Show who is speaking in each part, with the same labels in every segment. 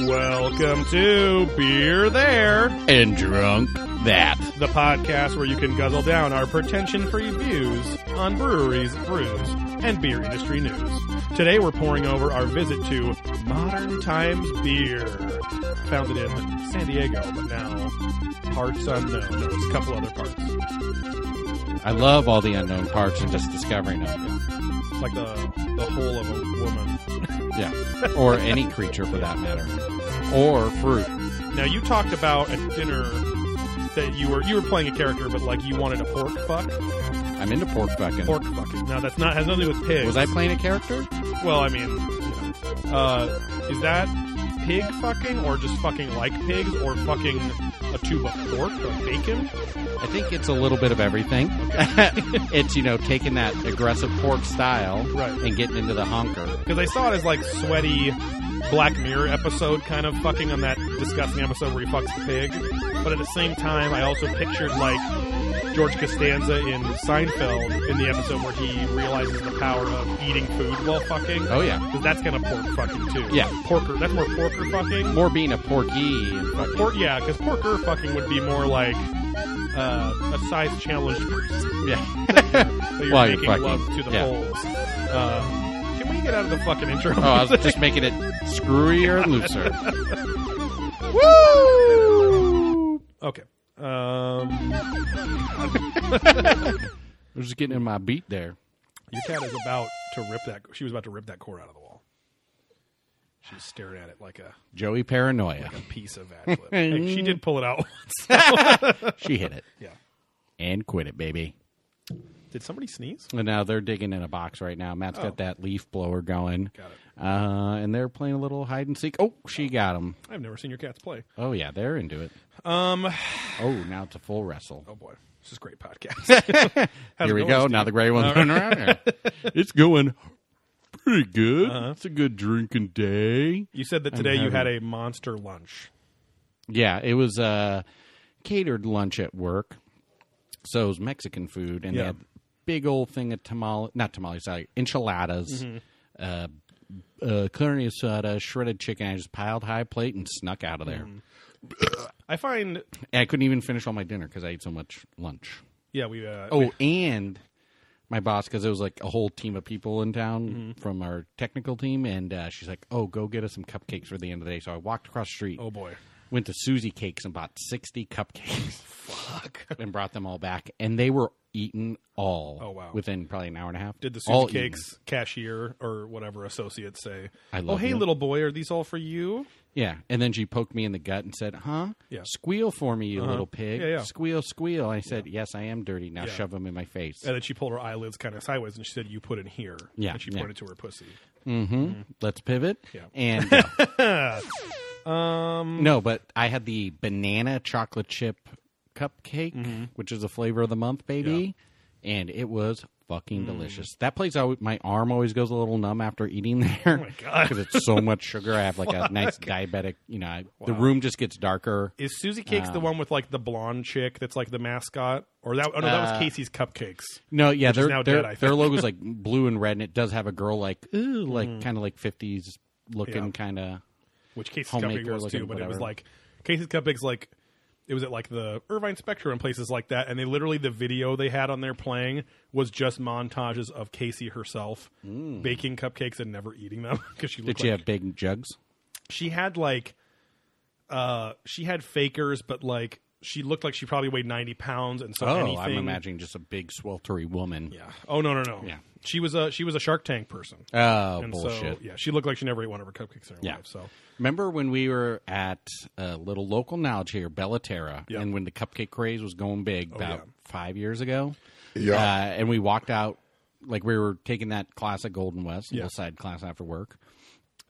Speaker 1: Welcome to Beer There,
Speaker 2: and drunk that.
Speaker 1: the podcast where you can guzzle down our pretension-free views on breweries, brews, and beer industry news. Today we're pouring over our visit to Modern Times Beer, founded in San Diego, but now parts unknown. There's a couple other parts,
Speaker 2: I love all the unknown parts and just discovering them,
Speaker 1: like the the whole of a woman.
Speaker 2: or any creature for that matter, or fruit.
Speaker 1: Now you talked about at dinner that you were you were playing a character, but like you wanted a pork fuck,
Speaker 2: I'm into pork fucking.
Speaker 1: pork fucking. Now that's not has nothing to do with pigs.
Speaker 2: Was I playing a character?
Speaker 1: Well, I mean, you know. uh, is that pig fucking or just fucking like pigs or fucking a tube of pork or bacon?
Speaker 2: I think it's a little bit of everything. it's you know taking that aggressive pork style
Speaker 1: Right.
Speaker 2: and getting into the honker.
Speaker 1: Because I saw it as like sweaty Black Mirror episode kind of fucking on that disgusting episode where he fucks the pig. But at the same time, I also pictured like George Costanza in Seinfeld in the episode where he realizes the power of eating food while fucking.
Speaker 2: Oh yeah,
Speaker 1: Because that's kind of pork fucking too.
Speaker 2: Yeah.
Speaker 1: Porker. That's more porker fucking.
Speaker 2: more being a porky and fucking.
Speaker 1: Pork, yeah, because porker fucking would be more like uh, a size challenged person.
Speaker 2: Yeah,
Speaker 1: So you're
Speaker 2: While you're
Speaker 1: making
Speaker 2: fucking-
Speaker 1: love to the
Speaker 2: yeah.
Speaker 1: poles. Uh, can we get out of the fucking intro?
Speaker 2: oh, I was just making it screwier and looser.
Speaker 1: Woo! Okay. Um,
Speaker 2: I was just getting in my beat there.
Speaker 1: your cat is about to rip that. She was about to rip that cord out of the wall. She was staring at it like a,
Speaker 2: Joey Paranoia.
Speaker 1: a piece of ash lip. Hey, she did pull it out once.
Speaker 2: She hit it
Speaker 1: yeah.
Speaker 2: and quit it, baby.
Speaker 1: Did somebody sneeze?
Speaker 2: And now they're digging in a box right now. Matt's got that leaf blower going.
Speaker 1: Oh. Got it.
Speaker 2: Uh, and they're playing a little hide and seek. Oh, she got him.
Speaker 1: I've never seen your cats play.
Speaker 2: Oh yeah, they're into it.
Speaker 1: Um.
Speaker 2: Oh, now it's a full wrestle.
Speaker 1: Oh boy, this is great podcast.
Speaker 2: Here we go. Now the gray one's running around here. It's going pretty good.
Speaker 1: Uh-huh.
Speaker 2: It's a good drinking day.
Speaker 1: You said that today you had a monster lunch.
Speaker 2: Yeah, it was a catered lunch at work. So it was Mexican food, and
Speaker 1: Yeah.
Speaker 2: they had big old thing of tamale, not tamales, sorry, enchiladas,
Speaker 1: Mm-hmm.
Speaker 2: uh, uh, carne asada, shredded chicken. I just piled high plate and snuck out of there.
Speaker 1: Mm. I find,
Speaker 2: And I couldn't even finish all my dinner because I ate so much lunch.
Speaker 1: yeah, we. Uh,
Speaker 2: Oh, and my boss, because it was like a whole team of people in town
Speaker 1: Mm-hmm.
Speaker 2: from our technical team, and uh, she's like, "Oh, go get us some cupcakes for the end of the day." So I walked across the street,
Speaker 1: oh boy,
Speaker 2: went to Susie Cakes, and bought sixty cupcakes. Fuck! and brought them all back, and they were eaten all.
Speaker 1: Oh, wow.
Speaker 2: Within probably an hour and a half.
Speaker 1: did the
Speaker 2: All
Speaker 1: Susie
Speaker 2: eaten.
Speaker 1: Cakes cashier or whatever associate say?
Speaker 2: I
Speaker 1: oh,
Speaker 2: love
Speaker 1: hey,
Speaker 2: you."
Speaker 1: little boy, are these all for you?
Speaker 2: Yeah, and then she poked me in the gut and said, "Huh?
Speaker 1: Yeah. Uh-huh.
Speaker 2: Squeal for me, you little pig!
Speaker 1: Yeah, yeah.
Speaker 2: Squeal, squeal!" I said, "Yes, I am dirty. Now
Speaker 1: Yeah.
Speaker 2: shove them in my face."
Speaker 1: And then she pulled her eyelids kind of sideways and she said, "You put in here."
Speaker 2: Yeah,
Speaker 1: and she
Speaker 2: yeah.
Speaker 1: pointed to her pussy.
Speaker 2: Mm-hmm. Let's pivot.
Speaker 1: Yeah.
Speaker 2: And
Speaker 1: Um,
Speaker 2: no, but I had the banana chocolate chip cupcake,
Speaker 1: Mm-hmm.
Speaker 2: which is the flavor of the month, baby, and it was
Speaker 1: Mm.
Speaker 2: fucking delicious. That place, I, my arm always goes a little numb after eating there
Speaker 1: Oh God.
Speaker 2: because it's so much sugar. I have like a nice diabetic. You know, I, the room just gets darker.
Speaker 1: is Susie Cakes
Speaker 2: Uh.
Speaker 1: the one with like the blonde chick that's like the mascot? Or that? Oh no, that was
Speaker 2: Uh,
Speaker 1: Casey's Cupcakes.
Speaker 2: No, yeah,
Speaker 1: is
Speaker 2: their
Speaker 1: now
Speaker 2: their,
Speaker 1: dead, I
Speaker 2: their logo's like blue and red, and it does have a girl like ooh, like kind of like fifties looking
Speaker 1: Mm. Yeah.
Speaker 2: kind of.
Speaker 1: which Casey's
Speaker 2: homemaker
Speaker 1: Cupcake was
Speaker 2: looking,
Speaker 1: too, but it was
Speaker 2: whatever.
Speaker 1: like Casey's Cupcake's like it was at like the Irvine Spectrum and places like that, and they literally the video they had on there playing was just montages of Casey herself baking cupcakes and never eating them because she
Speaker 2: Mm. Did
Speaker 1: looked
Speaker 2: she
Speaker 1: like
Speaker 2: have big jugs?
Speaker 1: she had like uh she had fakers, but like she looked like she probably weighed ninety pounds, and so
Speaker 2: Oh,
Speaker 1: anything
Speaker 2: I'm imagining just a big sweltery woman.
Speaker 1: yeah oh no no no
Speaker 2: Yeah.
Speaker 1: she was a she was a Shark Tank person.
Speaker 2: Oh,
Speaker 1: and
Speaker 2: bullshit.
Speaker 1: so yeah, she looked like she never ate one of her cupcakes in her
Speaker 2: Yeah.
Speaker 1: life. So
Speaker 2: Remember when we were at a little local knowledge here, Bellaterra,
Speaker 1: Yeah. Oh,
Speaker 2: and when the cupcake craze was going big about
Speaker 1: yeah.
Speaker 2: five years ago? Yeah. Uh, and we walked out, like we were taking that class at Golden West,
Speaker 1: Yeah.
Speaker 2: little side class after work.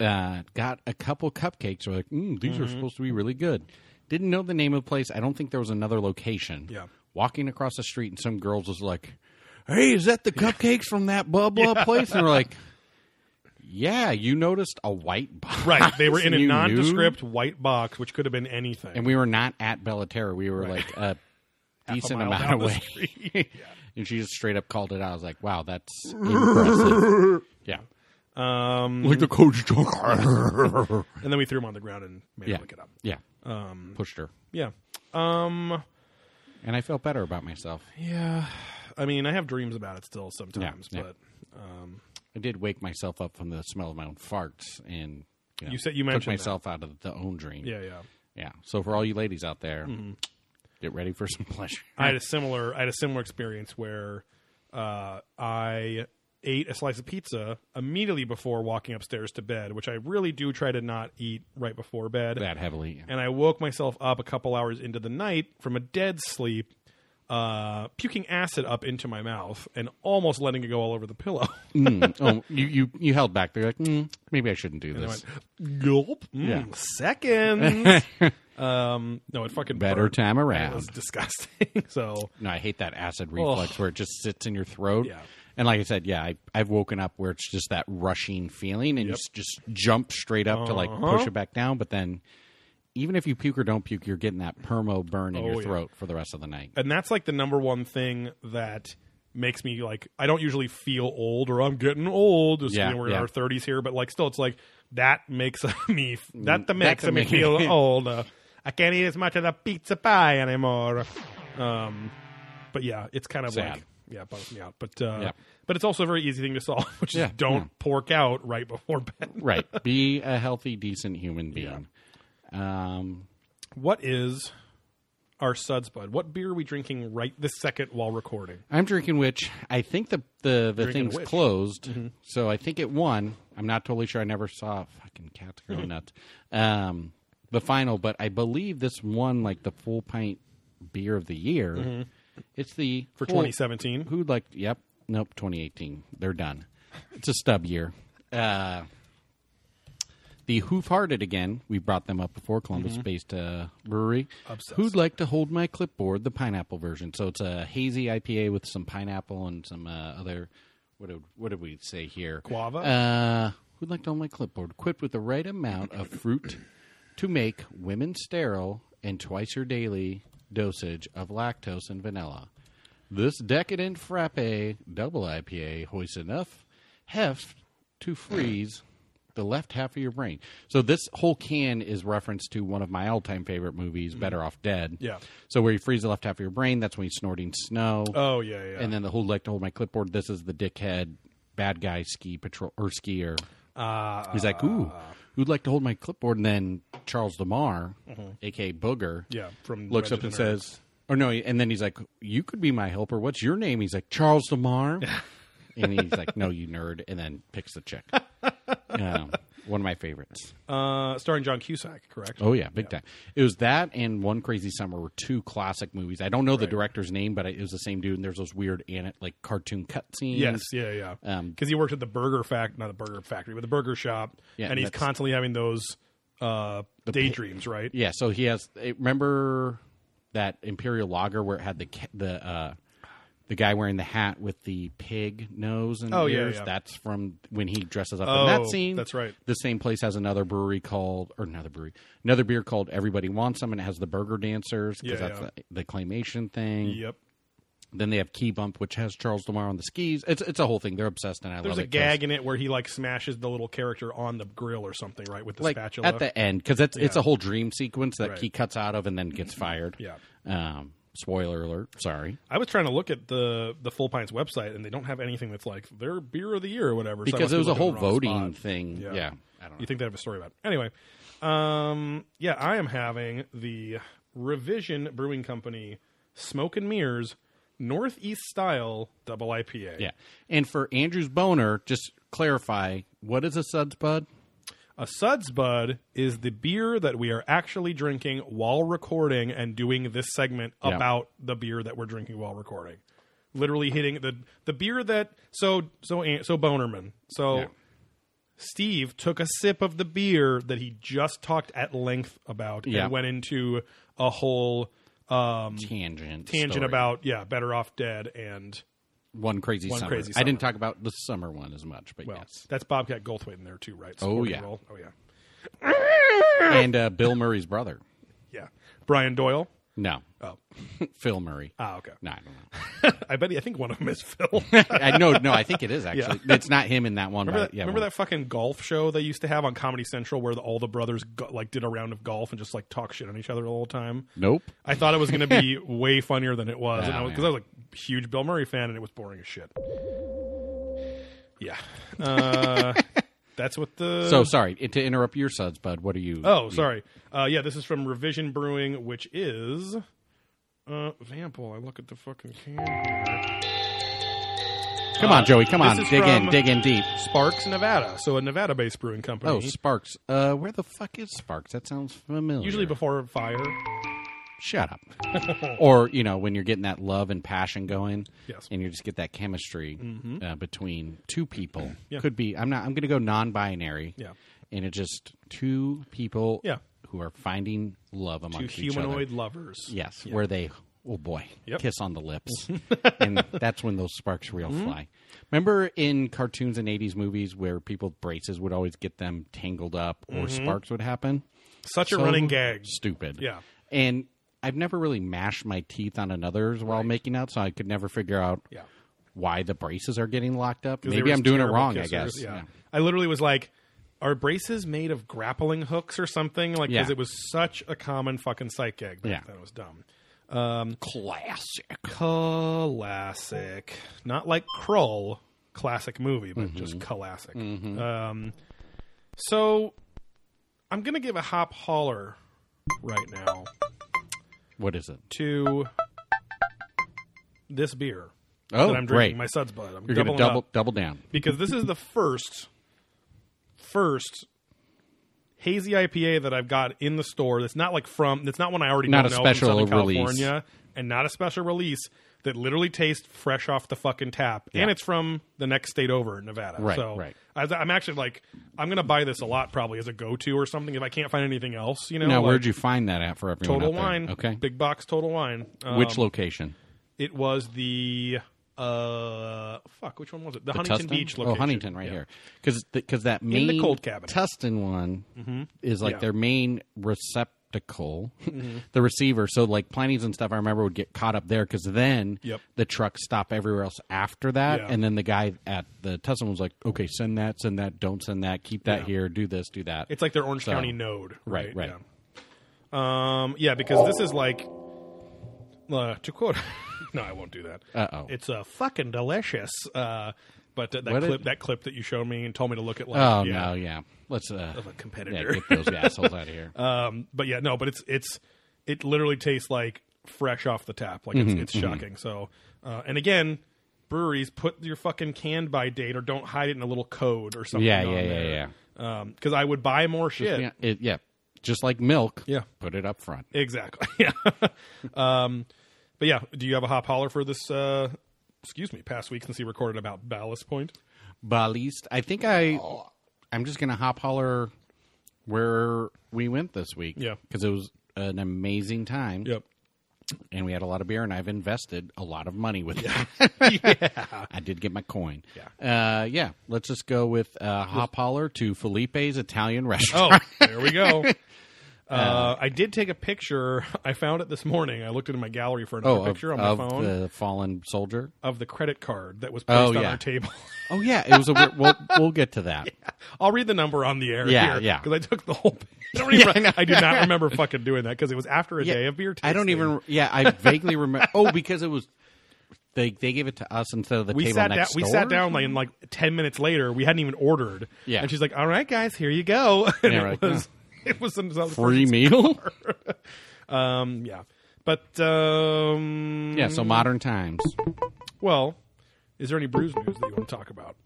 Speaker 2: Uh, got a couple cupcakes. We're like, mm, these
Speaker 1: Mm-hmm.
Speaker 2: are supposed to be really good. Didn't know the name of the place. I don't think there was another location.
Speaker 1: Yeah.
Speaker 2: Walking across the street, and some girls was like, hey, is that the cupcakes from that blah, blah place? And we're like, yeah, you noticed a white box.
Speaker 1: Right. They were in a
Speaker 2: You knew?
Speaker 1: nondescript white box, which could have been anything.
Speaker 2: And we were not at Bellaterra. We were like a decent
Speaker 1: mile
Speaker 2: amount
Speaker 1: down the
Speaker 2: away. and she just straight up called it out. I was like, wow, that's impressive. yeah.
Speaker 1: Um,
Speaker 2: Like the coach took.
Speaker 1: and then we threw him on the ground and made
Speaker 2: yeah.
Speaker 1: him lick it up.
Speaker 2: Yeah. Um, Pushed her.
Speaker 1: Yeah. Um,
Speaker 2: And I felt better about myself.
Speaker 1: yeah. I mean, I have dreams about it still sometimes,
Speaker 2: yeah.
Speaker 1: but
Speaker 2: I did wake myself up from the smell of my own farts and you, know,
Speaker 1: You said- you
Speaker 2: took
Speaker 1: mentioned
Speaker 2: myself out of the own dream.
Speaker 1: yeah, Mm-hmm. yeah.
Speaker 2: Yeah. So for all you ladies out there, get ready for some pleasure.
Speaker 1: I had a similar I had a similar experience where uh, I ate a slice of pizza immediately before walking upstairs to bed, which I really do try to not eat right before bed.
Speaker 2: that heavily.
Speaker 1: And I woke myself up a couple hours into the night from a dead sleep, uh, puking acid up into my mouth and almost letting it go all over the pillow.
Speaker 2: Mm. Oh, you, you you held back. They're like, mm, maybe I shouldn't do
Speaker 1: I
Speaker 2: this.
Speaker 1: went, gulp. Mm,
Speaker 2: Yeah.
Speaker 1: Seconds. um, no, it fucking
Speaker 2: Better
Speaker 1: burnt.
Speaker 2: time
Speaker 1: It was
Speaker 2: around.
Speaker 1: disgusting. so
Speaker 2: No, I hate that acid reflux where it just sits in your throat.
Speaker 1: Yeah.
Speaker 2: And like I said, yeah, I, I've woken up where it's just that rushing feeling, and you
Speaker 1: Yep. Uh-huh.
Speaker 2: s- just jump straight up to like push it back down. But then, even if you puke or don't puke, you're getting that permo burn in
Speaker 1: Oh,
Speaker 2: your
Speaker 1: yeah.
Speaker 2: throat for the rest of the night.
Speaker 1: and that's like the number one thing that makes me like I don't usually feel old or I'm getting old. Just,
Speaker 2: Yeah,
Speaker 1: you know, we're
Speaker 2: yeah.
Speaker 1: in our thirties here, but like still, it's like that makes me that the makes
Speaker 2: can
Speaker 1: me
Speaker 2: make-
Speaker 1: feel old. Uh, I can't eat as much of the pizza pie anymore. Um, but yeah, it's kind of
Speaker 2: Sad.
Speaker 1: like yeah, it bums me out. But uh,
Speaker 2: Yep.
Speaker 1: but it's also a very easy thing to solve, which
Speaker 2: Yeah,
Speaker 1: is don't pork out right before bed.
Speaker 2: right. Be a healthy, decent human being. Um,
Speaker 1: What is our suds bud? What beer are we drinking right this second while recording?
Speaker 2: I'm drinking which I think the the, the
Speaker 1: Drinking
Speaker 2: thing's
Speaker 1: which? Mm-hmm.
Speaker 2: closed, so I think it won. I'm not totally sure. I never saw fucking cats go
Speaker 1: Mm-hmm.
Speaker 2: nuts. Um, the final, but I believe this won like the full pint beer of the year. It's the
Speaker 1: Mm-hmm. For
Speaker 2: full-
Speaker 1: 2017,
Speaker 2: Who'd like? Yep. Nope. 2018. They're done. It's a stub year. Uh, the Hoof Hearted again. We brought them up before Columbus based uh, brewery.
Speaker 1: Mm-hmm. Obsessed.
Speaker 2: Who'd like to hold my clipboard? The pineapple version. So it's a hazy IPA with some pineapple and some uh, other. What did, what did we say here?
Speaker 1: Guava?
Speaker 2: Uh, who'd like to hold my clipboard? Equipped with the right amount of fruit to make women sterile and twice your daily dosage of lactose and vanilla. This decadent frappe double IPA hoists enough heft to freeze the left half of your brain. So this whole can is reference to one of my all-time favorite movies, Better Off Dead.
Speaker 1: Yeah.
Speaker 2: So where you freeze the left half of your brain, that's when you're snorting snow.
Speaker 1: Oh yeah, yeah.
Speaker 2: And then the whole like to hold my clipboard. This is the dickhead bad guy ski patrol or skier.
Speaker 1: uh,
Speaker 2: He's like, ooh, who'd like to hold my clipboard? And then Charles Lamar, aka Booger,
Speaker 1: Mm-hmm. Yeah, from
Speaker 2: looks up and
Speaker 1: Dungeons and
Speaker 2: says, or no, and then he's like, you could be my helper. What's your name? He's like, Charles Lamar. and he's like, no, you nerd. And then picks the chick. um, one of my favorites.
Speaker 1: uh, starring John Cusack, correct?
Speaker 2: Oh yeah, big time. It was that and One Crazy Summer were two classic movies. I don't know the director's name, but it was the same dude. And there's those weird an- like cartoon cutscenes.
Speaker 1: Yes, yeah, yeah. Because
Speaker 2: Um,
Speaker 1: he worked at the burger fact, not the burger factory, but the burger shop,
Speaker 2: Yeah,
Speaker 1: and he's
Speaker 2: that's-
Speaker 1: constantly having those uh, daydreams, right?
Speaker 2: Yeah, so he has. eh, Remember that Imperial Lager where it had the ca- the uh, the guy wearing the hat with the pig nose and
Speaker 1: Oh, yeah,
Speaker 2: ears.
Speaker 1: yeah.
Speaker 2: That's from when he dresses up
Speaker 1: Oh,
Speaker 2: in that scene.
Speaker 1: that's right.
Speaker 2: The same place has another brewery called, or another brewery, another beer called Everybody Wants Some, and it has the burger dancers
Speaker 1: Yeah,
Speaker 2: because that's
Speaker 1: yeah.
Speaker 2: The, the claymation thing.
Speaker 1: Yep.
Speaker 2: Then they have Key Bump, which has Charles Lamar on the skis. It's it's a whole thing. They're obsessed, and I
Speaker 1: There's
Speaker 2: love
Speaker 1: a
Speaker 2: it 'cause-
Speaker 1: gag in it where he like smashes the little character on the grill or something, right, with the
Speaker 2: like
Speaker 1: spatula.
Speaker 2: at the end because it's it's a whole dream sequence that
Speaker 1: Right.
Speaker 2: he cuts out of and then gets fired.
Speaker 1: Yeah.
Speaker 2: Um, spoiler alert. Sorry.
Speaker 1: I was trying to look at the the Full Pints website, and they don't have anything that's like their beer of the year or whatever. so I must
Speaker 2: Because it
Speaker 1: be
Speaker 2: was a
Speaker 1: looking
Speaker 2: whole
Speaker 1: in the wrong
Speaker 2: voting
Speaker 1: spot.
Speaker 2: thing.
Speaker 1: Yeah.
Speaker 2: Yeah. I don't know.
Speaker 1: You think they have a story about it. Anyway, um, yeah, I am having the Revision Brewing Company Smoke and Mirrors Northeast Style Double IPA.
Speaker 2: Yeah. And for Andrew's boner, just clarify what is a suds bud?
Speaker 1: A Suds Bud is the beer that we are actually drinking while recording and doing this segment
Speaker 2: Yeah.
Speaker 1: about the beer that we're drinking while recording. Literally hitting the the beer that so so An- so Bonerman. So
Speaker 2: Yeah.
Speaker 1: Steve took a sip of the beer that he just talked at length about
Speaker 2: Yeah.
Speaker 1: and went into a whole um,
Speaker 2: Tangent.
Speaker 1: tangent
Speaker 2: story.
Speaker 1: about yeah, better off dead and
Speaker 2: one crazy summer.
Speaker 1: Crazy
Speaker 2: I didn't
Speaker 1: Summer.
Speaker 2: talk about the summer one as much, but
Speaker 1: well,
Speaker 2: yes.
Speaker 1: that's Bobcat Goldthwait in there too, right?
Speaker 2: Oh,
Speaker 1: Smoking
Speaker 2: yeah.
Speaker 1: roll. oh yeah,
Speaker 2: and uh, Bill Murray's brother.
Speaker 1: yeah. Brian Doyle.
Speaker 2: No.
Speaker 1: Oh.
Speaker 2: Phil Murray.
Speaker 1: Ah, okay.
Speaker 2: No, I don't know.
Speaker 1: I bet I think one of them is Phil.
Speaker 2: I, no, no, I think it is actually. It's not him in that one.
Speaker 1: Remember,
Speaker 2: but
Speaker 1: that,
Speaker 2: yeah,
Speaker 1: remember
Speaker 2: one-
Speaker 1: that fucking golf show they used to have on Comedy Central where the, all the brothers go, like did a round of golf and just like talk shit on each other the whole time.
Speaker 2: Nope.
Speaker 1: I thought it was going to be way funnier than it was, because
Speaker 2: Oh,
Speaker 1: I, was, 'cause I was a huge Bill Murray fan, and it was boring as shit. Yeah, uh, that's what the.
Speaker 2: So sorry it- to interrupt your suds, bud. What are you?
Speaker 1: Um, oh, sorry. Uh, yeah, this is from Revision Brewing, which is uh, Vample. I look at the fucking can.
Speaker 2: come on, Joey. Come
Speaker 1: this
Speaker 2: on.
Speaker 1: is
Speaker 2: Dig in.
Speaker 1: from-
Speaker 2: Dig in deep.
Speaker 1: Sparks, Nevada. So a Nevada-based brewing company.
Speaker 2: Oh, Sparks. Uh, where the fuck is Sparks? That sounds familiar.
Speaker 1: usually before fire.
Speaker 2: shut up. or you know when you're getting that love and passion going,
Speaker 1: Yes. Mm-hmm.
Speaker 2: and you just get that chemistry uh, between two people.
Speaker 1: Yeah.
Speaker 2: Could be. I'm not. I'm going to go non-binary.
Speaker 1: Yeah.
Speaker 2: And it's just two people.
Speaker 1: Yeah.
Speaker 2: Who are finding love
Speaker 1: Two
Speaker 2: amongst each other.
Speaker 1: humanoid lovers.
Speaker 2: Yes, where they oh boy,
Speaker 1: Yep.
Speaker 2: kiss on the lips, and that's when those sparks real
Speaker 1: Mm-hmm.
Speaker 2: fly. Remember in cartoons and '80s movies where people braces would always get them tangled up, or sparks would happen.
Speaker 1: Such a
Speaker 2: So
Speaker 1: Mm-hmm. running gag.
Speaker 2: Stupid.
Speaker 1: Yeah.
Speaker 2: and I've never really mashed my teeth on another's while making out, so I could never figure out
Speaker 1: Yeah.
Speaker 2: why the braces are getting locked up.
Speaker 1: 'Cause they
Speaker 2: Maybe
Speaker 1: were
Speaker 2: I'm doing it
Speaker 1: terrible
Speaker 2: wrong. I
Speaker 1: kissers.
Speaker 2: guess.
Speaker 1: Yeah.
Speaker 2: Yeah.
Speaker 1: I literally was like, are braces made of grappling hooks or something? Like, because
Speaker 2: Yeah.
Speaker 1: it was such a common fucking sight gag. Back
Speaker 2: Yeah.
Speaker 1: Then. It was dumb.
Speaker 2: Classic.
Speaker 1: Classic. Not like Krull, classic movie, but
Speaker 2: Mm-hmm.
Speaker 1: just classic. Um, so I'm going to give a hop holler right now
Speaker 2: What is it?
Speaker 1: to this beer
Speaker 2: Oh,
Speaker 1: that I'm drinking,
Speaker 2: great!
Speaker 1: my Suds Bud. I'm
Speaker 2: You're gonna
Speaker 1: doubling
Speaker 2: double
Speaker 1: up.
Speaker 2: double down.
Speaker 1: because this is the first first hazy IPA that I've got in the store. That's not like from. That's not one I already
Speaker 2: Not
Speaker 1: know
Speaker 2: a
Speaker 1: now from
Speaker 2: special
Speaker 1: Southern
Speaker 2: release.
Speaker 1: California, and not a special release that literally tastes fresh off the fucking tap. And
Speaker 2: Yeah.
Speaker 1: it's from the next state over, Nevada.
Speaker 2: Right,
Speaker 1: so
Speaker 2: right.
Speaker 1: I, I'm actually like, I'm gonna buy this a lot probably as a go to or something if I can't find anything else. You know,
Speaker 2: Now,
Speaker 1: like,
Speaker 2: where'd you find that at for everyone?
Speaker 1: Total
Speaker 2: out there?
Speaker 1: Wine?
Speaker 2: Okay.
Speaker 1: big box Total Wine. Um,
Speaker 2: Which location?
Speaker 1: It was the. Uh, fuck. Which one was it? The, Huntington
Speaker 2: Tustin?
Speaker 1: Beach location.
Speaker 2: Oh, Huntington, right
Speaker 1: Yeah.
Speaker 2: here. Because because that main
Speaker 1: cold cabinet.
Speaker 2: Tustin one is like
Speaker 1: Yeah. Mm-hmm.
Speaker 2: their main receptacle, the receiver. So like Pliny's and stuff, I remember would get caught up there because then
Speaker 1: Yep.
Speaker 2: the trucks stop everywhere else after that,
Speaker 1: Yeah.
Speaker 2: and then the guy at the Tustin was like, "Okay, send that, send that, don't send that, keep that
Speaker 1: Yeah.
Speaker 2: here, do this, do that."
Speaker 1: It's like their Orange
Speaker 2: So-
Speaker 1: County node, right?
Speaker 2: Right, right.
Speaker 1: Yeah. Um, yeah, because this is like uh, to quote. no, I won't do that.
Speaker 2: Uh-oh.
Speaker 1: It's a fucking delicious. Uh, but that, that
Speaker 2: What
Speaker 1: clip,
Speaker 2: did-
Speaker 1: that clip that you showed me and told me to look at, like,
Speaker 2: oh
Speaker 1: yeah,
Speaker 2: no, yeah, let's uh,
Speaker 1: of a
Speaker 2: yeah,
Speaker 1: competitor.
Speaker 2: get those assholes out of here.
Speaker 1: Um, but yeah, no, but it's it's it literally tastes like fresh off the tap. Like
Speaker 2: Mm-hmm,
Speaker 1: it's, it's shocking. So, uh, and again, breweries put your fucking can by date or don't hide it in a little code or something.
Speaker 2: Yeah,
Speaker 1: on
Speaker 2: yeah, yeah,
Speaker 1: there. yeah. Because I would buy more shit.
Speaker 2: yeah, it, yeah, just like milk.
Speaker 1: Yeah.
Speaker 2: put it up front.
Speaker 1: Exactly. Yeah. um, but yeah, do you have a hop holler for this? Uh, excuse me, past week since he recorded about Ballast Point.
Speaker 2: Baliste. I think I I'm just gonna hop holler where we went this week.
Speaker 1: Yeah.
Speaker 2: because it was an amazing time.
Speaker 1: Yep.
Speaker 2: and we had a lot of beer, and I've invested a lot of money with it. I did get my coin. Yeah, uh, yeah. Let's just go with uh, hop holler to Felipe's Italian restaurant.
Speaker 1: Oh, there we go. Uh, I did take a picture. I found it this morning. Oh, I looked into my gallery for another
Speaker 2: oh, of-
Speaker 1: picture on my
Speaker 2: of
Speaker 1: phone
Speaker 2: the fallen soldier.
Speaker 1: of the credit card that was placed
Speaker 2: Oh,
Speaker 1: on
Speaker 2: yeah.
Speaker 1: our table.
Speaker 2: Oh yeah, it was a. weird- we'll we'll get to that.
Speaker 1: I'll read the number on the air.
Speaker 2: Yeah,
Speaker 1: here,
Speaker 2: yeah.
Speaker 1: Because I took the whole. I, don't even, I do not remember fucking doing that because it was after a day of beer. Tasting.
Speaker 2: I don't even. Yeah, I vaguely remember. oh, because it was. They they gave it to us instead of the
Speaker 1: we
Speaker 2: table
Speaker 1: sat down.
Speaker 2: next
Speaker 1: We
Speaker 2: door.
Speaker 1: sat down like and like ten minutes later. We hadn't even ordered.
Speaker 2: Yeah.
Speaker 1: and she's like, "All right, guys, here you go." And
Speaker 2: Yeah,
Speaker 1: it,
Speaker 2: we're like,
Speaker 1: was, it was some some-
Speaker 2: free meal.
Speaker 1: Um, yeah, but um,
Speaker 2: yeah, so modern times.
Speaker 1: Well, is there any brews news that you want to talk about?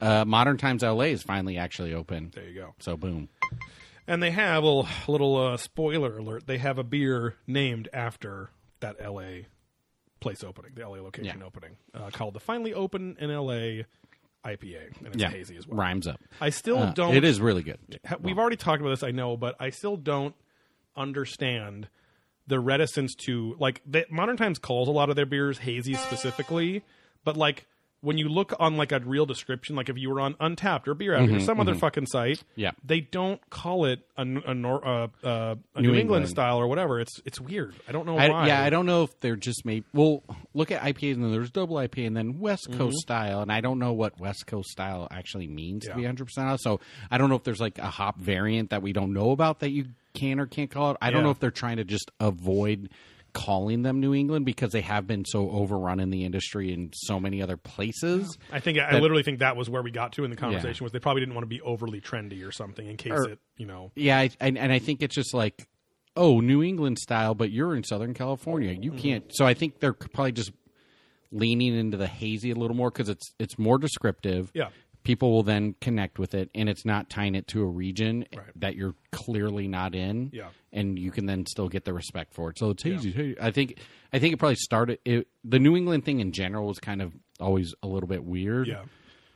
Speaker 2: Uh, modern times LA is finally actually open.
Speaker 1: There you go.
Speaker 2: So boom.
Speaker 1: And they have a little, little uh, spoiler alert. They have a beer named after that L.A. place opening, the L.A. location
Speaker 2: Yeah.
Speaker 1: opening, uh, called the Finally Open in L.A. IPA, and it's
Speaker 2: Yeah,
Speaker 1: hazy as well.
Speaker 2: rhymes up.
Speaker 1: I still
Speaker 2: Uh,
Speaker 1: don't.
Speaker 2: It is really good.
Speaker 1: ha- we've already talked about this i know but i still don't understand the reticence to like they, modern times calls a lot of their beers hazy specifically but like when you look on like a real description, like if you were on Untapped or Beer Addict or some other fucking site,
Speaker 2: Mm-hmm, Yeah.
Speaker 1: they don't call it a, n- a nor, uh, uh, a New, England.
Speaker 2: England.
Speaker 1: style or whatever. It's it's weird. I don't know
Speaker 2: I,
Speaker 1: why.
Speaker 2: yeah, I don't know if they're just made. Well, look at IPAs, and then there's double IPA, and then West
Speaker 1: Mm-hmm.
Speaker 2: Coast style, and I don't know what West Coast style actually means to be
Speaker 1: Yeah.
Speaker 2: 100 percent honest. So I don't know if there's like a hop variant that we don't know about that you can or can't call it. I don't
Speaker 1: Yeah.
Speaker 2: know if they're trying to just avoid calling them New England because they have been so overrun in the industry in so many other places.
Speaker 1: I think I literally think that was where we got to in the conversation was they probably didn't want to be overly trendy or something in case
Speaker 2: Or-
Speaker 1: it you know
Speaker 2: Yeah, I, and, and I think it's just like, oh, New England style, but you're in Southern California. You
Speaker 1: Mm-hmm.
Speaker 2: can't. So I think they're probably just leaning into the hazy a little more because it's it's more descriptive.
Speaker 1: Yeah.
Speaker 2: people will then connect with it, and it's not tying it to a region that you're clearly not in.
Speaker 1: Yeah.
Speaker 2: and you can then still get the respect for it. So it's hazy. hazy. I think I think it probably started. It, the New England thing in general was kind of always a little bit weird.
Speaker 1: yeah.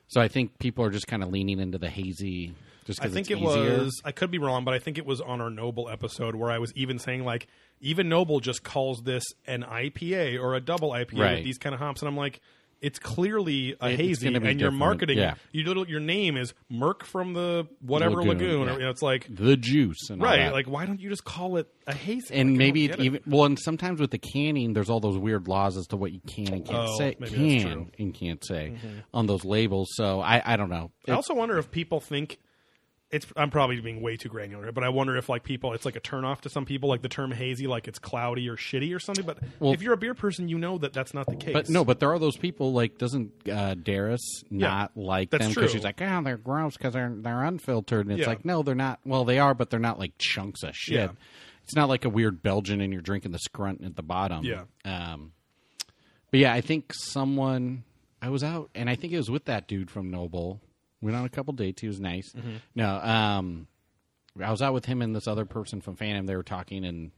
Speaker 2: So I think people are just kind of leaning into the hazy. Just
Speaker 1: I
Speaker 2: because
Speaker 1: think
Speaker 2: it's
Speaker 1: it
Speaker 2: easier.
Speaker 1: was. I could be wrong, but I think it was on our Noble episode where I was even saying like, even Noble just calls this an IPA or a double IPA
Speaker 2: Right.
Speaker 1: with these kind of hops, and I'm like, it's clearly a
Speaker 2: it's
Speaker 1: hazy, and
Speaker 2: gonna be
Speaker 1: your
Speaker 2: different,
Speaker 1: marketing,
Speaker 2: yeah.
Speaker 1: you little, your name is Merc from the whatever lagoon,
Speaker 2: Lagoon,
Speaker 1: or
Speaker 2: yeah.
Speaker 1: you know, it's like
Speaker 2: the juice and all
Speaker 1: right,
Speaker 2: that.
Speaker 1: like why don't you just call it a hazy?
Speaker 2: and
Speaker 1: Like, I
Speaker 2: maybe
Speaker 1: don't
Speaker 2: it
Speaker 1: get it.
Speaker 2: even well and sometimes with the canning there's all those weird laws as to what you can and can't
Speaker 1: Oh,
Speaker 2: say
Speaker 1: maybe that's true. Mm-hmm.
Speaker 2: can and can't say on those labels so i i don't know
Speaker 1: I also wonder if people think it's. I'm probably being way too granular, but I wonder if like people, it's like a turnoff to some people, like the term hazy, like it's cloudy or shitty or something. But
Speaker 2: Well-
Speaker 1: if you're a beer person, you know that that's not the case.
Speaker 2: but no but there are those people like doesn't uh darius not like
Speaker 1: that's
Speaker 2: them because
Speaker 1: true.
Speaker 2: she's like oh they're gross because they're they're unfiltered and it's
Speaker 1: Yeah.
Speaker 2: like no they're not well they are but they're not like chunks of shit
Speaker 1: Yeah.
Speaker 2: it's not like a weird belgian and you're drinking the scrunt at the bottom
Speaker 1: Yeah.
Speaker 2: um But yeah, I think someone I was out and I think it was with that dude from Noble. Went on a couple dates. He was nice.
Speaker 1: Mm-hmm.
Speaker 2: No, um, I was out with him and this other person from Phantom. They were talking and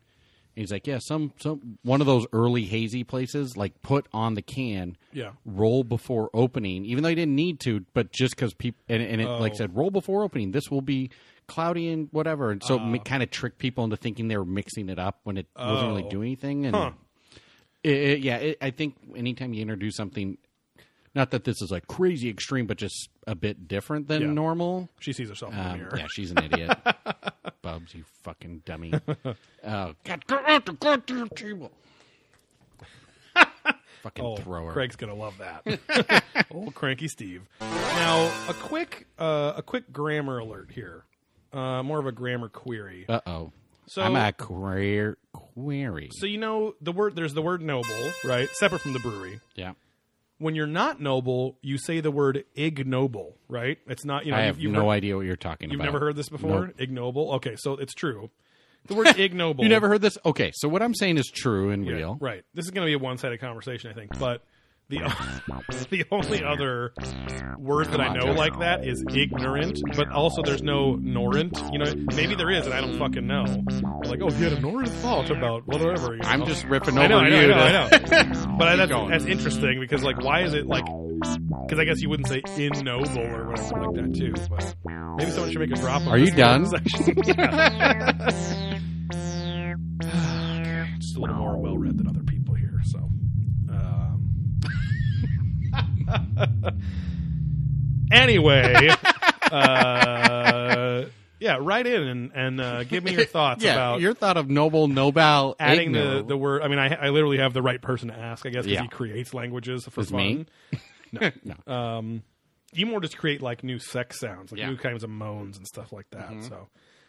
Speaker 2: he's like, "Yeah, some some one of those early hazy places like put on the can,
Speaker 1: Yeah.
Speaker 2: roll before opening, even though he didn't need to, but just because people and, and it like
Speaker 1: Oh.
Speaker 2: said roll before opening. This will be." Cloudy and whatever, and so
Speaker 1: Oh.
Speaker 2: it kind of tricked people into thinking they were mixing it up when it wasn't really
Speaker 1: Oh.
Speaker 2: doing anything. And
Speaker 1: Huh.
Speaker 2: it, it- yeah, it, I think anytime you introduce something, not that this is like crazy extreme, but just a bit different than
Speaker 1: Yeah.
Speaker 2: normal.
Speaker 1: she sees herself in the
Speaker 2: Um,
Speaker 1: mirror.
Speaker 2: yeah, she's an idiot. Bubs, you fucking dummy. Oh, God, get out the goddamn table. fucking
Speaker 1: Oh,
Speaker 2: thrower.
Speaker 1: Craig's gonna love that. Old cranky Steve. Now a quick, uh, a quick grammar alert here. Uh, more of a grammar query.
Speaker 2: Uh oh.
Speaker 1: So-
Speaker 2: I'm a queer query.
Speaker 1: so you know the word. There's the word noble, right? Separate from the brewery.
Speaker 2: yeah.
Speaker 1: When you're not noble, you say the word ignoble, right? It's not. You know,
Speaker 2: I
Speaker 1: you-
Speaker 2: have
Speaker 1: you've
Speaker 2: no
Speaker 1: heard-
Speaker 2: idea what you're talking
Speaker 1: You've
Speaker 2: about.
Speaker 1: never heard this before? Ignoble. Okay, so it's true. The word ignoble.
Speaker 2: You never heard this? Okay, so what I'm saying is true and
Speaker 1: Yeah,
Speaker 2: real.
Speaker 1: Right. This is going to be a one-sided conversation, I think. But the the only other word that I
Speaker 2: on,
Speaker 1: know
Speaker 2: Justin.
Speaker 1: like that is ignorant. But also, there's no norant. You know, maybe there is, and I don't fucking know. Like, oh, he had a norant thought about whatever. You
Speaker 2: I'm
Speaker 1: know?
Speaker 2: just ripping over
Speaker 1: I know, I know,
Speaker 2: you.
Speaker 1: I know,
Speaker 2: to-
Speaker 1: I know. But I, that's,
Speaker 2: going.
Speaker 1: that's interesting because, like, why is it like? Because I guess you wouldn't say ignoble or whatever like that too. But maybe someone should make a drop. on
Speaker 2: Are
Speaker 1: this
Speaker 2: you done?
Speaker 1: section. just a little more well read than other people here. So, um. anyway, uh, yeah, write in and, and uh, give me your thoughts
Speaker 2: yeah,
Speaker 1: about
Speaker 2: your thought of Noble Nobel
Speaker 1: adding the,
Speaker 2: Igno.
Speaker 1: the word. I mean, I, I literally have the right person to ask, I guess, because
Speaker 2: Yeah.
Speaker 1: he creates languages for
Speaker 2: Is
Speaker 1: fun. Um,
Speaker 2: me? no.
Speaker 1: You more just create like new sex sounds, like
Speaker 2: Yeah. Mm-hmm.
Speaker 1: new kinds of moans and stuff like that. So,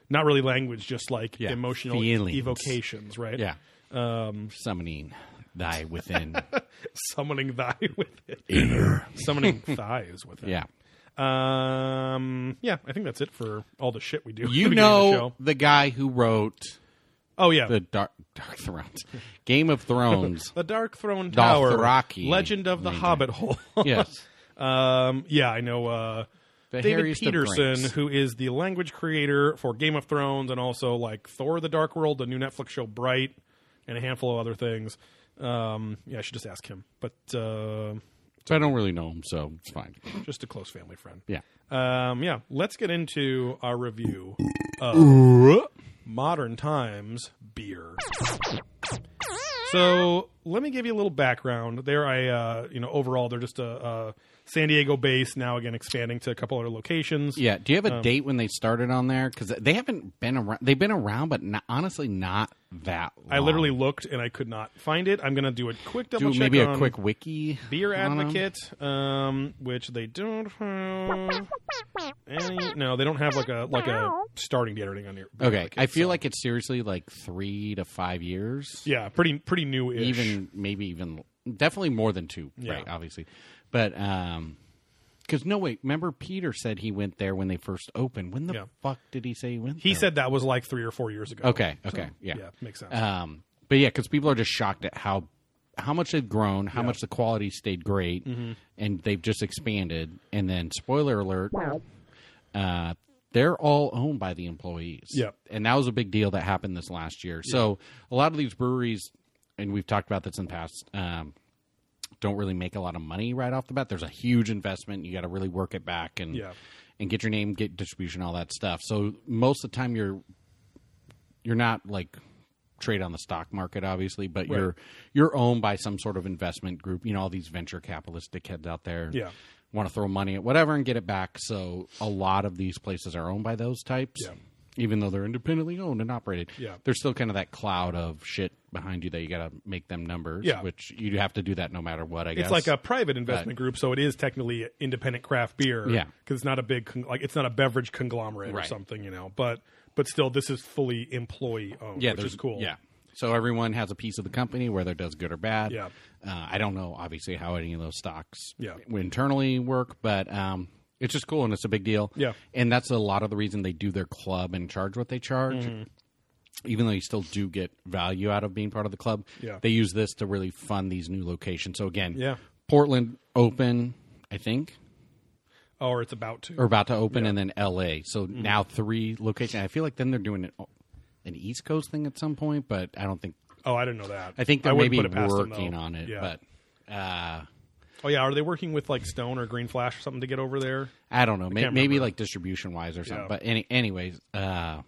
Speaker 1: not really language, just like
Speaker 2: Yeah,
Speaker 1: emotional
Speaker 2: feelings.
Speaker 1: evocations, right?
Speaker 2: Yeah. Um, Summoning thy within.
Speaker 1: summoning thy with it. Inner. Summoning thighs with it.
Speaker 2: yeah.
Speaker 1: Um. Yeah, I think that's it for all the shit we do. at the
Speaker 2: You
Speaker 1: beginning of the
Speaker 2: know
Speaker 1: show.
Speaker 2: the, guy who wrote
Speaker 1: Oh yeah.
Speaker 2: the Dark, Dark Thrones, Game of Thrones.
Speaker 1: The Dark Throne Tower,
Speaker 2: Dothraki.
Speaker 1: Legend of the Hobbit Hole.
Speaker 2: yes.
Speaker 1: um, yeah, I know. Uh,
Speaker 2: The
Speaker 1: David
Speaker 2: hairiest of
Speaker 1: Peterson,
Speaker 2: drinks.
Speaker 1: who is the language creator for Game of Thrones and also like Thor: The Dark World, the new Netflix show Bright, and a handful of other things. Um, yeah, I should just ask him, but uh,
Speaker 2: So I don't really know him, so it's fine.
Speaker 1: just a close family friend.
Speaker 2: Yeah.
Speaker 1: Um, yeah, let's get into our review of modern times beer. So let me give you a little background. They're a uh, you know overall they're just a, a San Diego base now again expanding to a couple other locations.
Speaker 2: Yeah. Do you have a
Speaker 1: Um,
Speaker 2: date when they started on there? Because they haven't been around. They've been around, but not, honestly, not that. Long.
Speaker 1: I literally looked and I could not find it. I'm gonna do a quick double
Speaker 2: do
Speaker 1: check.
Speaker 2: maybe a
Speaker 1: on
Speaker 2: quick wiki.
Speaker 1: beer
Speaker 2: on 'em.
Speaker 1: advocate, um, which they don't have. Any, no, they don't have like a like a starting date or anything on here.
Speaker 2: Okay, I feel like it's seriously like three to five years.
Speaker 1: Yeah, pretty pretty new ish.
Speaker 2: even maybe even definitely more than two
Speaker 1: Yeah.
Speaker 2: right obviously but um because no wait remember peter said he went there when they first opened when the
Speaker 1: Yeah.
Speaker 2: fuck did he say he went
Speaker 1: He
Speaker 2: there?
Speaker 1: said that was like three or four years ago.
Speaker 2: okay okay yeah.
Speaker 1: Yeah, makes sense.
Speaker 2: um but yeah because people are just shocked at how how much they've grown how much the quality stayed great
Speaker 1: Mm-hmm.
Speaker 2: and they've just expanded and then spoiler alert uh they're all owned by the employees.
Speaker 1: Yep.
Speaker 2: And that was a big deal that happened this last year. So a lot of these breweries, and we've talked about this in the past, um, don't really make a lot of money right off the bat. There's a huge investment. You got to really work it back and
Speaker 1: Yeah.
Speaker 2: and get your name, get distribution, all that stuff. So most of the time you're you're not like trade on the stock market obviously but
Speaker 1: Right.
Speaker 2: you're you're owned by some sort of investment group you know all these venture capitalist dickheads out there
Speaker 1: Yeah.
Speaker 2: want to throw money at whatever and get it back so a lot of these places are owned by those types
Speaker 1: Yeah.
Speaker 2: even though they're independently owned and operated
Speaker 1: Yeah.
Speaker 2: there's still kind of that cloud of shit behind you that you got to make them numbers
Speaker 1: Yeah.
Speaker 2: which you have to do that no matter what i guess
Speaker 1: it's like a private investment group, so it is technically independent craft beer.
Speaker 2: Yeah.
Speaker 1: because it's not a big con- like it's not a beverage conglomerate or
Speaker 2: Right.
Speaker 1: something, you know. But but still, this is fully employee owned,
Speaker 2: yeah
Speaker 1: which
Speaker 2: there's
Speaker 1: is cool.
Speaker 2: yeah so everyone has a piece of the company whether it does good or bad
Speaker 1: Yeah.
Speaker 2: uh, i don't know obviously how any of those stocks
Speaker 1: Yeah.
Speaker 2: internally work but um it's just cool and it's a big deal
Speaker 1: Yeah.
Speaker 2: and that's a lot of the reason they do their club and charge what they charge
Speaker 1: Mm-hmm.
Speaker 2: even though you still do get value out of being part of the club,
Speaker 1: Yeah.
Speaker 2: they use this to really fund these new locations. So again,
Speaker 1: Yeah.
Speaker 2: Portland open, I think,
Speaker 1: Oh, or it's about to.
Speaker 2: or about to open, and then L.A. So
Speaker 1: Mm-hmm.
Speaker 2: now three locations. I feel like then they're doing an, an East Coast thing at some point, but I don't think
Speaker 1: oh, I didn't know that.
Speaker 2: I think they're
Speaker 1: wouldn't
Speaker 2: maybe
Speaker 1: put it past them, though.
Speaker 2: working on it.
Speaker 1: Yeah.
Speaker 2: But uh,
Speaker 1: oh yeah, are they working with like Stone or Green Flash or something to get over there?
Speaker 2: I don't know. May-
Speaker 1: can't
Speaker 2: maybe
Speaker 1: remember.
Speaker 2: like distribution wise or something.
Speaker 1: Yeah.
Speaker 2: But any- anyways, uh,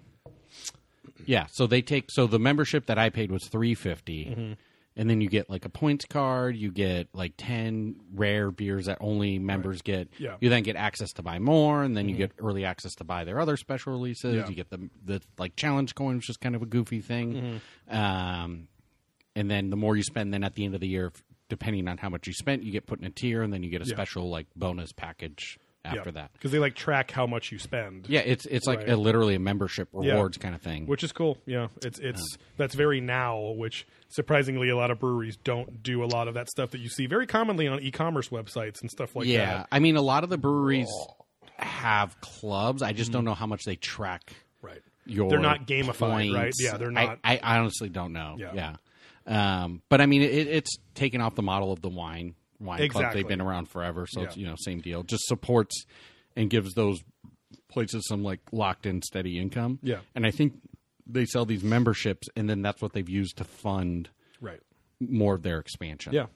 Speaker 2: yeah. So they take so the membership that I paid was three
Speaker 1: Mm-hmm.
Speaker 2: and then you get like a points card. You get like ten rare beers that only members get.
Speaker 1: Yeah. Mm-hmm.
Speaker 2: You then get access to buy more, and then you get early access to buy their other special releases.
Speaker 1: Yeah.
Speaker 2: You get the the like challenge coin, which is kind of a goofy thing.
Speaker 1: Mm-hmm.
Speaker 2: Um, and then the more you spend, then at the end of the year. if- Depending on how much you spent, you get put in a tier, and then you get a special like bonus package after that.
Speaker 1: because they like track how much you spend.
Speaker 2: Yeah, it's it's like
Speaker 1: Right.
Speaker 2: a, literally a membership rewards kind of thing.
Speaker 1: Which is cool, yeah. It's it's that's very now, which surprisingly a lot of breweries don't do a lot of that stuff that you see very commonly on e-commerce websites and stuff like
Speaker 2: yeah,
Speaker 1: that.
Speaker 2: I mean, a lot of the breweries have clubs. I just don't know how much they track
Speaker 1: Right.
Speaker 2: your.
Speaker 1: They're not gamified, right?
Speaker 2: points.
Speaker 1: Yeah, they're
Speaker 2: I-
Speaker 1: not.
Speaker 2: I, honestly don't know.
Speaker 1: Yeah.
Speaker 2: Yeah, Um, but I mean, it, it's taken off the model of the wine wine club.
Speaker 1: Exactly.
Speaker 2: They've been around forever, so it's
Speaker 1: Yeah.
Speaker 2: you know same deal. Just supports and gives those places some like locked in steady income.
Speaker 1: Yeah.
Speaker 2: and I think they sell these memberships, and then that's what they've used to fund
Speaker 1: right.
Speaker 2: more of their expansion.
Speaker 1: Yeah.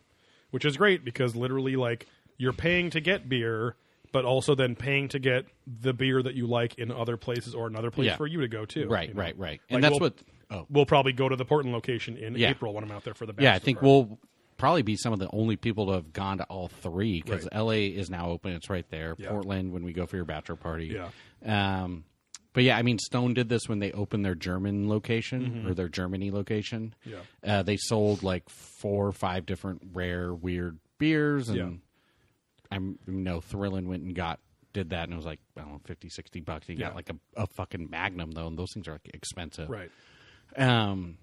Speaker 1: Which is great because literally like you're paying to get beer, but also then paying to get the beer that you like in other places or another place
Speaker 2: Yeah.
Speaker 1: for you to go to.
Speaker 2: Right,
Speaker 1: you know?
Speaker 2: right, right.
Speaker 1: Like,
Speaker 2: And that's
Speaker 1: we'll-
Speaker 2: what. Oh,
Speaker 1: We'll probably go to the Portland location in
Speaker 2: Yeah.
Speaker 1: April when I'm out there for the
Speaker 2: yeah. I think
Speaker 1: Bachelor.
Speaker 2: we'll probably be some of the only people to have gone to all three because LA is now open. It's right there.
Speaker 1: Yeah.
Speaker 2: Portland when we go for your bachelor party.
Speaker 1: Yeah.
Speaker 2: Um, but yeah, I mean, Stone did this when they opened their German location or their Germany location.
Speaker 1: Mm-hmm. Yeah.
Speaker 2: Uh, they sold like four or five different rare, weird beers, and
Speaker 1: Yeah.
Speaker 2: I'm you know Thrillin went and got did that, and it was like I don't know 50, 60 bucks. He
Speaker 1: Yeah.
Speaker 2: got like a, a fucking Magnum though, and those things are like expensive.
Speaker 1: Right.
Speaker 2: Um,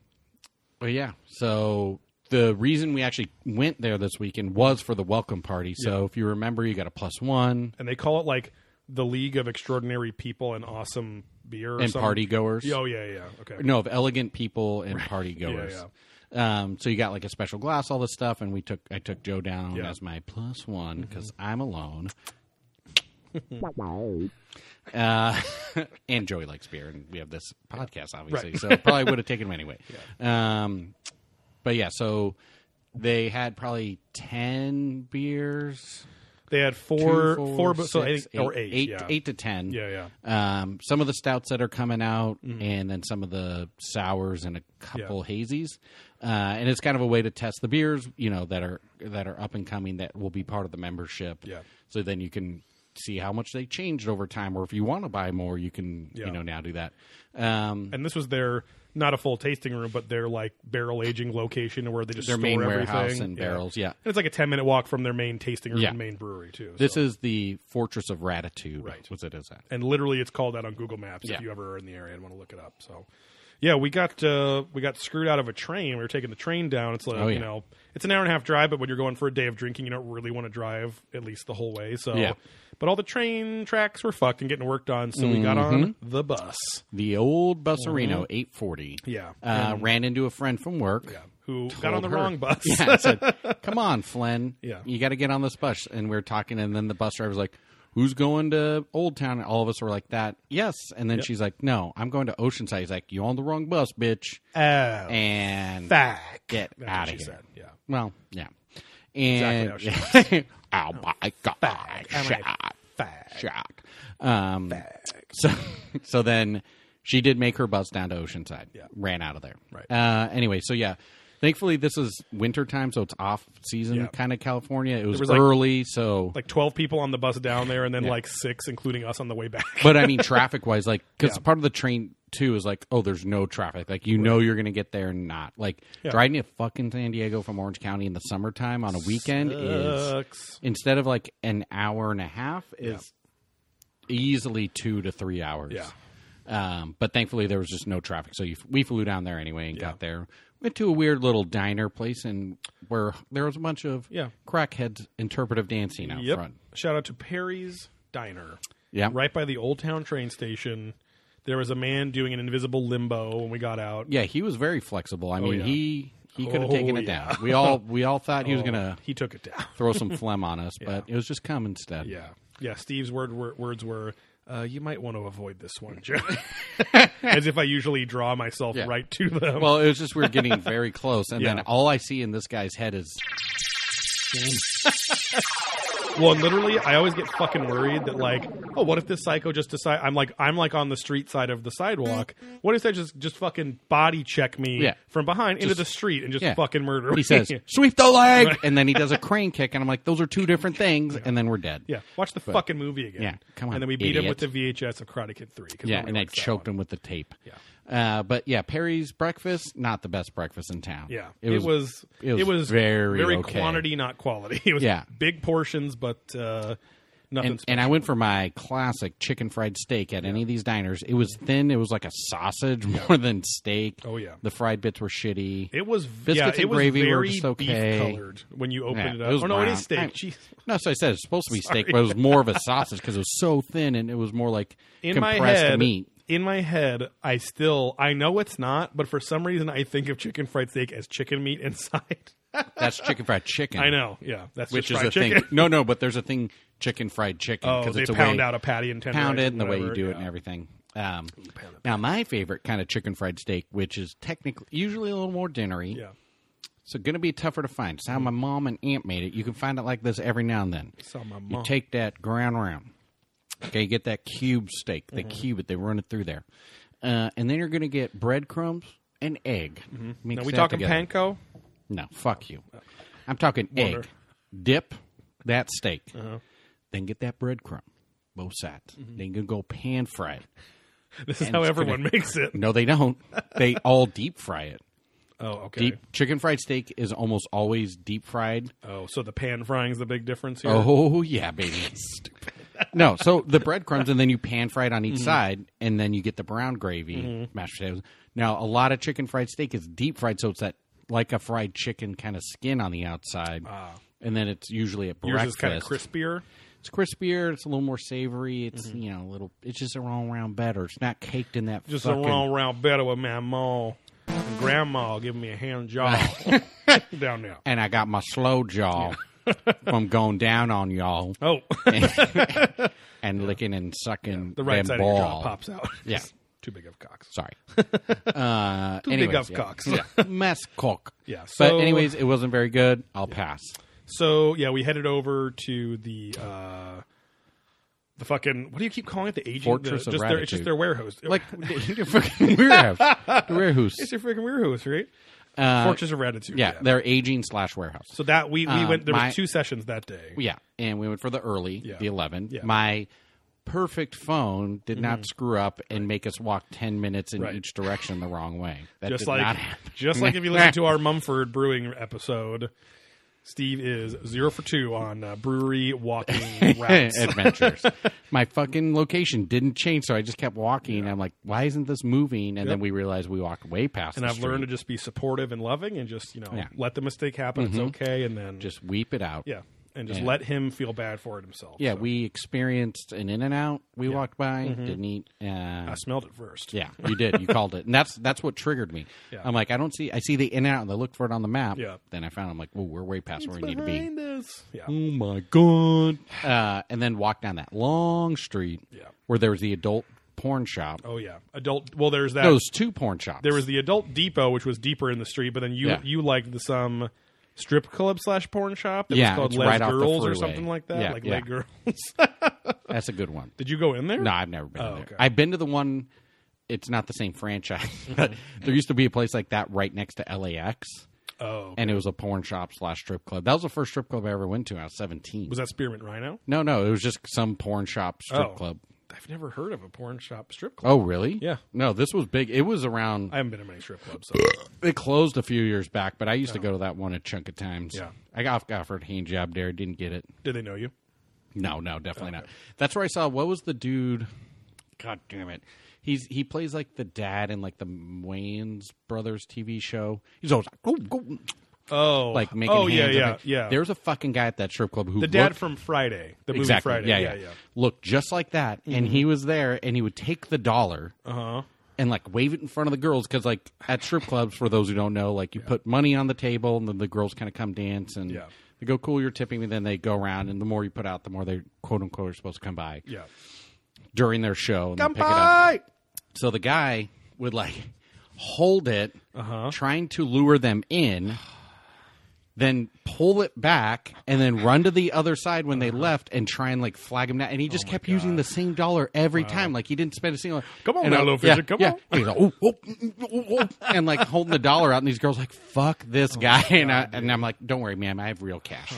Speaker 2: but yeah, so the reason we actually went there this weekend was for the welcome party. So if you remember, you got a plus one
Speaker 1: And they call it like the League of Extraordinary People and Awesome Beer or
Speaker 2: and
Speaker 1: some-
Speaker 2: party goers.
Speaker 1: Oh yeah, yeah. Okay.
Speaker 2: No, of elegant people and party goers.
Speaker 1: yeah.
Speaker 2: Um, so you got like a special glass, all this stuff, and we took I took Joe down
Speaker 1: Yeah. Mm-hmm.
Speaker 2: as my plus one because I'm alone. uh, and Joey likes beer, and we have this podcast, obviously, so probably would have taken him anyway. Um, but yeah, so they had probably ten beers.
Speaker 1: They had four,
Speaker 2: Two,
Speaker 1: four,
Speaker 2: four,
Speaker 1: but so
Speaker 2: six,
Speaker 1: eight, or eight,
Speaker 2: eight, eight-
Speaker 1: yeah.
Speaker 2: eight to ten.
Speaker 1: yeah, yeah.
Speaker 2: Um, some of the stouts that are coming out,
Speaker 1: Mm-hmm.
Speaker 2: and then some of the sours and a couple hazies. Uh, and it's kind of a way to test the beers, you know, that are that are up and coming that will be part of the membership.
Speaker 1: Yeah.
Speaker 2: So then you can see how much they changed over time, or if you want to buy more, you can
Speaker 1: Yeah.
Speaker 2: you know now do that. Um,
Speaker 1: And this was their not a full tasting room, but their like barrel aging location where they just
Speaker 2: Their
Speaker 1: store
Speaker 2: main
Speaker 1: everything.
Speaker 2: warehouse and barrels, yeah.
Speaker 1: And it's like a ten minute walk from their main tasting room
Speaker 2: Yeah.
Speaker 1: and main brewery too.
Speaker 2: this
Speaker 1: so-
Speaker 2: is the Fortress of Ratitude,
Speaker 1: Right.
Speaker 2: Was it is that?
Speaker 1: and literally it's called out on Google Maps
Speaker 2: Yeah.
Speaker 1: if you ever are in the area and want to look it up. So, yeah, we got uh, we got screwed out of a train. We were taking the train down. It's like
Speaker 2: Oh,
Speaker 1: you
Speaker 2: yeah.
Speaker 1: know, it's an hour and a half drive, but when you're going for a day of drinking, you don't really want to drive at least the whole way. So,
Speaker 2: Yeah.
Speaker 1: but all the train tracks were fucked and getting worked on, so we got
Speaker 2: Mm-hmm.
Speaker 1: on the bus.
Speaker 2: The old Busarino, eight forty.
Speaker 1: Mm-hmm. Yeah.
Speaker 2: Uh, ran into a friend from work.
Speaker 1: Yeah, who got on the
Speaker 2: her.
Speaker 1: wrong bus?
Speaker 2: Yeah, I said, "Come on, Flynn.
Speaker 1: Yeah.
Speaker 2: you got to get on this bus." And we were talking, and then the bus driver's like, "Who's going to Old Town?" And all of us were like, "That, yes." And then she's like, "No, I'm going to Oceanside." He's like, "You on the wrong bus, bitch!"
Speaker 1: Oh,
Speaker 2: And
Speaker 1: back.
Speaker 2: get
Speaker 1: That's what
Speaker 2: out of
Speaker 1: she
Speaker 2: here.
Speaker 1: said, Yeah.
Speaker 2: Well, yeah, and
Speaker 1: Exactly
Speaker 2: oh my god,
Speaker 1: I'm a
Speaker 2: shot,
Speaker 1: fag.
Speaker 2: shot. Um, so, so then she did make her bus down to Oceanside.
Speaker 1: Yeah.
Speaker 2: Ran out of there.
Speaker 1: Right.
Speaker 2: Uh, anyway, so yeah. Thankfully, this is wintertime, so it's off season
Speaker 1: Yeah.
Speaker 2: kind of California. It was,
Speaker 1: was, like-
Speaker 2: early, so.
Speaker 1: Like twelve people on the bus down there, and then like six, including us, on the way back.
Speaker 2: but I mean, traffic wise, like, because part of the train too is like, oh, there's no traffic. Like, you know, you're going to get there and not. Like, driving to fucking San Diego from Orange County in the summertime on a weekend is,
Speaker 1: Sucks.
Speaker 2: instead of like an hour and a half, is easily two to three hours.
Speaker 1: Yeah.
Speaker 2: Um, but thankfully, there was just no traffic, so you, we flew down there anyway and got there. Went to a weird little diner place, and where there was a bunch of
Speaker 1: Yeah.
Speaker 2: crackheads interpretive dancing out
Speaker 1: Yep.
Speaker 2: front.
Speaker 1: Shout out to Perry's Diner.
Speaker 2: Yeah,
Speaker 1: Right by the Old Town train station, there was a man doing an invisible limbo when we got out.
Speaker 2: yeah, he was very flexible. I mean,
Speaker 1: Oh, yeah.
Speaker 2: he he could have
Speaker 1: Oh,
Speaker 2: taken it
Speaker 1: yeah. Oh.
Speaker 2: down. We all we all thought he was gonna
Speaker 1: He took it down.
Speaker 2: throw some phlegm on us, but it was just cum instead.
Speaker 1: Yeah. Yeah. Steve's word, wor- words were, uh, you might want to avoid this one, Joe. As if I usually draw myself
Speaker 2: Yeah.
Speaker 1: right to them.
Speaker 2: Well, it was just we were getting very close, and
Speaker 1: Yeah.
Speaker 2: then all I see in this guy's head is
Speaker 1: Well, and literally, I always get fucking worried that like, oh, what if this psycho just decide? I'm like, I'm like on the street side of the sidewalk. What if they just just fucking body check me
Speaker 2: Yeah.
Speaker 1: from behind into the street and just
Speaker 2: yeah.
Speaker 1: fucking murder me?
Speaker 2: he says sweep the leg, and then he does a crane kick, and I'm like, those are two different things, and then we're dead.
Speaker 1: yeah, watch the fucking movie again.
Speaker 2: yeah, come on,
Speaker 1: And then we beat him with
Speaker 2: idiot.
Speaker 1: the VHS of Karate Kid Three. 'cause
Speaker 2: Yeah,
Speaker 1: nobody
Speaker 2: and I
Speaker 1: likes that
Speaker 2: choked
Speaker 1: one.
Speaker 2: him with the tape. Yeah. Uh, but yeah, Perry's breakfast, not the best breakfast in town.
Speaker 1: Yeah,
Speaker 2: It was, it was very okay.
Speaker 1: quantity, not quality. It was
Speaker 2: Yeah.
Speaker 1: big portions, but uh, nothing.
Speaker 2: and, and I went for my classic chicken fried steak at any of these diners. It was thin, it was like a sausage more than steak.
Speaker 1: Oh, yeah.
Speaker 2: The fried bits were shitty.
Speaker 1: it was yeah,
Speaker 2: biscuits
Speaker 1: it
Speaker 2: and
Speaker 1: was
Speaker 2: gravy were
Speaker 1: very
Speaker 2: just okay.
Speaker 1: beef colored when you opened
Speaker 2: Yeah,
Speaker 1: it up.
Speaker 2: was
Speaker 1: oh no, it
Speaker 2: brown.
Speaker 1: is steak.
Speaker 2: I-
Speaker 1: Jeez.
Speaker 2: no, so I said it's supposed to be steak, but it was more of a sausage because it was so thin and it was more like
Speaker 1: in my
Speaker 2: compressed
Speaker 1: head
Speaker 2: meat.
Speaker 1: in my head i still i know it's not but for some reason i think of chicken fried steak as chicken meat inside
Speaker 2: That's chicken fried chicken.
Speaker 1: i know yeah that's
Speaker 2: Which is
Speaker 1: just
Speaker 2: a
Speaker 1: fried chicken
Speaker 2: thing. No, no, but there's a thing chicken fried chicken
Speaker 1: oh
Speaker 2: because
Speaker 1: they
Speaker 2: it's a
Speaker 1: pound
Speaker 2: way,
Speaker 1: out a patty and tenderize
Speaker 2: pound it
Speaker 1: and
Speaker 2: and the way you
Speaker 1: whatever,
Speaker 2: do
Speaker 1: yeah.
Speaker 2: it and everything. Um, now, my favorite kind of chicken fried steak, which is technically usually a little more dinnery,
Speaker 1: yeah Mm-hmm.
Speaker 2: so going to be tougher to find. It's how my mom and aunt made it. You can find it like this every now and then.
Speaker 1: so my
Speaker 2: You
Speaker 1: mom
Speaker 2: take that ground round. Okay, you get that cube steak. They
Speaker 1: Mm-hmm.
Speaker 2: cube it. They run it through there, uh, and then you're going to get breadcrumbs and egg. Mix
Speaker 1: Mm-hmm. now we
Speaker 2: that
Speaker 1: talking
Speaker 2: together.
Speaker 1: panko
Speaker 2: No, fuck you. I'm talking egg. Dip that steak.
Speaker 1: Uh-huh.
Speaker 2: Then get that breadcrumb, both sides.
Speaker 1: Mm-hmm.
Speaker 2: Then you can go pan fry it.
Speaker 1: this is how
Speaker 2: it's
Speaker 1: everyone makes it
Speaker 2: No, they don't. They all deep fry it.
Speaker 1: oh okay
Speaker 2: Deep chicken fried steak is almost always deep fried.
Speaker 1: oh so the pan frying's the big difference here
Speaker 2: Oh yeah, baby. Stupid. No, so the breadcrumbs and then you pan fry it on each
Speaker 1: Mm-hmm.
Speaker 2: side, and then you get the brown gravy, mashed potatoes. Now a lot of chicken fried steak is deep fried, so it's that like a fried chicken kind of skin on the outside, and then it's usually at
Speaker 1: Ah. yours
Speaker 2: breakfast.
Speaker 1: is kind of crispier
Speaker 2: It's crispier. It's a little more savory. It's
Speaker 1: Mm-hmm.
Speaker 2: you know a little. It's just a all around better. It's not caked in that
Speaker 1: just
Speaker 2: fucking.
Speaker 1: a round round better with my mom and grandma giving me a hand job down there
Speaker 2: and I got my slow jaw from going down on y'all
Speaker 1: oh
Speaker 2: and licking and sucking
Speaker 1: the right
Speaker 2: them
Speaker 1: side
Speaker 2: ball.
Speaker 1: of your jaw pops out
Speaker 2: Yeah.
Speaker 1: too big of cocks
Speaker 2: Sorry. Uh,
Speaker 1: Too big
Speaker 2: anyways,
Speaker 1: of
Speaker 2: yeah.
Speaker 1: cocks.
Speaker 2: Yeah. Mess cock.
Speaker 1: Yeah,
Speaker 2: but
Speaker 1: so-
Speaker 2: anyways, it wasn't very good. I'll pass.
Speaker 1: So yeah, we headed over to the uh, the fucking what do you keep calling it? The agent,
Speaker 2: Fortress
Speaker 1: the,
Speaker 2: of
Speaker 1: just their, it's just
Speaker 2: Ratitude.
Speaker 1: their warehouse.
Speaker 2: Like fucking warehouse, warehouse.
Speaker 1: it's their freaking warehouse, right?
Speaker 2: Uh,
Speaker 1: Fortress of Ratitude.
Speaker 2: yeah, they're aging slash warehouse.
Speaker 1: So that we we
Speaker 2: Uh,
Speaker 1: went. There
Speaker 2: my-
Speaker 1: was two sessions that day.
Speaker 2: Yeah, and we went for the early,
Speaker 1: Yeah.
Speaker 2: the 11.
Speaker 1: Yeah. Mm-hmm.
Speaker 2: My perfect phone did not screw up and make us walk 10 minutes in
Speaker 1: Right.
Speaker 2: each direction the wrong way. That
Speaker 1: just
Speaker 2: did not
Speaker 1: like
Speaker 2: happen.
Speaker 1: just like if you listen to our Mumford Brewing episode, Steve is zero for two on uh, brewery walking routes.
Speaker 2: adventures. My fucking location didn't change, so I just kept walking. I'm like, why isn't this moving? And then we realized we walked way past
Speaker 1: and
Speaker 2: the
Speaker 1: I've learned to
Speaker 2: street.
Speaker 1: just be supportive and loving, and just you know
Speaker 2: Yeah. Mm-hmm.
Speaker 1: let the mistake happen. It's okay, and then
Speaker 2: Just weep it out.
Speaker 1: yeah, and just
Speaker 2: Yeah.
Speaker 1: let him feel bad for it himself.
Speaker 2: Yeah,
Speaker 1: So Mm-hmm.
Speaker 2: we experienced an in and out. We walked by, didn't eat. Uh,
Speaker 1: I smelled it first.
Speaker 2: Yeah, you did. You called it, and that's that's what triggered me.
Speaker 1: Yeah.
Speaker 2: I'm like, I don't see. I see the in and out, and I looked for it on the map.
Speaker 1: Yeah.
Speaker 2: Then I found. I'm like, oh, we're way past where we need to be.
Speaker 1: behind us. Yeah,
Speaker 2: Oh my god! Uh, and then walked down that long street.
Speaker 1: Yeah.
Speaker 2: Where there was the adult porn shop.
Speaker 1: oh yeah, adult. Well, there's that.
Speaker 2: There was two porn shops.
Speaker 1: there was the adult depot, which was deeper in the street, but then you
Speaker 2: Yeah.
Speaker 1: you liked the some strip club slash porn shop that
Speaker 2: Yeah,
Speaker 1: was called
Speaker 2: it's
Speaker 1: Les
Speaker 2: right off the
Speaker 1: Girls or
Speaker 2: freeway.
Speaker 1: something like that,
Speaker 2: Yeah,
Speaker 1: like
Speaker 2: yeah.
Speaker 1: Les Girls.
Speaker 2: that's a good one.
Speaker 1: Did you go in there?
Speaker 2: No, I've never been
Speaker 1: Oh,
Speaker 2: there.
Speaker 1: okay.
Speaker 2: I've been to the one. It's not the same franchise, but there used to be a place like that right next to LAX,
Speaker 1: Oh,
Speaker 2: and it was a porn shop slash strip club. That was the first strip club I ever went to. When I was 17.
Speaker 1: was that Spearmint Rhino?
Speaker 2: no, no, it was just some porn shop strip
Speaker 1: Oh.
Speaker 2: club.
Speaker 1: I've never heard of a porn shop strip club.
Speaker 2: Oh, really?
Speaker 1: Yeah.
Speaker 2: No, this was big. It was around.
Speaker 1: I haven't been in many strip clubs. So.
Speaker 2: It closed a few years back, but I used to go to that one a chunk of times.
Speaker 1: Oh. Yeah.
Speaker 2: I got got offered a hand job there. Didn't get it.
Speaker 1: Did they know you?
Speaker 2: No, no, definitely not. That's where I saw. What was the dude? God damn it. He's he plays like the dad in like the Wayne's Brothers TV show. He's always like, go, go,
Speaker 1: Oh,
Speaker 2: like making
Speaker 1: oh
Speaker 2: hands.
Speaker 1: yeah, yeah,
Speaker 2: up.
Speaker 1: yeah.
Speaker 2: There was a fucking guy at that strip club who
Speaker 1: the dad
Speaker 2: looked,
Speaker 1: from Friday, the movie
Speaker 2: exactly
Speaker 1: Friday. Mm-hmm.
Speaker 2: yeah, yeah, looked just like that, and he was there, and he would take the dollar
Speaker 1: Uh huh.
Speaker 2: and like wave it in front of the girls because like at strip clubs for those who don't know like you put money on the table and then the girls kind of come dance and
Speaker 1: Yeah.
Speaker 2: they go cool you're tipping me then they go around and the more you put out the more they quote unquote are supposed to come by
Speaker 1: Yeah.
Speaker 2: during their show and then pick it up
Speaker 1: Kampai!
Speaker 2: so the guy would like hold it
Speaker 1: Uh-huh.
Speaker 2: trying to lure them in then pull it back and then run to the other side when
Speaker 1: Uh-huh.
Speaker 2: they left and try and like flag him down.
Speaker 1: Oh
Speaker 2: And he just kept using the same dollar every time. Like he didn't spend a single.
Speaker 1: Come on
Speaker 2: and
Speaker 1: now,
Speaker 2: I-
Speaker 1: little
Speaker 2: yeah,
Speaker 1: fisher, come
Speaker 2: yeah.
Speaker 1: on.
Speaker 2: And he's like, "Oh, oh, mm, mm, oh, oh," and like holding the dollar out, and these girls like, "Fuck this
Speaker 1: Oh
Speaker 2: guy," and I, and I'm like, "Don't worry, ma'am, I have real cash.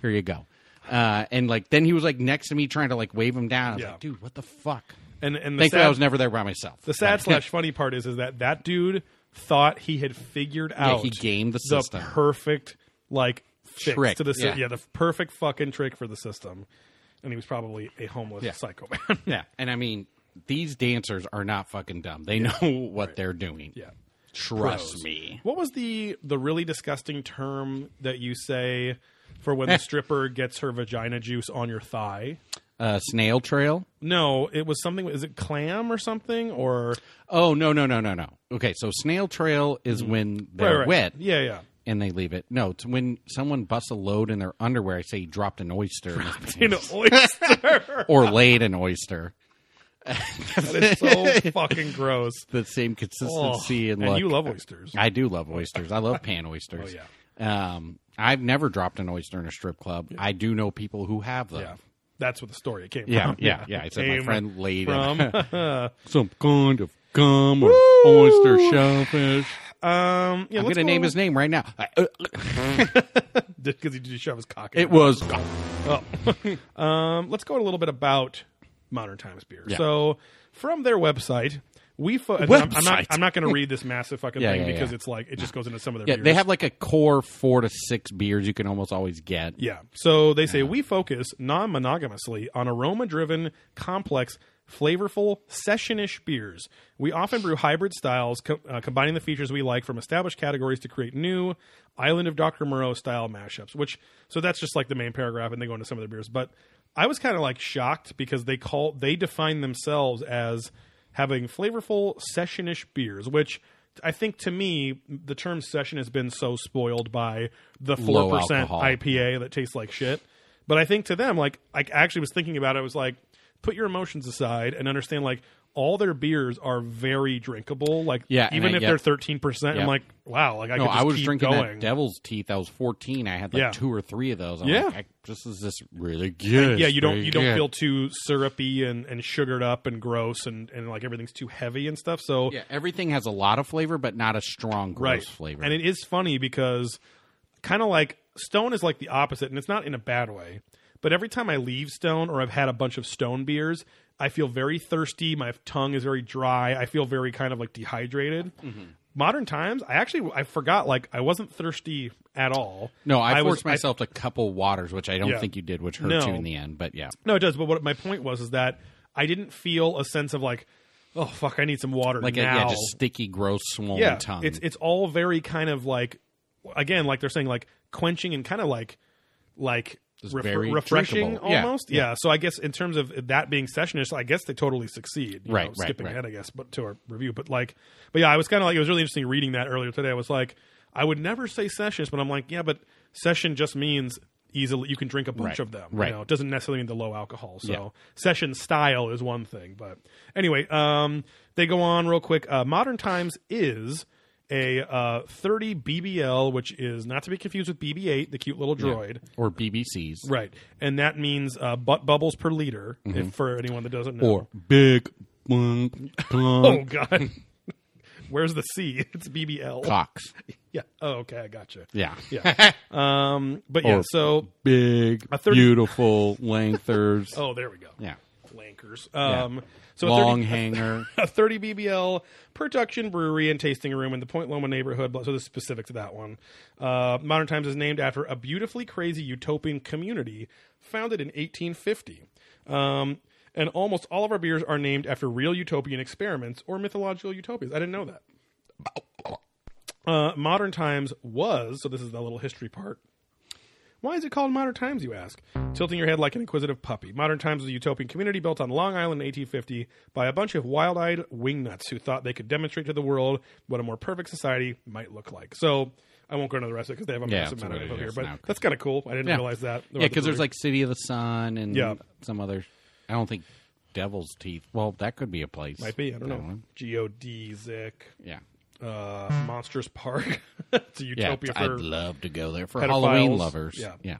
Speaker 2: Here you go." Uh, and like then he was like next to me trying to like wave him down. I was
Speaker 1: Yeah.
Speaker 2: like, "Dude, what the fuck?"
Speaker 1: And and the
Speaker 2: Thankfully,
Speaker 1: sad,
Speaker 2: I was never there by myself.
Speaker 1: the sad slash funny part is is that that dude thought he had figured out
Speaker 2: he gamed the system.
Speaker 1: perfect like fix
Speaker 2: Trick,
Speaker 1: to the sy-
Speaker 2: yeah.
Speaker 1: yeah the perfect fucking trick for the system, and he was probably a homeless psychopath.
Speaker 2: yeah, and I mean, these dancers are not fucking dumb. They know what they're doing.
Speaker 1: yeah.
Speaker 2: Trust
Speaker 1: Pros.
Speaker 2: me.
Speaker 1: What was the the really disgusting term that you say for when the stripper gets her vagina juice on your thigh?
Speaker 2: Uh, snail trail.
Speaker 1: No, it was something. Is it clam or something? Or
Speaker 2: Oh no no no no no. Okay, so snail trail is when they're
Speaker 1: Mm. Right, right.
Speaker 2: wet
Speaker 1: Yeah, yeah.
Speaker 2: and they leave it. No, it's when someone busts a load in their underwear. I say he dropped an oyster, in his
Speaker 1: In an oyster.
Speaker 2: or laid an oyster.
Speaker 1: that is so fucking gross.
Speaker 2: The same
Speaker 1: Oh,
Speaker 2: consistency and
Speaker 1: and
Speaker 2: look.
Speaker 1: you love oysters.
Speaker 2: I do love oysters. I love pan oysters.
Speaker 1: Oh,
Speaker 2: yeah. Um, I've never dropped an oyster in a strip club. I do know people who have them.
Speaker 1: yeah, that's what the story came
Speaker 2: Yeah,
Speaker 1: from.
Speaker 2: yeah, yeah. I said my
Speaker 1: Came
Speaker 2: friend laid
Speaker 1: from. um,
Speaker 2: in some kind of gum or oyster shellfish.
Speaker 1: um, yeah,
Speaker 2: I'm going to name his name right now. I- uh,
Speaker 1: because he did shove his cock. in
Speaker 2: It was.
Speaker 3: uh,
Speaker 1: Um, let's go a little bit about Modern Times beer.
Speaker 2: Yeah.
Speaker 1: So from their website, we fo- and I'm, I'm not
Speaker 2: Website.
Speaker 1: I'm not going to read this massive fucking
Speaker 2: Yeah,
Speaker 1: thing
Speaker 2: yeah,
Speaker 1: because
Speaker 2: yeah.
Speaker 1: it's like it just goes into some of their
Speaker 2: Yeah,
Speaker 1: beers.
Speaker 2: they have like a core four to six beers you can almost always get.
Speaker 1: yeah. So they say we focus non-monogamously on aroma-driven, complex, flavorful, sessionish beers. We often brew hybrid styles, co- uh, combining the features we like from established categories to create new Island of Dr. Moreau style mashups. Which so that's just like the main paragraph, and they go into some of their beers. But I was kind of like shocked because they call they define themselves as having flavorful sessionish beers, which I think to me the term session has been so spoiled by the
Speaker 2: Low
Speaker 1: four percent
Speaker 2: alcohol.
Speaker 1: IPA that tastes like shit. But I think to them, like I actually was thinking about it, I was like, put your emotions aside and understand like all their beers are very drinkable. Like
Speaker 3: Yeah, and
Speaker 1: even
Speaker 3: I-
Speaker 1: if
Speaker 3: yeah.
Speaker 1: they're thirteen percent,
Speaker 3: Yeah.
Speaker 1: I'm like, wow, like I
Speaker 3: no,
Speaker 1: could just
Speaker 3: I was
Speaker 1: keep
Speaker 3: drinking
Speaker 1: going.
Speaker 3: that Devil's Teeth. I was 14. I had like
Speaker 1: Yeah.
Speaker 3: two or three of those. I'm
Speaker 1: Yeah.
Speaker 3: like, I, this is this really good.
Speaker 1: yeah, you don't you don't
Speaker 3: Yeah.
Speaker 1: feel too syrupy and, and sugared up and gross and, and like everything's too heavy and stuff. So
Speaker 3: Yeah, everything has a lot of flavor, but not a strong gross
Speaker 1: right
Speaker 3: flavor.
Speaker 1: and it is funny because kind of like stone is like the opposite and it's not in a bad way but every time i leave stone or i've had a bunch of stone beers i feel very thirsty my tongue is very dry i feel very kind of like dehydrated
Speaker 3: Mm-hmm.
Speaker 1: modern times i actually i forgot like i wasn't thirsty at all
Speaker 3: no, I,
Speaker 1: was-
Speaker 3: forced myself to couple waters, which I don't
Speaker 1: Yeah.
Speaker 3: think you did, which hurt
Speaker 1: No.
Speaker 3: you in the end. But yeah,
Speaker 1: no it does but what my point was is that i didn't feel a sense of like oh fuck i need some water
Speaker 3: like a,
Speaker 1: now.
Speaker 3: yeah, just sticky, gross, swollen tongue.
Speaker 1: It's it's all very kind of like again, like they're saying like quenching and kind of like like
Speaker 3: Just
Speaker 1: ref-
Speaker 3: very
Speaker 1: refreshing
Speaker 3: drinkable. Yeah,
Speaker 1: almost. Yeah. So I guess in terms of that being sessionist, I guess they totally succeed. you
Speaker 3: Right,
Speaker 1: know,
Speaker 3: right,
Speaker 1: Skipping
Speaker 3: right.
Speaker 1: ahead, I guess, but to our review. But like but yeah, I was kinda like it was really interesting reading that earlier today. I was like, I would never say sessionist, but I'm like, yeah, but session just means easily you can drink a bunch
Speaker 3: Right,
Speaker 1: of them.
Speaker 3: right.
Speaker 1: You know? It doesn't necessarily mean the low alcohol. So
Speaker 3: Yeah.
Speaker 1: session style is one thing, but anyway, um, they go on real quick. Uh, Modern Times is a uh, 30 BBL, which is not to be confused with BB-8, the cute little droid,
Speaker 3: or BBCs.
Speaker 1: right? And that means uh, butt bubbles per liter. If for anyone that doesn't know,
Speaker 3: Mm-hmm. Or big plunk,
Speaker 1: oh
Speaker 3: plunk
Speaker 1: god, where's the C? It's BBL.
Speaker 3: cocks.
Speaker 1: Yeah. Oh, okay, I gotcha.
Speaker 3: Yeah.
Speaker 1: Yeah. um, but yeah,
Speaker 3: Or-
Speaker 1: so
Speaker 3: Big,
Speaker 1: A thirty-
Speaker 3: beautiful lengthers.
Speaker 1: oh, there we go.
Speaker 3: Yeah.
Speaker 1: Lankers. Um, so a 30
Speaker 3: Long hanger.
Speaker 1: a 30 BBL production brewery and tasting room in the Point Loma neighborhood. But- So this is specific to that one. Uh, Modern Times is named after a beautifully crazy utopian community founded in 1850. Um, and almost all of our beers are named after real utopian experiments or mythological utopias. I didn't know that. Uh, Modern Times was, so this is the little history part. Why is it called Modern Times, you ask? Tilting your head like an inquisitive puppy. Modern Times was a utopian community built on Long Island in 1850 by a bunch of wild eyed wingnuts who thought they could demonstrate to the world what a more perfect society might look like. So I won't go into the rest of it because they have a
Speaker 3: Yeah,
Speaker 1: massive
Speaker 3: that's
Speaker 1: amount of info
Speaker 3: what it
Speaker 1: here,
Speaker 3: is
Speaker 1: but
Speaker 3: now.
Speaker 1: that's kind of cool. I didn't
Speaker 3: Yeah.
Speaker 1: realize that. about
Speaker 3: yeah,
Speaker 1: the
Speaker 3: because there's
Speaker 1: brewery.
Speaker 3: like City of the Sun and
Speaker 1: Yeah.
Speaker 3: some other. I don't think Devil's Teeth. Well, that could be a place.
Speaker 1: Might be, I don't
Speaker 3: That
Speaker 1: know.
Speaker 3: one.
Speaker 1: Geodesic,
Speaker 3: Yeah.
Speaker 1: uh, Monsters Park. it's a
Speaker 3: Yeah,
Speaker 1: utopia
Speaker 3: I'd
Speaker 1: for
Speaker 3: love to go there for
Speaker 1: pedophiles.
Speaker 3: Halloween lovers.
Speaker 1: Yeah.
Speaker 3: yeah,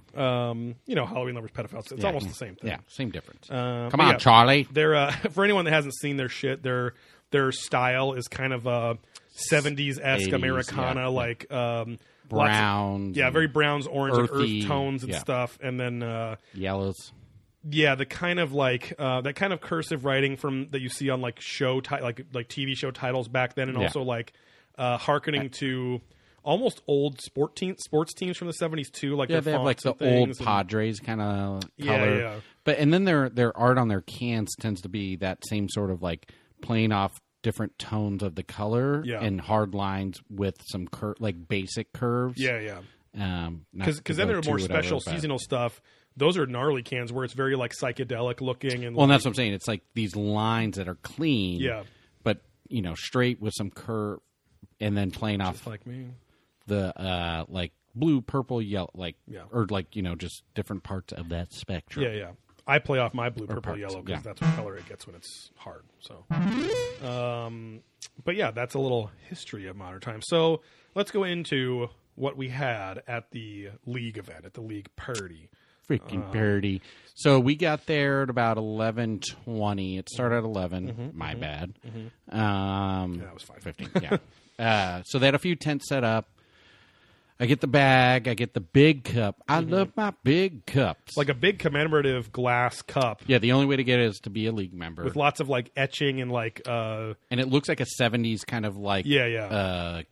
Speaker 1: um, you know, Halloween lovers, pedophiles. It's
Speaker 3: Yeah.
Speaker 1: almost the same thing.
Speaker 3: Yeah, same difference.
Speaker 1: Um,
Speaker 3: Come
Speaker 1: but
Speaker 3: on,
Speaker 1: yeah,
Speaker 3: Charlie.
Speaker 1: They're uh, for anyone that hasn't seen their shit, their their style is kind of a seventies esque
Speaker 3: 80s,
Speaker 1: Americana,
Speaker 3: yeah.
Speaker 1: like um, lots of-
Speaker 3: Browns,
Speaker 1: yeah,
Speaker 3: and
Speaker 1: very browns, orange,
Speaker 3: Earthy,
Speaker 1: and earth tones and
Speaker 3: yeah.
Speaker 1: stuff, and then uh,
Speaker 3: yellows.
Speaker 1: yeah, the kind of like uh, that kind of cursive writing from that you see on like show ti- like like TV show titles back then, and
Speaker 3: Yeah.
Speaker 1: also like uh, hearkening to almost old sport team, sports teams from the seventies too. Like
Speaker 3: Yeah,
Speaker 1: their
Speaker 3: they have like
Speaker 1: fonts
Speaker 3: the
Speaker 1: and
Speaker 3: old
Speaker 1: things and-
Speaker 3: Padres kind of
Speaker 1: Yeah,
Speaker 3: color.
Speaker 1: yeah.
Speaker 3: But and then their their art on their cans tends to be that same sort of like playing off different tones of the color
Speaker 1: Yeah.
Speaker 3: and hard lines with some cur- like basic curves.
Speaker 1: yeah, yeah.
Speaker 3: Um,
Speaker 1: because because then there are more special
Speaker 3: seasonal.
Speaker 1: seasonal stuff. Those are gnarly cans where it's very like psychedelic looking and
Speaker 3: Well, and that's what I'm saying. It's like these lines that are clean.
Speaker 1: Yeah.
Speaker 3: But you know, straight with some curve, and then playing off
Speaker 1: like me.
Speaker 3: the uh like blue, purple, yellow, like
Speaker 1: Yeah.
Speaker 3: or like you know just different parts of that spectrum.
Speaker 1: Yeah, yeah. I play off my blue, purple,
Speaker 3: parts,
Speaker 1: yellow because
Speaker 3: yeah.
Speaker 1: that's what color it gets when it's hard. So, um, but yeah, that's a little history of modern times. So let's go into what we had at the league event at the league party. Uh-huh.
Speaker 3: Freaking parody. So we got there at about eleven twenty. It started at 11
Speaker 1: Mm-hmm,
Speaker 3: My bad. Um,
Speaker 1: That mm-hmm. was fine.
Speaker 3: fifteen. Yeah. uh, so they had a few tents set up. I get the bag. I get the big cup. I love my big cups.
Speaker 1: Mm-hmm. Like a big commemorative glass cup
Speaker 3: Yeah, the only way to get it is to be a league member.
Speaker 1: with lots of like etching and like uh,
Speaker 3: and it looks like a 70s kind of like
Speaker 1: yeah, yeah.
Speaker 3: uh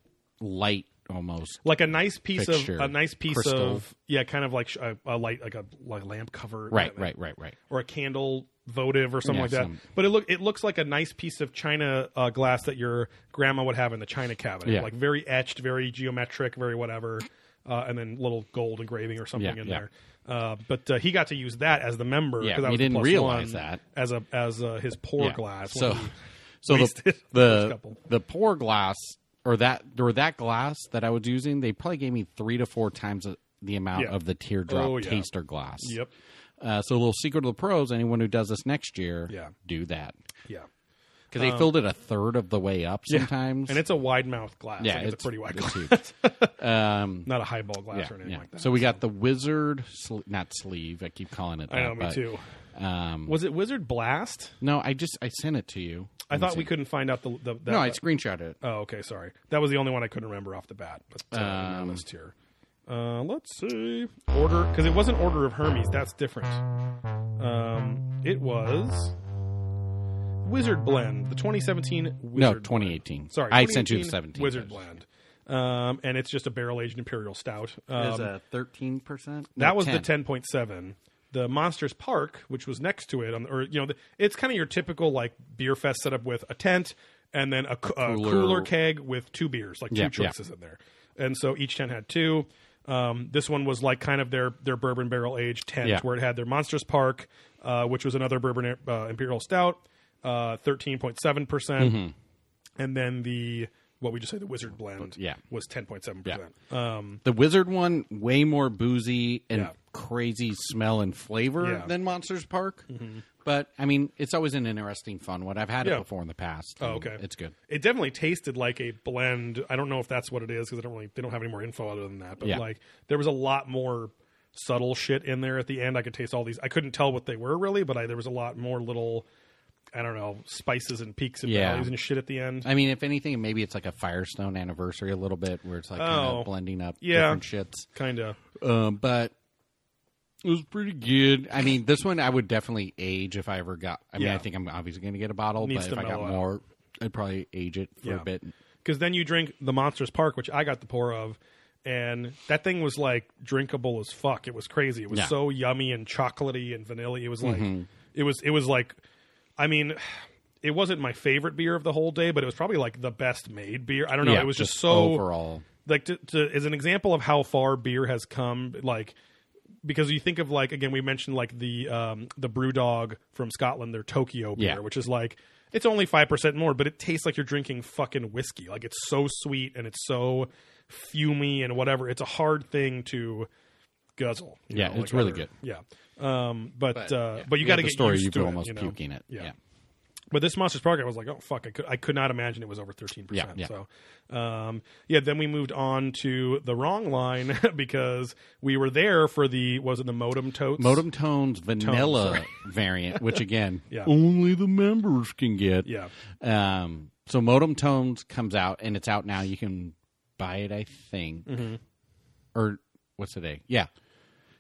Speaker 3: light almost.
Speaker 1: like a nice piece
Speaker 3: Fixture,
Speaker 1: of a nice piece
Speaker 3: crystal.
Speaker 1: of yeah, kind of like sh- a, a light, like a like a lamp cover,
Speaker 3: Right,
Speaker 1: uh,
Speaker 3: right, right, right.
Speaker 1: or a candle votive or something
Speaker 3: Yeah,
Speaker 1: like that.
Speaker 3: some-
Speaker 1: But it look it looks like a nice piece of china uh, glass that your grandma would have in the china cabinet,
Speaker 3: Yeah.
Speaker 1: like very etched, very geometric, very whatever, uh, and then little gold engraving or something
Speaker 3: Yeah,
Speaker 1: in
Speaker 3: yeah.
Speaker 1: there. Uh, but uh, he got to use that as the member.
Speaker 3: Yeah,
Speaker 1: 'cause that
Speaker 3: we
Speaker 1: was the
Speaker 3: didn't
Speaker 1: plus
Speaker 3: realize
Speaker 1: one
Speaker 3: that.
Speaker 1: as a as uh, his pour
Speaker 3: Yeah.
Speaker 1: glass.
Speaker 3: So
Speaker 1: when he-
Speaker 3: so
Speaker 1: wasted
Speaker 3: the
Speaker 1: first
Speaker 3: the,
Speaker 1: couple.
Speaker 3: the pour glass or that or that glass that I was using, they probably gave me 3 to 4 times the amount
Speaker 1: Yeah.
Speaker 3: of the teardrop
Speaker 1: Oh, yeah.
Speaker 3: taster glass.
Speaker 1: yep,
Speaker 3: Uh, so a little secret of the pros. Anyone who does this next year,
Speaker 1: Yeah.
Speaker 3: do that
Speaker 1: Yeah.
Speaker 3: because they filled it a third of the way up sometimes.
Speaker 1: And it's a wide mouth glass.
Speaker 3: Yeah,
Speaker 1: Like, it's,
Speaker 3: it's-
Speaker 1: a pretty wide glass.
Speaker 3: it's huge. um,
Speaker 1: Not a highball glass
Speaker 3: yeah,
Speaker 1: or anything
Speaker 3: yeah.
Speaker 1: like that.
Speaker 3: so we got the wizard, sl- not sleeve. I keep calling it. That,
Speaker 1: I know, me
Speaker 3: but,
Speaker 1: too.
Speaker 3: Um,
Speaker 1: Was it Wizard Blast?
Speaker 3: no, I just I sent it to you.
Speaker 1: I
Speaker 3: Let me
Speaker 1: thought we
Speaker 3: see.
Speaker 1: couldn't find out the. the, the
Speaker 3: No, I screenshot it.
Speaker 1: Oh, okay. Sorry. That was the only one I couldn't remember off the bat. Let's uh, on
Speaker 3: Um,
Speaker 1: my list here. Uh, let's see. Order. Because it wasn't Order of Hermes. That's different. Um, it was. Wizard Blend, the 2017 Wizard
Speaker 3: No,
Speaker 1: Blend.
Speaker 3: 2018.
Speaker 1: Sorry,
Speaker 3: I sent you the
Speaker 1: 2018
Speaker 3: 17.
Speaker 1: Wizard Blend, um, and it's just a barrel aged imperial stout. Um,
Speaker 3: a thirteen percent.
Speaker 1: that was the ten point seven. The Monsters Park, which was next to it, on, or you know, the, it's kind of your typical like beer fest setup with a tent and then a, cu- a
Speaker 3: Cooler.
Speaker 1: cooler keg with two beers, like
Speaker 3: Yeah,
Speaker 1: two choices in there. And so each tent had two. Um, this one was like kind of their their bourbon barrel aged tent,
Speaker 3: Yeah.
Speaker 1: where it had their Monsters Park, uh, which was another bourbon uh, imperial stout, uh, thirteen point seven percent, and then the what we just say the Wizard Blend,
Speaker 3: Mm-hmm. Yeah.
Speaker 1: was ten point seven percent. Um,
Speaker 3: The wizard one, way more boozy and
Speaker 1: Yeah.
Speaker 3: crazy smell and flavor
Speaker 1: Yeah. Mm-hmm.
Speaker 3: than Monsters Park. But I mean, it's always an interesting fun one. I've had
Speaker 1: Yeah. Oh,
Speaker 3: it before in the past. and
Speaker 1: okay.
Speaker 3: it's good.
Speaker 1: it definitely tasted like a blend. I don't know if that's what it is because I don't really they don't have any more info other than that. But
Speaker 3: Yeah.
Speaker 1: like there was a lot more subtle shit in there at the end. I could taste all these. I couldn't tell what they were really, but I, there was a lot more little I don't know spices and peaks and
Speaker 3: Yeah.
Speaker 1: valleys and shit at the end.
Speaker 3: I mean, if anything, maybe it's like a Firestone anniversary a little bit, where it's like kind
Speaker 1: Oh.
Speaker 3: of blending up
Speaker 1: Yeah.
Speaker 3: different shits.
Speaker 1: kind of.
Speaker 3: Um, but it was pretty good. I mean, this one I would definitely age if I ever got. I mean,
Speaker 1: Yeah.
Speaker 3: I think I'm obviously going to get a bottle,
Speaker 1: Needs
Speaker 3: but
Speaker 1: to
Speaker 3: if I got
Speaker 1: mellow out.
Speaker 3: more, I'd probably age it for
Speaker 1: Yeah.
Speaker 3: a bit.
Speaker 1: Because then you drink the Monsters Park, which I got the pour of, and that thing was like drinkable as fuck. It was crazy. It was
Speaker 3: Yeah. Mm-hmm.
Speaker 1: so yummy and chocolatey and vanilla. It was like it was it was like I mean it wasn't my favorite beer of the whole day, but it was probably like the best made beer. I don't know.
Speaker 3: Yeah,
Speaker 1: it was just, so
Speaker 3: overall.
Speaker 1: like to, to as an example of how far beer has come like because you think of like again we mentioned like the um the brew dog from scotland their tokyo beer
Speaker 3: Yeah.
Speaker 1: which is like it's only 5% more but it tastes like you're drinking fucking whiskey like it's so sweet and it's so fumy and whatever it's a hard thing to guzzle you
Speaker 3: Yeah, it's really good.
Speaker 1: yeah um but, uh
Speaker 3: yeah.
Speaker 1: but you
Speaker 3: Yeah,
Speaker 1: got to
Speaker 3: the
Speaker 1: get
Speaker 3: story.
Speaker 1: used
Speaker 3: you've
Speaker 1: to it,
Speaker 3: almost
Speaker 1: you know?
Speaker 3: puking it.
Speaker 1: Yeah.
Speaker 3: Yeah.
Speaker 1: But this Monsters Park, I was like, oh fuck, I could, I could not imagine it was over thirteen
Speaker 3: Yeah,
Speaker 1: percent.
Speaker 3: yeah.
Speaker 1: So, um, yeah. Then we moved on to the wrong line because we were there for the was it the modem totes?
Speaker 3: Modem Tones vanilla variant, which again,
Speaker 1: Yeah.
Speaker 3: only the members can get.
Speaker 1: Yeah.
Speaker 3: Um, so Modem Tones comes out and it's out now. You can buy it, I think.
Speaker 1: Mm-hmm.
Speaker 3: Or what's today? Yeah.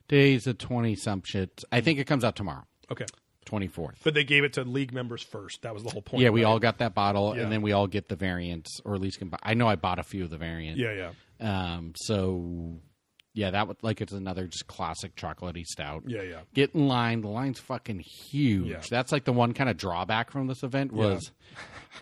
Speaker 3: Today's the 20 some shit. I think it comes out tomorrow,
Speaker 1: Okay.
Speaker 3: 24th.
Speaker 1: But they gave it to league members first. That was the whole point.
Speaker 3: yeah, we
Speaker 1: right?
Speaker 3: all got that bottle
Speaker 1: Yeah.
Speaker 3: and then we all get the variants, or at least can buy. I know I bought a few of the variants.
Speaker 1: Yeah, yeah,
Speaker 3: Um, so yeah, that would like it's another just classic chocolatey stout.
Speaker 1: yeah, yeah.
Speaker 3: Get in line. The line's fucking huge.
Speaker 1: Yeah.
Speaker 3: That's like the one kind of drawback from this event was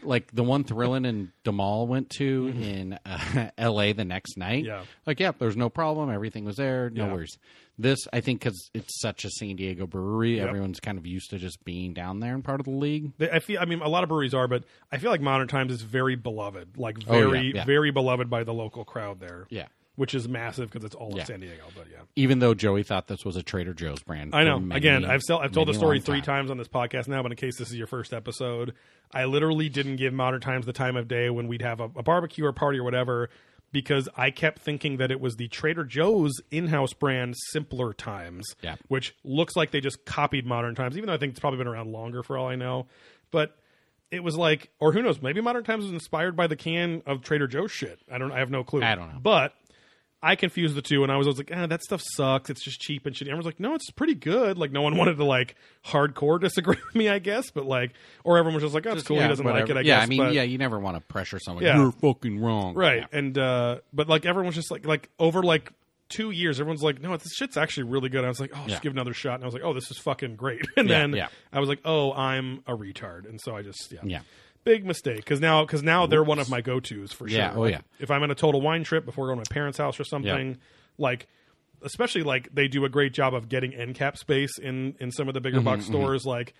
Speaker 3: like the one Thrillin and Damal went to in uh, L.A. the next night.
Speaker 1: Mm-hmm. Yeah.
Speaker 3: Like, yeah, there's no problem. Everything was there. No
Speaker 1: Yeah.
Speaker 3: worries. This, I think, because it's such a San Diego brewery, everyone's kind of used to just being down there and part of the league.
Speaker 1: They- I feel. I mean, a lot of breweries are, but I feel like Modern Times is very beloved, like
Speaker 3: Oh, yeah,
Speaker 1: very,
Speaker 3: yeah.
Speaker 1: very beloved by the local crowd there.
Speaker 3: Yeah.
Speaker 1: which is massive because it's all
Speaker 3: Yeah.
Speaker 1: in San Diego. But yeah.
Speaker 3: Even though Joey thought this was a Trader Joe's brand.
Speaker 1: I
Speaker 3: for
Speaker 1: know.
Speaker 3: many,
Speaker 1: Again, I've sell, I've told the
Speaker 3: many
Speaker 1: story
Speaker 3: long
Speaker 1: three
Speaker 3: times.
Speaker 1: times on this podcast now, but in case this is your first episode, I literally didn't give Modern Times the time of day when we'd have a, a barbecue or party or whatever because I kept thinking that it was the Trader Joe's in-house brand Simpler Times,
Speaker 3: Yeah.
Speaker 1: which looks like they just copied Modern Times, even though I think it's probably been around longer for all I know. But it was like, or who knows, maybe Modern Times was inspired by the can of Trader Joe's shit. I don't. I have no clue.
Speaker 3: I don't know.
Speaker 1: But I confused the two, and I was always like, ah, that stuff sucks. It's just cheap and shitty. Everyone's like, no, it's pretty good. Like, no one wanted to like hardcore disagree with me, I guess. But like, or everyone was just like, oh, it's cool. he doesn't like it.
Speaker 3: whatever.
Speaker 1: I
Speaker 3: yeah,
Speaker 1: guess.
Speaker 3: I mean,
Speaker 1: but,
Speaker 3: yeah, you never want to pressure someone.
Speaker 1: Yeah.
Speaker 3: You're fucking wrong.
Speaker 1: right. And uh, but like, everyone was just like, like over like two years, everyone's like, no, this shit's actually really good. I was like, oh, just
Speaker 3: Yeah.
Speaker 1: give it another shot. And I was like, oh, this is fucking great. And
Speaker 3: Yeah,
Speaker 1: then
Speaker 3: yeah.
Speaker 1: I was like, oh, I'm a retard. And so I just yeah,
Speaker 3: Yeah.
Speaker 1: Big mistake because now because now they're one of my go tos for
Speaker 3: Yeah,
Speaker 1: sure.
Speaker 3: oh,
Speaker 1: Like,
Speaker 3: yeah.
Speaker 1: If I'm on a total wine trip before going to my parents' house or something, like especially like they do a great job of getting end cap space in in some of the bigger
Speaker 3: Mm-hmm,
Speaker 1: box stores, like.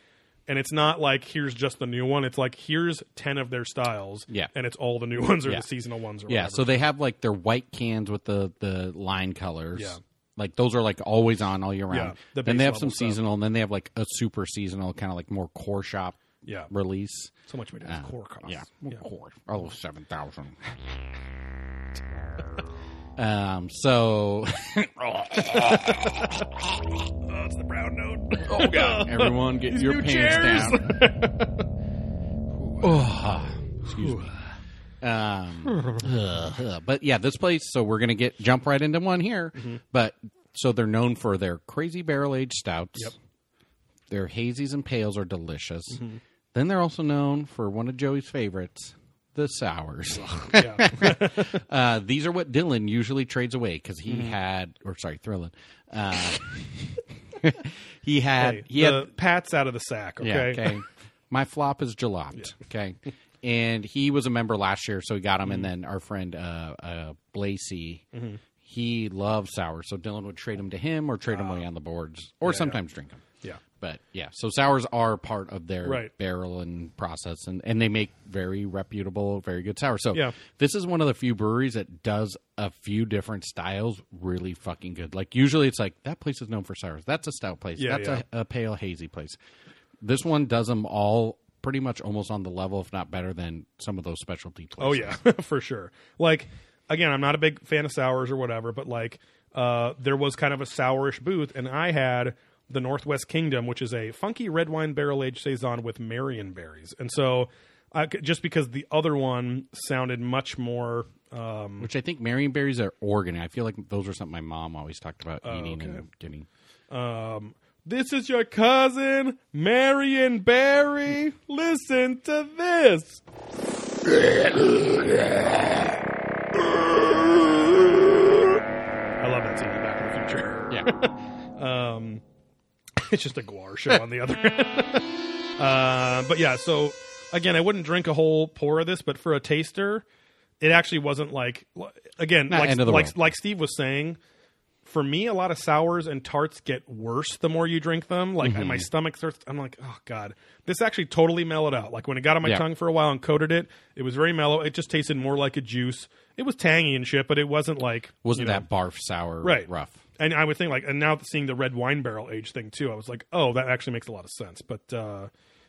Speaker 1: And it's not like here's just the new one. It's like here's ten of their styles,
Speaker 3: Yeah.
Speaker 1: and it's all the new ones or
Speaker 3: Yeah.
Speaker 1: the seasonal ones or
Speaker 3: Yeah,
Speaker 1: whatever.
Speaker 3: so they have like their white cans with the the line colors.
Speaker 1: Yeah.
Speaker 3: Like those are like always on all year
Speaker 1: Yeah,
Speaker 3: round.
Speaker 1: the
Speaker 3: then
Speaker 1: base
Speaker 3: they have
Speaker 1: level
Speaker 3: some
Speaker 1: stuff.
Speaker 3: seasonal, and then they have like a super seasonal kind of like more core shop
Speaker 1: Yeah.
Speaker 3: release.
Speaker 1: So much we did.
Speaker 3: Uh,
Speaker 1: core costs.
Speaker 3: Yeah, well, core. Oh, 7,000. um, so
Speaker 1: Oh, it's the brown note.
Speaker 3: oh god, everyone get your
Speaker 1: new
Speaker 3: pants
Speaker 1: chairs.
Speaker 3: down. Ah, excuse me. Um, ugh, ugh. but yeah, this place. So we're gonna get jump right into one here.
Speaker 1: Mm-hmm.
Speaker 3: But so they're known for their crazy barrel aged stouts.
Speaker 1: Yep.
Speaker 3: Their hazies and pales are delicious.
Speaker 1: Mm-hmm.
Speaker 3: Then they're also known for one of Joey's favorites, the sours.
Speaker 1: yeah.
Speaker 3: Uh, these are what Dylan usually trades away because he
Speaker 1: Mm-hmm.
Speaker 3: had, or sorry, Thrillin. Uh, he had,
Speaker 1: Hey,
Speaker 3: he
Speaker 1: the
Speaker 3: had,
Speaker 1: pat's out of the sack. Okay.
Speaker 3: yeah, okay. My flop is Jalop. Okay. And he was a member last year, so we got him. And then our friend uh, uh, Blasey, he loves sour, so Dylan would trade him to him or trade him away on the boards, or sometimes drink him.
Speaker 1: Yeah.
Speaker 3: But yeah, so sours are part of their
Speaker 1: Right.
Speaker 3: barrel and process, and, and they make very reputable, very good sour. So
Speaker 1: Yeah.
Speaker 3: this is one of the few breweries that does a few different styles really fucking good. Like usually it's like that place is known for sours. That's a stout place.
Speaker 1: Yeah,
Speaker 3: That's
Speaker 1: yeah.
Speaker 3: A, a pale hazy place. This one does them all pretty much almost on the level, if not better than some of those specialty
Speaker 1: Oh
Speaker 3: places.
Speaker 1: yeah, for sure. Like again, I'm not a big fan of sours or whatever, but like uh, there was kind of a sourish booth, and I had the Northwest Kingdom, which is a funky red wine barrel aged saison with Marion berries, and so I c just because the other one sounded much more. Um,
Speaker 3: Which I think Marion berries are Oregon. I feel like those are something my mom always talked about
Speaker 1: Oh,
Speaker 3: eating and getting.
Speaker 1: um, this is your cousin Marion Berry. Listen to this. I love that scene in Back in the Future.
Speaker 3: Yeah.
Speaker 1: Um, it's just a guar show on the other end. uh, but yeah, so again, I wouldn't drink a whole pour of this, but for a taster, it actually wasn't like again,
Speaker 3: Not
Speaker 1: like
Speaker 3: end of the
Speaker 1: like,
Speaker 3: world.
Speaker 1: like Steve was saying. For me, a lot of sours and tarts get worse the more you drink them. Like
Speaker 3: Mm-hmm.
Speaker 1: and my stomach starts. I'm like, oh god, this actually totally mellowed out. Like when it got on my
Speaker 3: Yeah.
Speaker 1: tongue for a while and coated it, it was very mellow. It just tasted more like a juice. It was tangy and shit, but it wasn't like
Speaker 3: Wasn't
Speaker 1: you know,
Speaker 3: that barf sour
Speaker 1: Right.
Speaker 3: rough?
Speaker 1: and I would think like, and now seeing the red wine barrel age thing too, I was like, oh, that actually makes a lot of sense. But uh,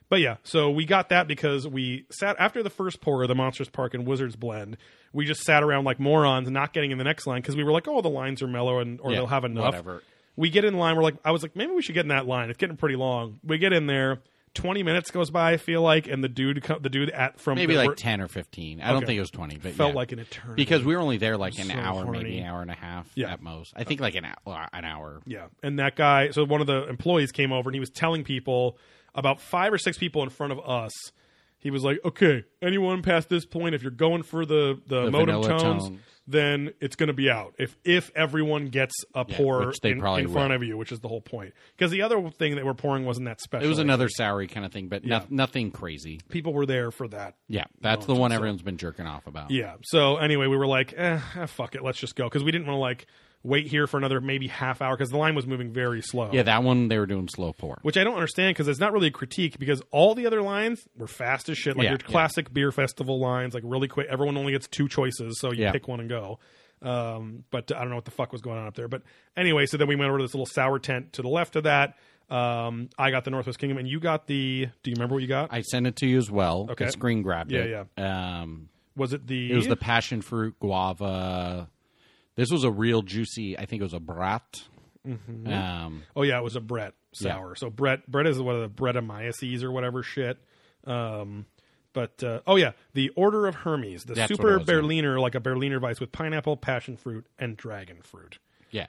Speaker 1: but yeah, so we got that because we sat after the first pour of the Monsters Park and Wizards blend. We just sat around like morons, not getting in the next line because we were like, oh, the lines are mellow and or
Speaker 3: Yeah,
Speaker 1: they'll have enough.
Speaker 3: whatever.
Speaker 1: We get in line. We're like, I was like, maybe we should get in that line. It's getting pretty long. We get in there. Twenty minutes goes by. I feel like, and the dude, co- the dude at from
Speaker 3: Maybe
Speaker 1: the-
Speaker 3: like ten or fifteen. I don't think it was twenty, but
Speaker 1: felt
Speaker 3: yeah.
Speaker 1: like an eternity.
Speaker 3: because we were only there like an
Speaker 1: so
Speaker 3: hour,
Speaker 1: horny.
Speaker 3: maybe an hour and a half
Speaker 1: Yeah.
Speaker 3: at most. I think like an hour, an hour.
Speaker 1: Yeah. And that guy, so one of the employees came over and he was telling people about five or six people in front of us. He was like, "Okay, anyone past this point, if you're going for the the, modem
Speaker 3: vanilla
Speaker 1: tones,
Speaker 3: tones.
Speaker 1: then it's going to be out. If if everyone gets a pour
Speaker 3: which they
Speaker 1: in,
Speaker 3: probably
Speaker 1: in front
Speaker 3: will.
Speaker 1: of you, which is the whole point. Because the other thing that we're pouring wasn't that special.
Speaker 3: It was
Speaker 1: Like,
Speaker 3: another soury kind of thing, but no, nothing crazy.
Speaker 1: people were there for that.
Speaker 3: Yeah, that's the one everyone's been jerking off about.
Speaker 1: Yeah. So anyway, we were like, eh, ah, fuck it, let's just go because we didn't want to like wait here for another maybe half hour because the line was moving very slow.
Speaker 3: Yeah, that one they were doing slow pour.
Speaker 1: which I don't understand because it's not really a critique because all the other lines were fast as shit, like
Speaker 3: Yeah,
Speaker 1: your
Speaker 3: yeah.
Speaker 1: classic beer festival lines, like really quick. Everyone only gets two choices, so you
Speaker 3: Yeah.
Speaker 1: pick one and go. Um, but I don't know what the fuck was going on up there. But anyway, so then we went over to this little sour tent to the left of that. Um, I got the Northwest Kingdom, and you got the. Do you remember what you got?
Speaker 3: I sent it to you as well.
Speaker 1: Okay.
Speaker 3: I screen grabbed
Speaker 1: Yeah,
Speaker 3: it. Yeah. Um,
Speaker 1: was it the?
Speaker 3: it was the passion fruit guava. This was a real juicy. I think it was a brat. Um,
Speaker 1: Oh yeah, it was a Brett sour. So Brett Brett is one of the Brettomyces or whatever shit. Um, but uh, oh yeah, the Order of Hermes, the
Speaker 3: That's what
Speaker 1: super
Speaker 3: it was, yeah.
Speaker 1: Berliner, like a Berliner Weiss with pineapple, passion fruit, and dragon fruit.
Speaker 3: Yeah.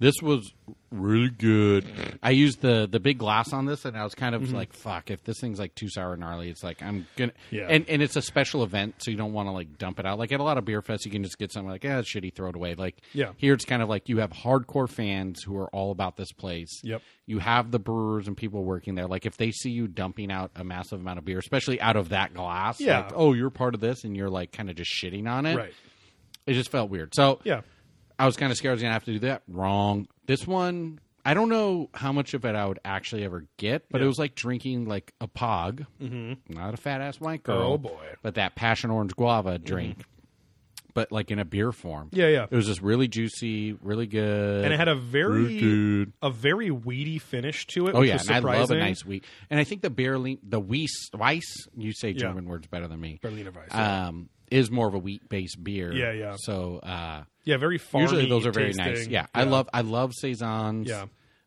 Speaker 3: This was really good. I used the the big glass on this, and I was kind
Speaker 1: Mm-hmm.
Speaker 3: of like, "Fuck! If this thing's like too sour and gnarly, it's like I'm gonna."
Speaker 1: Yeah.
Speaker 3: And and it's a special event, so you don't want to like dump it out. Like at a lot of beer fests, you can just get something like, "Yeah, it's shitty, throw it away." Like,
Speaker 1: Yeah.
Speaker 3: Here it's kind of like you have hardcore fans who are all about this place.
Speaker 1: Yep.
Speaker 3: You have the brewers and people working there. Like if they see you dumping out a massive amount of beer, especially out of that glass,
Speaker 1: Yeah.
Speaker 3: like, oh, you're part of this, and you're like kind of just shitting on it.
Speaker 1: Right.
Speaker 3: It just felt weird. So
Speaker 1: Yeah.
Speaker 3: I was kind of scared I was gonna have to do that. Wrong. This one, I don't know how much of it I would actually ever get, but it was like drinking like a pog, mm-hmm. not a fat ass white girl.
Speaker 1: Oh, boy. Mm-hmm.
Speaker 3: But that passion orange guava drink but like in a beer form.
Speaker 1: Yeah, yeah.
Speaker 3: It was just really juicy, really good.
Speaker 1: and it had a very
Speaker 3: Good.
Speaker 1: a very weedy finish to it.
Speaker 3: Oh
Speaker 1: which
Speaker 3: yeah,
Speaker 1: was
Speaker 3: and I love a
Speaker 1: surprising.
Speaker 3: nice wheat. And I think the beer lean, the Weiss, Weiss, you say German words better than me.
Speaker 1: Berliner Weiss,
Speaker 3: um, is more of a wheat based beer.
Speaker 1: Yeah, yeah.
Speaker 3: So uh,
Speaker 1: Yeah, very farmy.
Speaker 3: usually those are very nice.
Speaker 1: tasting.
Speaker 3: Yeah, I love I love saisons.
Speaker 1: Yeah.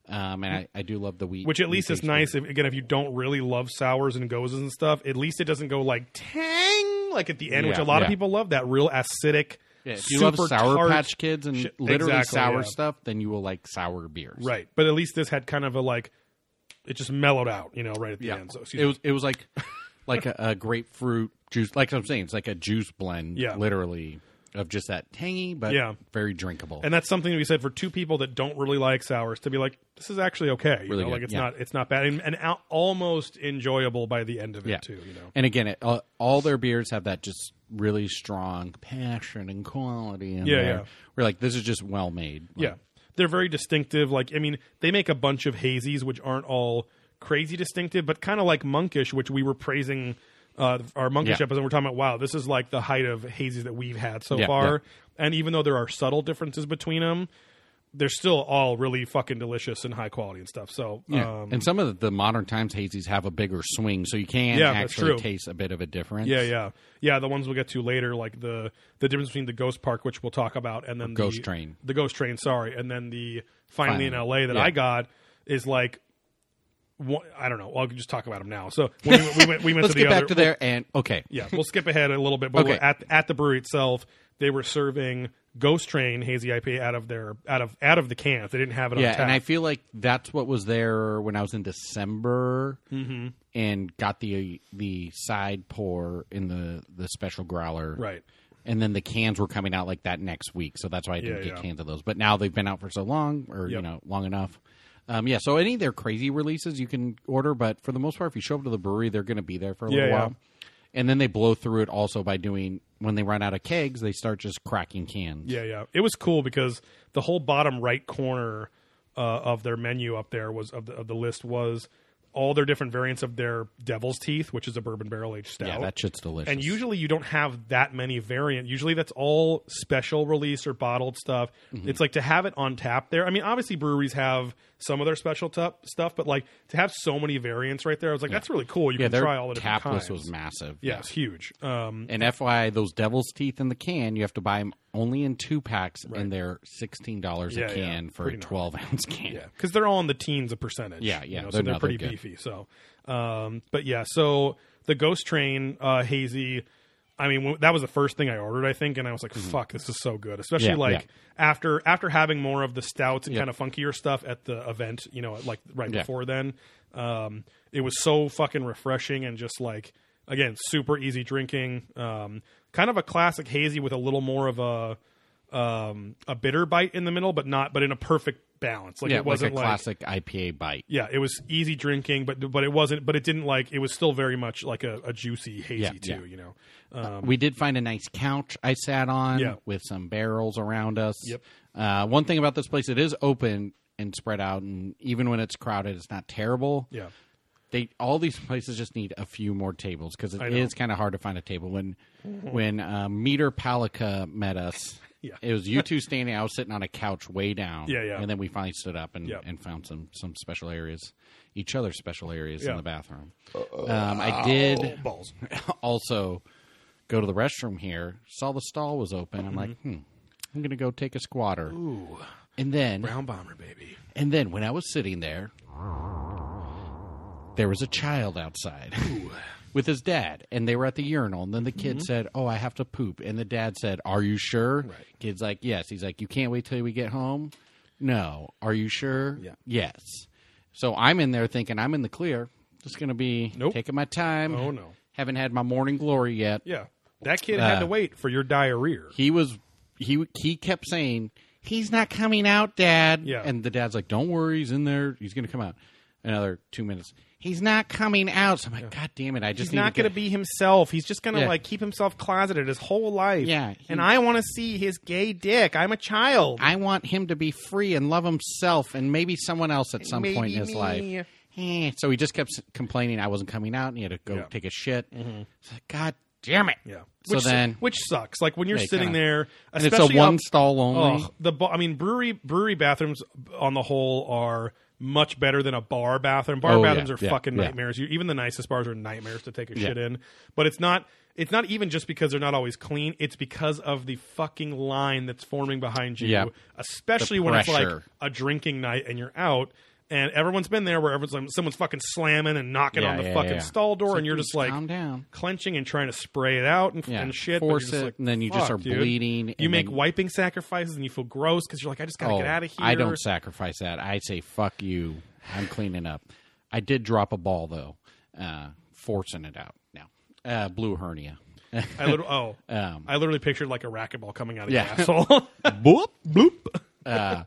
Speaker 3: um, and I, I do love the wheat,
Speaker 1: Which at least is
Speaker 3: wheat-based
Speaker 1: nice. If, again, if you don't really love sours and gozes and stuff, at least it doesn't go like tang like at the end, which
Speaker 3: Yeah,
Speaker 1: a lot of
Speaker 3: yeah.
Speaker 1: people love. That real acidic,
Speaker 3: beer. Yeah, if you
Speaker 1: super
Speaker 3: love sour
Speaker 1: tart-
Speaker 3: patch kids and
Speaker 1: shit-
Speaker 3: literally
Speaker 1: Exactly,
Speaker 3: sour
Speaker 1: yeah.
Speaker 3: stuff, then you will like sour beers.
Speaker 1: Right, but at least this had kind of a like, it just mellowed out, you know, right at the
Speaker 3: Yeah.
Speaker 1: end. So excuse
Speaker 3: It was it was like like a, a grapefruit juice. Like I'm saying, it's like a juice blend.
Speaker 1: Yeah.
Speaker 3: literally of just that tangy but
Speaker 1: Yeah.
Speaker 3: very drinkable.
Speaker 1: and that's something we said for two people that don't really like sours to be like this is actually okay you
Speaker 3: Really
Speaker 1: know?
Speaker 3: good,
Speaker 1: like it's
Speaker 3: yeah.
Speaker 1: not it's not bad and, and al- almost enjoyable by the end of it
Speaker 3: Yeah.
Speaker 1: too you know
Speaker 3: And again, it, uh, all their beers have that just really strong passion and quality. In
Speaker 1: Yeah,
Speaker 3: there.
Speaker 1: yeah.
Speaker 3: We're like, this is just well made. Like,
Speaker 1: yeah they're very distinctive like i mean they make a bunch of hazies which aren't all crazy distinctive but kind of like monkish which we were praising uh, our monkish
Speaker 3: Yeah.
Speaker 1: episode we're talking about wow this is like the height of hazies that we've had so
Speaker 3: Yeah,
Speaker 1: far and even though there are subtle differences between them they're still all really fucking delicious and high quality and stuff so
Speaker 3: yeah.
Speaker 1: um,
Speaker 3: and some of the modern times hazies have a bigger swing, so you can
Speaker 1: Yeah, that's
Speaker 3: actually
Speaker 1: true.
Speaker 3: taste a bit of a difference.
Speaker 1: Yeah, yeah, yeah. The ones we'll get to later, like the the difference between the Ghost Park, which we'll talk about, and then the,
Speaker 3: Ghost Train.
Speaker 1: the Ghost Train. Sorry, and then the finally, in
Speaker 3: Finally.
Speaker 1: L.A. that
Speaker 3: Yeah.
Speaker 1: I got is like, one, I don't know. I'll just talk about them now. So when we, we went, we went
Speaker 3: Let's
Speaker 1: to the
Speaker 3: get
Speaker 1: other.
Speaker 3: back to there and okay.
Speaker 1: Yeah, we'll skip ahead a little bit, but
Speaker 3: Okay.
Speaker 1: we're at at the brewery itself, they were serving Ghost Train hazy IPA out of their out of out of the cans. They didn't have it on
Speaker 3: Yeah,
Speaker 1: tap.
Speaker 3: and I feel like that's what was there when I was in December
Speaker 1: Mm-hmm.
Speaker 3: and got the uh, the side pour in the the special growler.
Speaker 1: Right.
Speaker 3: And then the cans were coming out like that next week, so that's why I didn't
Speaker 1: Yeah,
Speaker 3: get
Speaker 1: yeah.
Speaker 3: cans of those. But now they've been out for so long, or you
Speaker 1: Yep.
Speaker 3: know, long enough. Um, yeah, so any of their crazy releases you can order, but for the most part, if you show up to the brewery, they're going to be there for a
Speaker 1: Yeah,
Speaker 3: little
Speaker 1: yeah.
Speaker 3: while. And then they blow through it also by doing when they run out of kegs, they start just cracking cans.
Speaker 1: Yeah, yeah. It was cool because the whole bottom right corner uh, of their menu up there was of the, of the list was all their different variants of their Devil's Teeth, which is a bourbon barrel aged stout.
Speaker 3: Yeah, that shit's delicious.
Speaker 1: and usually you don't have that many variant. Usually that's all special release or bottled stuff.
Speaker 3: Mm-hmm.
Speaker 1: It's like to have it on tap there. I mean, obviously breweries have some of their special tup stuff, but like to have so many variants right there, I was like, that's really cool. You
Speaker 3: yeah,
Speaker 1: can
Speaker 3: their
Speaker 1: try all the different
Speaker 3: tap
Speaker 1: kinds.
Speaker 3: list was massive.
Speaker 1: yeah, it's huge. Um,
Speaker 3: And FYI, those devil's teeth in the can, you have to buy them only in two packs, and they're sixteen dollars
Speaker 1: Yeah,
Speaker 3: a
Speaker 1: yeah.
Speaker 3: can for
Speaker 1: Pretty
Speaker 3: a
Speaker 1: gnarly.
Speaker 3: twelve ounce can.
Speaker 1: Yeah, because they're all in the teens of percentage.
Speaker 3: Yeah, yeah,
Speaker 1: you know, so
Speaker 3: they're-
Speaker 1: they're
Speaker 3: no,
Speaker 1: pretty
Speaker 3: they're good.
Speaker 1: beefy. So, um, but yeah, so the Ghost Train uh, hazy. I mean, w- that was the first thing I ordered, I think, and I was like, "Fuck, this is so good!" Especially
Speaker 3: Mm-hmm. Yeah,
Speaker 1: like
Speaker 3: yeah.
Speaker 1: after after having more of the stouts and kind of funkier stuff at the event, you know, like right
Speaker 3: Yeah.
Speaker 1: before then. Um, it was so fucking refreshing and just like again, super easy drinking. Um, kind of a classic hazy with a little more of a um, a bitter bite in the middle, but not, but in a perfect balance. Like
Speaker 3: Yeah,
Speaker 1: it wasn't
Speaker 3: like a
Speaker 1: like
Speaker 3: classic IPA bite.
Speaker 1: yeah, it was easy drinking, but but it wasn't, but it didn't like it was still very much like a, a juicy hazy
Speaker 3: Yeah,
Speaker 1: too,
Speaker 3: yeah.
Speaker 1: you know. Um,
Speaker 3: we did find a nice couch I sat on
Speaker 1: Yeah.
Speaker 3: with some barrels around us.
Speaker 1: Yep.
Speaker 3: Uh, one thing about this place, it is open and spread out, and even when it's crowded, it's not terrible.
Speaker 1: yeah,
Speaker 3: they all these places just need a few more tables because it
Speaker 1: know. Mm-hmm.
Speaker 3: is kind of hard to find a table. When when uh, Meter Palica met us,
Speaker 1: Yeah.
Speaker 3: it was you two standing. I was sitting on a couch way down.
Speaker 1: Yeah, yeah.
Speaker 3: And then we finally stood up and,
Speaker 1: Yep.
Speaker 3: and found some some special areas, each other's special areas
Speaker 1: Yeah.
Speaker 3: in the bathroom. Um, I did
Speaker 1: balls.
Speaker 3: also go to the restroom here. Saw the stall was open. I'm like, hmm, I'm gonna go take a squatter.
Speaker 1: Ooh,
Speaker 3: And then
Speaker 1: brown bomber baby.
Speaker 3: and then when I was sitting there, there was a child outside with his dad, and they were at the urinal. And then the kid
Speaker 1: Mm-hmm.
Speaker 3: said, Oh, I have to poop. And the dad said, Are you sure? Kid's like, Yes. He's like, You can't wait till we get home? No. Are you sure?
Speaker 1: Yeah.
Speaker 3: Yes. So I'm in there thinking, I'm in the clear. Just going to be
Speaker 1: Nope.
Speaker 3: taking my time.
Speaker 1: Oh, no.
Speaker 3: Haven't had my morning glory yet
Speaker 1: Yeah, that kid had to wait for your diarrhea.
Speaker 3: Uh, he was he he kept saying he's not coming out dad
Speaker 1: Yeah.
Speaker 3: and the dad's like don't worry he's in there he's gonna come out another two minutes he's not coming out so i'm like god damn it i just
Speaker 1: He's
Speaker 3: need
Speaker 1: not
Speaker 3: to
Speaker 1: going to
Speaker 3: get-
Speaker 1: be himself. He's just going to
Speaker 3: Yeah.
Speaker 1: like keep himself closeted his whole life.
Speaker 3: Yeah, he-
Speaker 1: and I want to see his gay dick. I'm a child.
Speaker 3: i want him to be free and love himself and maybe someone else at some point in
Speaker 1: Maybe
Speaker 3: his
Speaker 1: me.
Speaker 3: life Eh. so he just kept s- complaining i wasn't coming out and he had to go
Speaker 1: Yeah. Mm-hmm.
Speaker 3: take a shit It's like, god damn it
Speaker 1: Yeah.
Speaker 3: It's
Speaker 1: Which,
Speaker 3: So then-
Speaker 1: which sucks. Like when you're
Speaker 3: Yeah, it
Speaker 1: sitting
Speaker 3: kinda-
Speaker 1: there,
Speaker 3: and it's a
Speaker 1: especially
Speaker 3: one
Speaker 1: up-
Speaker 3: stall only.
Speaker 1: Ugh, the ba- I mean brewery brewery bathrooms on the whole are much better than a bar bathroom. Bar
Speaker 3: Oh, yeah,
Speaker 1: bathrooms are
Speaker 3: yeah,
Speaker 1: fucking
Speaker 3: yeah.
Speaker 1: nightmares. You, even the nicest bars are nightmares to take a
Speaker 3: Yeah.
Speaker 1: shit in. But it's not it's not even just because they're not always clean. It's because of the fucking line that's forming behind you,
Speaker 3: Yeah.
Speaker 1: especially
Speaker 3: The
Speaker 1: when it's like
Speaker 3: pressure.
Speaker 1: a drinking night and you're out. And everyone's been there where everyone's like, someone's fucking slamming and knocking
Speaker 3: Yeah,
Speaker 1: on the
Speaker 3: yeah,
Speaker 1: fucking
Speaker 3: yeah.
Speaker 1: stall door, and you're
Speaker 3: Please
Speaker 1: just like
Speaker 3: calm down.
Speaker 1: clenching and trying to spray it out and,
Speaker 3: Yeah,
Speaker 1: and shit. but
Speaker 3: force
Speaker 1: you're just
Speaker 3: it,
Speaker 1: like,
Speaker 3: and then you just
Speaker 1: "Fuck,
Speaker 3: are
Speaker 1: dude."
Speaker 3: bleeding,
Speaker 1: You
Speaker 3: and
Speaker 1: make
Speaker 3: then-
Speaker 1: wiping sacrifices, and you feel gross because you're like, I just gotta
Speaker 3: Oh,
Speaker 1: get out of here.
Speaker 3: I don't sacrifice that. I say fuck you. I'm cleaning up. I did drop a ball though, uh, forcing it out. Now, uh, blue hernia.
Speaker 1: I literally, oh,
Speaker 3: Um,
Speaker 1: I literally pictured like a racquetball coming out of
Speaker 3: Yeah.
Speaker 1: your asshole.
Speaker 3: Boop bloop. Uh,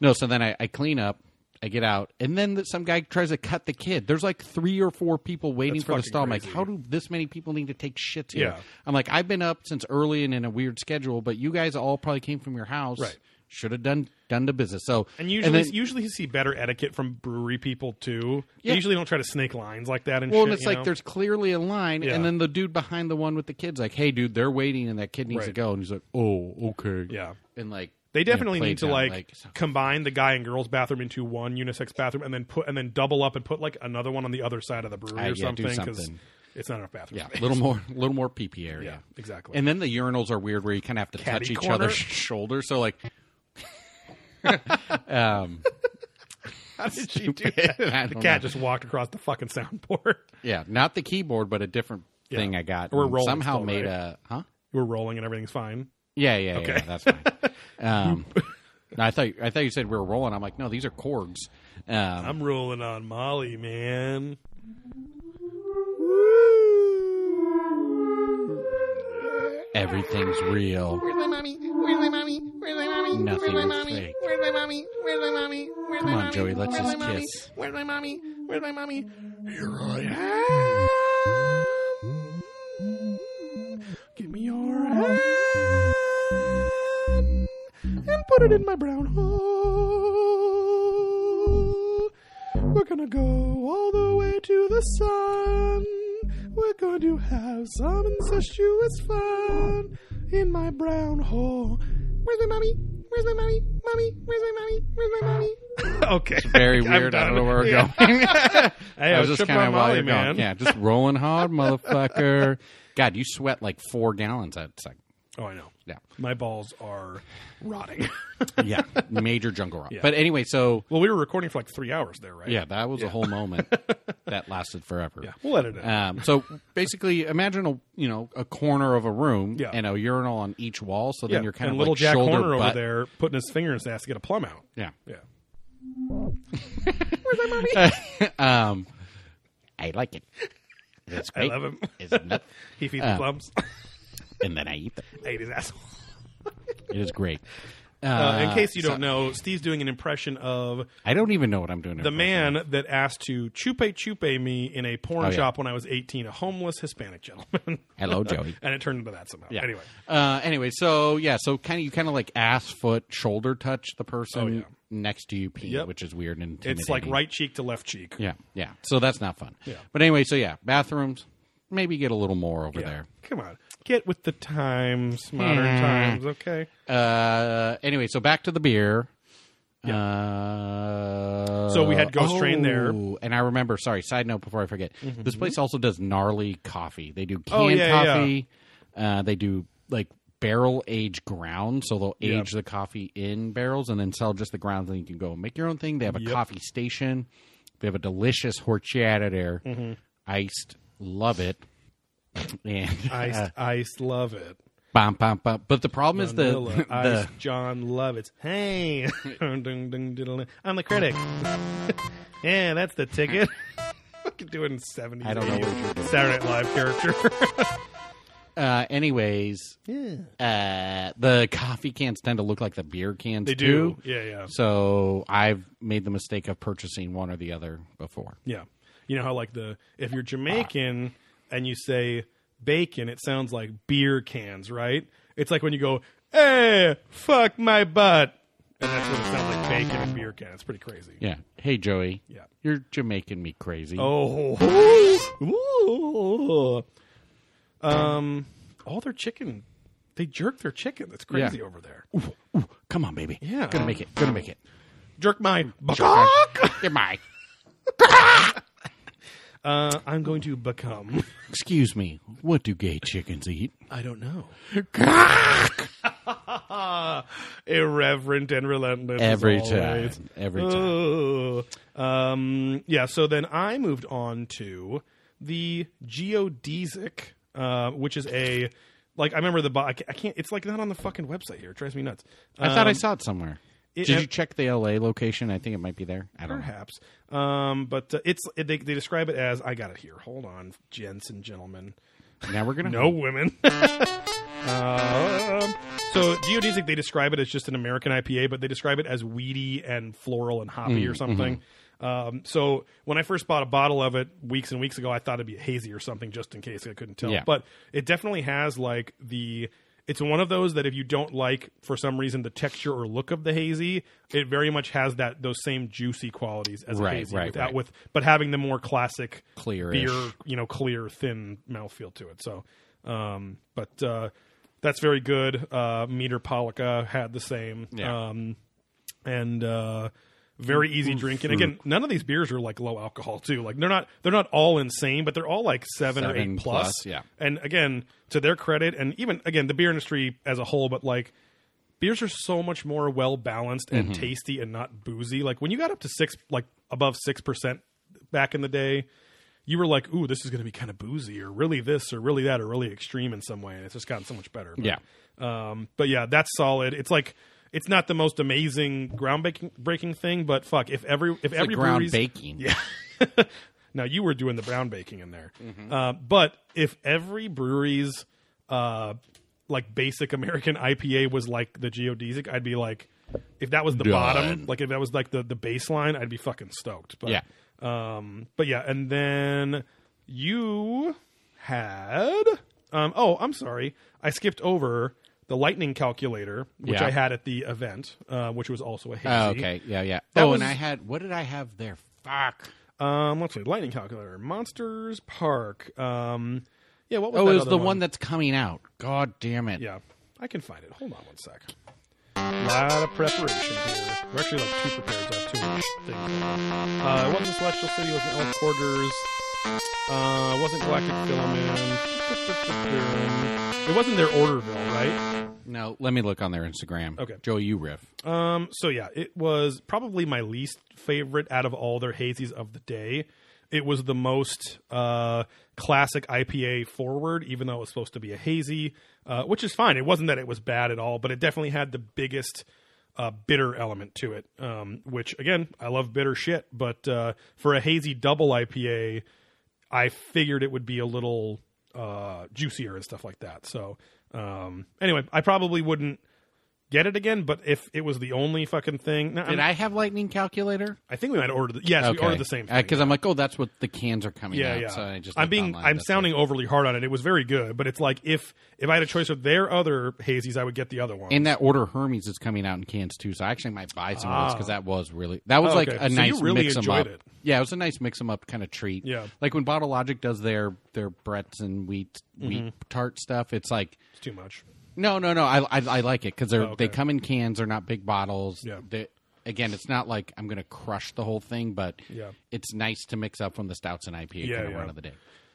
Speaker 3: no, so then I, I clean up. I get out, and then th- some guy tries to cut the kid. There's like three or four people waiting
Speaker 1: That's
Speaker 3: for the
Speaker 1: fucking
Speaker 3: stall. I'm like,
Speaker 1: crazy.
Speaker 3: how do this many people need to take shits here?
Speaker 1: Yeah.
Speaker 3: I'm like, I've been up since early and in a weird schedule, but you guys all probably came from your house.
Speaker 1: Right.
Speaker 3: Should have done done the business. So
Speaker 1: and usually,
Speaker 3: then-
Speaker 1: usually you see better etiquette from brewery people too. They
Speaker 3: Yeah.
Speaker 1: usually don't try to snake lines like that. And
Speaker 3: Well,
Speaker 1: shit,
Speaker 3: and it's
Speaker 1: you
Speaker 3: like
Speaker 1: know?
Speaker 3: there's clearly a line,
Speaker 1: Yeah.
Speaker 3: and then the dude behind the one with the kids, like, "Hey, dude, they're waiting, and that kid needs to
Speaker 1: Right.
Speaker 3: go," and he's like, "Oh, okay,
Speaker 1: Yeah.
Speaker 3: and like
Speaker 1: They
Speaker 3: you know,
Speaker 1: definitely
Speaker 3: play
Speaker 1: need to
Speaker 3: down,
Speaker 1: like,
Speaker 3: so-
Speaker 1: combine the guy and girls bathroom into one unisex bathroom, and then put and then double up and put like another one on the other side of the brewery
Speaker 3: Uh,
Speaker 1: or
Speaker 3: yeah,
Speaker 1: something
Speaker 3: do
Speaker 1: because
Speaker 3: something.
Speaker 1: it's not enough bathroom.
Speaker 3: yeah, a
Speaker 1: space.
Speaker 3: little more, a little more PP
Speaker 1: yeah,
Speaker 3: area,
Speaker 1: exactly.
Speaker 3: and then the urinals are weird where you kind of have to
Speaker 1: Catty
Speaker 3: touch each
Speaker 1: corner.
Speaker 3: other's shoulders. So like, Um,
Speaker 1: How did she do that?
Speaker 3: I
Speaker 1: The
Speaker 3: don't
Speaker 1: cat
Speaker 3: know.
Speaker 1: just walked across the fucking soundboard.
Speaker 3: yeah, not the keyboard, but a different
Speaker 1: Yeah.
Speaker 3: thing I got.
Speaker 1: We're
Speaker 3: and
Speaker 1: rolling
Speaker 3: somehow
Speaker 1: still,
Speaker 3: made
Speaker 1: right?
Speaker 3: a huh?
Speaker 1: We're rolling and everything's fine.
Speaker 3: Yeah, yeah, yeah. That's fine. um, I thought I thought you said we were rolling. I'm like, no, these are chords. Um,
Speaker 1: I'm rolling on Molly, man.
Speaker 3: everything's real.
Speaker 4: Where's my mommy? Where's my mommy? Where's my mommy? Where's
Speaker 3: Nothing
Speaker 4: my
Speaker 3: is
Speaker 4: mommy?
Speaker 3: fake.
Speaker 4: Where's my mommy? Where's my mommy? Where's my
Speaker 3: Come on,
Speaker 4: mommy?
Speaker 3: Joey, let's
Speaker 4: Where's my
Speaker 3: just
Speaker 4: mommy?
Speaker 3: kiss.
Speaker 4: Where's my mommy? Where's my mommy?
Speaker 1: Here I am. Give me your hand and put it in my brown hole. We're gonna go all the way to the sun. We're going to have some incestuous fun in my brown hole.
Speaker 4: Where's my mommy? Where's my mommy? Mommy, where's my mommy? Where's my mommy?
Speaker 1: Okay.
Speaker 3: Very
Speaker 1: I'm
Speaker 3: weird. I don't
Speaker 1: done.
Speaker 3: know where we're
Speaker 1: Yeah.
Speaker 3: going.
Speaker 1: Hey,
Speaker 3: I was just
Speaker 1: tripping
Speaker 3: kind
Speaker 1: on
Speaker 3: of while
Speaker 1: Molly,
Speaker 3: you're
Speaker 1: man.
Speaker 3: going, yeah, just rolling hard, motherfucker. God, you sweat like four gallons. That's like,
Speaker 1: Oh, I know.
Speaker 3: yeah,
Speaker 1: My balls are rotting.
Speaker 3: yeah, major jungle rock.
Speaker 1: Yeah.
Speaker 3: But anyway, so
Speaker 1: well, we were recording for like three hours there, right?
Speaker 3: yeah, that was a whole moment that lasted forever.
Speaker 1: Yeah. We'll edit it.
Speaker 3: Um, so basically, imagine a you know a corner of a room
Speaker 1: Yeah.
Speaker 3: and a urinal on each wall. So then
Speaker 1: yeah.
Speaker 3: you're kind
Speaker 1: and
Speaker 3: of
Speaker 1: little
Speaker 3: like
Speaker 1: Jack
Speaker 3: shoulder
Speaker 1: Horner
Speaker 3: butt.
Speaker 1: over there putting his finger in his ass to get a plum out.
Speaker 3: Yeah,
Speaker 1: Yeah.
Speaker 3: um, I like it. It's
Speaker 1: I
Speaker 3: great.
Speaker 1: love him.
Speaker 3: It's nut-
Speaker 1: He feeds
Speaker 3: Uh.
Speaker 1: the plums.
Speaker 3: and then I eat them.
Speaker 1: I ate his asshole.
Speaker 3: It is great. Uh,
Speaker 1: Uh, in case you don't know, Steve's doing an impression of
Speaker 3: I don't even know what I'm doing.
Speaker 1: the man that asked to chupe chupe me in a porn
Speaker 3: Oh, yeah.
Speaker 1: shop when I was 18, a homeless Hispanic gentleman.
Speaker 3: Hello, Joey.
Speaker 1: and it turned into that somehow.
Speaker 3: Yeah.
Speaker 1: Anyway.
Speaker 3: Uh, anyway, so yeah, so kind of you kind of like ass, foot, shoulder touch the person
Speaker 1: Oh, yeah.
Speaker 3: next to you, pee,
Speaker 1: Yep.
Speaker 3: which is weird and
Speaker 1: It's like
Speaker 3: intimidating.
Speaker 1: right cheek to left cheek.
Speaker 3: Yeah, yeah. So that's not fun. Yeah. But anyway, so yeah, bathrooms maybe get a little more over Hmm.
Speaker 1: Yeah. Come on. Get with the times, modern
Speaker 3: Yeah.
Speaker 1: times, okay?
Speaker 3: there. Uh, anyway, so back to the beer. Uh,
Speaker 1: So we had Ghost Train there. Mm-hmm,
Speaker 3: oh, and I remember. Sorry, side note before I forget. This place also does gnarly coffee. They do canned
Speaker 1: Oh, yeah, yeah.
Speaker 3: coffee. Uh, they do like barrel age ground, so they'll
Speaker 1: Yeah.
Speaker 3: age the coffee in barrels and then sell just the grounds. Then you can go and make your own thing. They have a
Speaker 1: Yep.
Speaker 3: coffee station. They have a delicious horchata there,
Speaker 1: Mm-hmm.
Speaker 3: iced. Love it. And uh,
Speaker 1: Ice, ice, love it.
Speaker 3: bum, bum, bum. but the problem is the,
Speaker 1: Vanilla
Speaker 3: the
Speaker 1: Ice, John Lovitz. Hey, Dun, dun, dun, diddle. I'm the critic. yeah, that's the ticket. I could do it in seventies.
Speaker 3: I don't know what you're doing.
Speaker 1: Saturday Night Live character.
Speaker 3: uh, anyways,
Speaker 1: yeah.
Speaker 3: uh, the coffee cans tend to look like the beer cans.
Speaker 1: They do. Yeah, yeah,
Speaker 3: So I've made the mistake of purchasing one or the other before.
Speaker 1: yeah. You know how like the if you're Jamaican and you say bacon, it sounds like beer cans, right? It's like when you go, "Hey, fuck my butt," and that's what it sounds like bacon and beer can. It's pretty crazy.
Speaker 3: Yeah. Hey Joey.
Speaker 1: Yeah.
Speaker 3: You're Jamaican me crazy.
Speaker 1: Oh. Um, all their chicken, they jerk their chicken. That's crazy
Speaker 3: Yeah.
Speaker 1: over there.
Speaker 3: Ooh, ooh, come on, baby.
Speaker 1: Yeah.
Speaker 3: Gonna make it. Gonna make it.
Speaker 1: Jerk mine.
Speaker 3: You're my.
Speaker 1: Uh, I'm going to become.
Speaker 3: Excuse me. What do gay chickens eat?
Speaker 1: I don't know. Irreverent and relentless. as
Speaker 3: Every
Speaker 1: always.
Speaker 3: time. Every time.
Speaker 1: Oh. Um, yeah, so then I moved on to the geodesic, uh, which is a. Like I remember the bo- I ca- I can't. It's like not on the fucking website here. It drives me nuts. Um,
Speaker 3: I thought I saw it somewhere.
Speaker 1: it-
Speaker 3: Did you check the LA location? I think it might be there. I don't know.
Speaker 1: perhaps. Um, but uh, it's it, they, they describe it as I got it here. Hold on, gents and gentlemen.
Speaker 3: Now we're gonna
Speaker 1: No women. um, so geodesic, they describe it as just an American IPA, but they describe it as weedy and floral and
Speaker 3: Mm,
Speaker 1: hoppy
Speaker 3: mm-hmm.
Speaker 1: or something. Um, so when I first bought a bottle of it weeks and weeks ago, I thought it'd be hazy or something, just in case I couldn't tell.
Speaker 3: Yeah.
Speaker 1: But it definitely has like the. It's one of those that if you don't like for some reason the texture or look of the hazy, it very much has that those same juicy qualities as a
Speaker 3: Right,
Speaker 1: hazy
Speaker 3: right,
Speaker 1: without
Speaker 3: right.
Speaker 1: with but having the more classic
Speaker 3: Clearish.
Speaker 1: beer, you know, clear, thin mouthfeel to it. So, um, but uh, that's very good. Uh, Meter Polica had the same,
Speaker 3: Yeah.
Speaker 1: um, and uh, very easy drink. And
Speaker 3: Mm.
Speaker 1: again, none of these beers are like low alcohol too. Like they're not they're not all insane, but they're all like seven, or
Speaker 3: Seven
Speaker 1: eight plus.
Speaker 3: plus, yeah.
Speaker 1: And again, to their credit, and even again, the beer industry as a whole, but like. Beers are so much more well balanced and
Speaker 3: Mm-hmm.
Speaker 1: tasty and not boozy. Like when you got up to six, like above six percent back in the day, you were like, "Ooh, this is going to be kind of boozy, or really this, or really that, or really extreme in some way." And it's just gotten so much better. But,
Speaker 3: Yeah.
Speaker 1: Um, but yeah, that's solid. It's like it's not the most amazing groundbreaking breaking thing, but fuck, if every if every
Speaker 3: Like ground
Speaker 1: brewery's-
Speaker 3: baking. Yeah.
Speaker 1: now you were doing the brown baking in there,
Speaker 3: Mm-hmm.
Speaker 1: uh, but if every brewery's uh, like basic American IPA was like the geodesic, I'd be like, if that was the bottom,
Speaker 3: Done.
Speaker 1: like if that was like the the baseline, I'd be fucking stoked. But
Speaker 3: Yeah.
Speaker 1: um, but yeah, and then you had um, oh, I'm sorry, I skipped over the lightning calculator, which
Speaker 3: Yeah.
Speaker 1: I had at the event, uh, which was also a hazy.
Speaker 3: Oh, okay. Yeah, yeah.
Speaker 1: That
Speaker 3: oh,
Speaker 1: was-
Speaker 3: and I had what did I have there? Fuck.
Speaker 1: Um, let's see, lightning calculator, Monsters Park. Um, yeah, what was
Speaker 3: Oh,
Speaker 1: that
Speaker 3: it was
Speaker 1: other
Speaker 3: the one? that's coming out. God damn it.
Speaker 1: Yeah, I can find it. Hold on one sec. A lot of preparation here. We're actually like too prepared. So I have too much things. Uh, it wasn't Celestial City. It wasn't Elf Quarters. Uh, it wasn't Galactic Filament. It wasn't their Orderville, right?
Speaker 3: No, let me look on their Instagram.
Speaker 1: Okay.
Speaker 3: Joe, you riff.
Speaker 1: Um, so yeah, it was probably my least favorite out of all their hazies of the day. It was the most uh, classic IPA forward, even though it was supposed to be a hazy, uh, which is fine. It wasn't that it was bad at all, but it definitely had the biggest uh, bitter element to it. Um, which again, I love bitter shit, but uh, for a hazy double IPA, I figured it would be a little uh, juicier and stuff like that. So um, anyway, I probably wouldn't get it again. But if it was the only fucking thing, no, I'm-
Speaker 3: Did I have lightning calculator?
Speaker 1: I think we might order. The, yes, we ordered the same thing.
Speaker 3: Because I'm like, oh, that's what the cans are coming
Speaker 1: yeah,
Speaker 3: out.
Speaker 1: yeah.
Speaker 3: So I just
Speaker 1: I'm
Speaker 3: looked
Speaker 1: being,
Speaker 3: online,
Speaker 1: I'm
Speaker 3: that's
Speaker 1: sounding overly hard on it. It was very good, but it's like if if I had a choice of their other hazies, I would get the other one.
Speaker 3: what- And that order Hermes is coming out in cans too, so I actually might buy some of those because that was really that was
Speaker 1: Ah. Oh,
Speaker 3: like
Speaker 1: okay.
Speaker 3: a
Speaker 1: So you
Speaker 3: nice
Speaker 1: really
Speaker 3: mix 'em
Speaker 1: enjoyed
Speaker 3: up.
Speaker 1: it.
Speaker 3: Yeah, it was a nice mix 'em up kind of treat.
Speaker 1: Yeah.
Speaker 3: like when Bottle Logic does their their Brett's and wheat
Speaker 1: Mm-hmm.
Speaker 3: wheat tart stuff, it's like
Speaker 1: it's too much.
Speaker 3: No, no, no. I I, I like it because they're
Speaker 1: okay.
Speaker 3: they come in cans. They're not big bottles.
Speaker 1: Yeah.
Speaker 3: They- again, it's not like I'm going to crush the whole thing, but
Speaker 1: Yeah.
Speaker 3: it's nice to mix up from the stouts and IPA
Speaker 1: Yeah,
Speaker 3: kind of
Speaker 1: yeah.
Speaker 3: run of the day.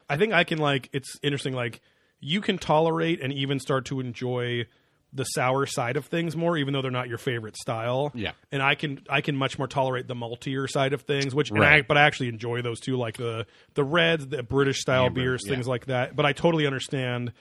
Speaker 1: I think I can like it's interesting like you can tolerate and even start to enjoy the sour side of things more even though they're not your favorite style.
Speaker 3: Yeah.
Speaker 1: And I can I can much more tolerate the maltier side of things which and I,
Speaker 3: Right.
Speaker 1: but I actually enjoy those too like the the reds, the British style beers,
Speaker 3: yeah.
Speaker 1: things like that. But I totally understand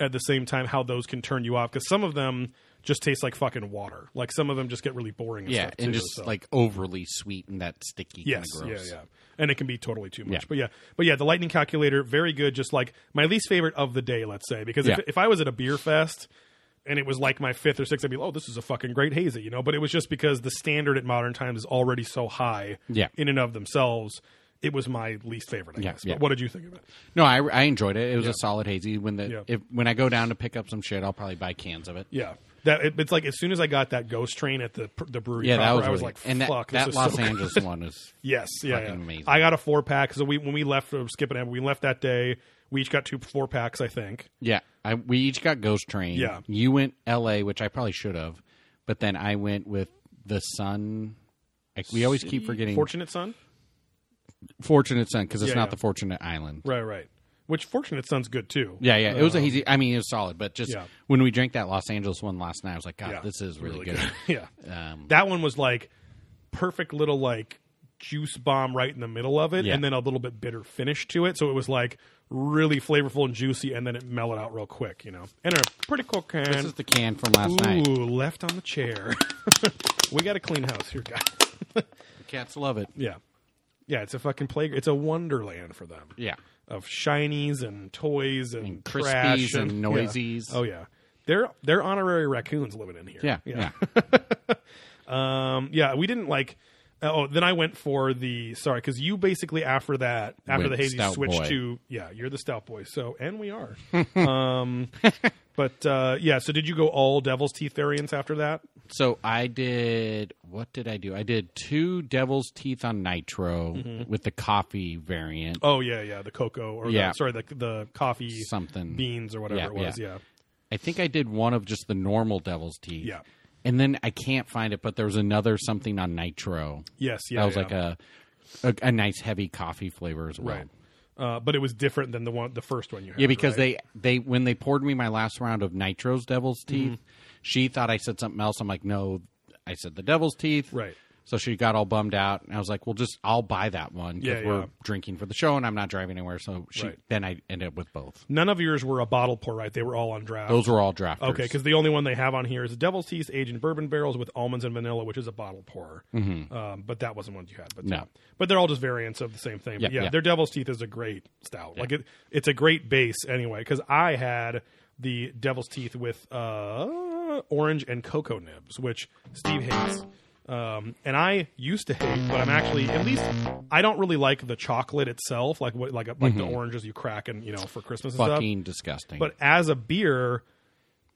Speaker 1: at the same time how those can turn you off cuz some of them just taste like fucking water. Like some of them just get really boring and
Speaker 3: Yeah,
Speaker 1: stuff
Speaker 3: and
Speaker 1: too,
Speaker 3: just
Speaker 1: so.
Speaker 3: like overly sweet and that sticky
Speaker 1: Yes,
Speaker 3: kind of gross.
Speaker 1: yeah, yeah, and it can be totally too much.
Speaker 3: Yeah.
Speaker 1: But yeah, but yeah, the lightning calculator, very good. Just like my least favorite of the day, let's say, because
Speaker 3: Yeah.
Speaker 1: if, if I was at a beer fest and it was like my fifth or sixth, I'd be, oh, this is a fucking great hazy, you know. But it was just because the standard at modern times is already so high,
Speaker 3: Yeah.
Speaker 1: in and of themselves. It was my least favorite, I
Speaker 3: Yeah,
Speaker 1: guess.
Speaker 3: yeah.
Speaker 1: But what did you think of it?
Speaker 3: No, I, I enjoyed it. It was a solid hazy. When the
Speaker 1: Yeah.
Speaker 3: if when I go down to pick up some shit, I'll probably buy cans of it.
Speaker 1: Yeah, that it, it's like as soon as I got that ghost train at the pr- the brewery,
Speaker 3: Yeah, that
Speaker 1: proper,
Speaker 3: was
Speaker 1: I was
Speaker 3: really-
Speaker 1: like,
Speaker 3: and that,
Speaker 1: fuck,
Speaker 3: that
Speaker 1: this is
Speaker 3: Los
Speaker 1: so good.
Speaker 3: Angeles one is
Speaker 1: Yes, yeah, yeah.
Speaker 3: Fucking amazing.
Speaker 1: I got a four pack. So we when we left, uh, skipping ahead, when we left that day, We each got two four packs, I think.
Speaker 3: Yeah, I, we each got Ghost Train.
Speaker 1: Yeah.
Speaker 3: you went L.A., which I probably should have, but then I went with the Sun. Like, we always keep forgetting
Speaker 1: Fortunate Son?
Speaker 3: Fortunate Sun because it's
Speaker 1: Yeah,
Speaker 3: not
Speaker 1: yeah.
Speaker 3: the Fortunate Island.
Speaker 1: Right, right. Which Fortunate Son's good too.
Speaker 3: Yeah, yeah. It was a easy. I mean, it was solid, but just
Speaker 1: Uh, Yeah.
Speaker 3: when we drank that Los Angeles one last night, I was like, God,
Speaker 1: Yeah.
Speaker 3: this is really,
Speaker 1: Really
Speaker 3: good.
Speaker 1: Uh, yeah.
Speaker 3: Um,
Speaker 1: That one was like perfect little like juice bomb right in the middle of it
Speaker 3: Yeah.
Speaker 1: and then a little bit bitter finish to it. So it was like really flavorful and juicy and then it mellowed out real quick, you know. And a pretty cool can.
Speaker 3: this is the can from last night.
Speaker 1: Ooh, left on the chair. we got a clean house here, guys.
Speaker 3: Cats love it.
Speaker 1: Yeah. Yeah, it's a fucking playground. It's a wonderland for them.
Speaker 3: Yeah.
Speaker 1: Of shinies and toys and,
Speaker 3: And crispies
Speaker 1: trash
Speaker 3: and
Speaker 1: yeah.
Speaker 3: noisies.
Speaker 1: Oh yeah. They're they're honorary raccoons living in here.
Speaker 3: Yeah, yeah.
Speaker 1: Um, yeah, we didn't like. Oh, then I went for the sorry because you basically after that after
Speaker 3: Went
Speaker 1: the hazy
Speaker 3: stout
Speaker 1: switched
Speaker 3: boy.
Speaker 1: to yeah you're the stout boy so and we are um but uh yeah so did you go all devil's teeth variants after that
Speaker 3: So I did. What did I do? I did two Devil's Teeth on Nitro
Speaker 1: Mm-hmm.
Speaker 3: with the coffee variant.
Speaker 1: oh yeah yeah the cocoa or
Speaker 3: Yeah.
Speaker 1: the, sorry the the coffee
Speaker 3: Something.
Speaker 1: beans or whatever
Speaker 3: Yeah,
Speaker 1: it was
Speaker 3: yeah.
Speaker 1: yeah
Speaker 3: I think I did one of just the normal Devil's Teeth.
Speaker 1: Yeah.
Speaker 3: And then I can't find it, but there was another something on Nitro.
Speaker 1: yes yeah
Speaker 3: that was
Speaker 1: yeah.
Speaker 3: like a, a a nice heavy coffee flavor as well.
Speaker 1: right uh, but it was different than the one the first one you had
Speaker 3: Yeah, because
Speaker 1: right?
Speaker 3: they they when they poured me my last round of Nitro's Devil's
Speaker 1: Mm-hmm.
Speaker 3: Teeth, she thought I said something else. I'm like, no, I said the Devil's Teeth.
Speaker 1: Right.
Speaker 3: So she got all bummed out, and I was like, well, just I'll buy that one because
Speaker 1: Yeah,
Speaker 3: we're
Speaker 1: yeah.
Speaker 3: drinking for the show, and I'm not driving anywhere. So she
Speaker 1: Right.
Speaker 3: then I ended up with both.
Speaker 1: none of yours were a bottle pour right they were all on draft
Speaker 3: Those were all drafters.
Speaker 1: Okay, because the only one they have on here is Devil's Teeth aged in bourbon barrels with almonds and vanilla, which is a bottle pour. Um, but that wasn't one you had. But
Speaker 3: Mm-hmm. No.
Speaker 1: but they're all just variants of the same thing. but
Speaker 3: Yeah,
Speaker 1: yeah,
Speaker 3: yeah.
Speaker 1: their Devil's Teeth is a great stout. Like it, it's a great base anyway. Because I had the Devil's Teeth with uh, orange and cocoa nibs, which Steve hates. Um, and I used to hate, but I'm actually at least I don't really like the chocolate itself, like what like like the oranges you crack and you know for Christmas and stuff.
Speaker 3: Mm-hmm. fucking disgusting.
Speaker 1: But as a beer,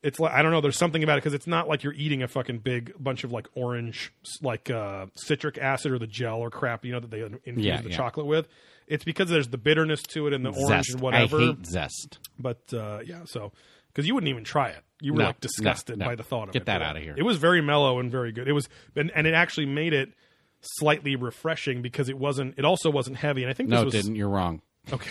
Speaker 1: it's like I don't know. There's something about it because it's not like you're eating a fucking big bunch of like orange, s- like uh, citric acid or the gel or crap. You know that they in- infuse
Speaker 3: Yeah,
Speaker 1: the
Speaker 3: yeah.
Speaker 1: chocolate with. It's because there's the bitterness to it and the orange
Speaker 3: zest.
Speaker 1: and whatever.
Speaker 3: I hate zest.
Speaker 1: But uh, yeah, so because you wouldn't even try it, you were
Speaker 3: No,
Speaker 1: like disgusted
Speaker 3: no, no.
Speaker 1: by the thought of
Speaker 3: Get
Speaker 1: it.
Speaker 3: that
Speaker 1: Yeah.
Speaker 3: outta here.
Speaker 1: It was very mellow and very good. It was, and, and it actually made it slightly refreshing because it wasn't. It also wasn't heavy, and I think this
Speaker 3: No, it
Speaker 1: was
Speaker 3: didn't. You're wrong.
Speaker 1: okay.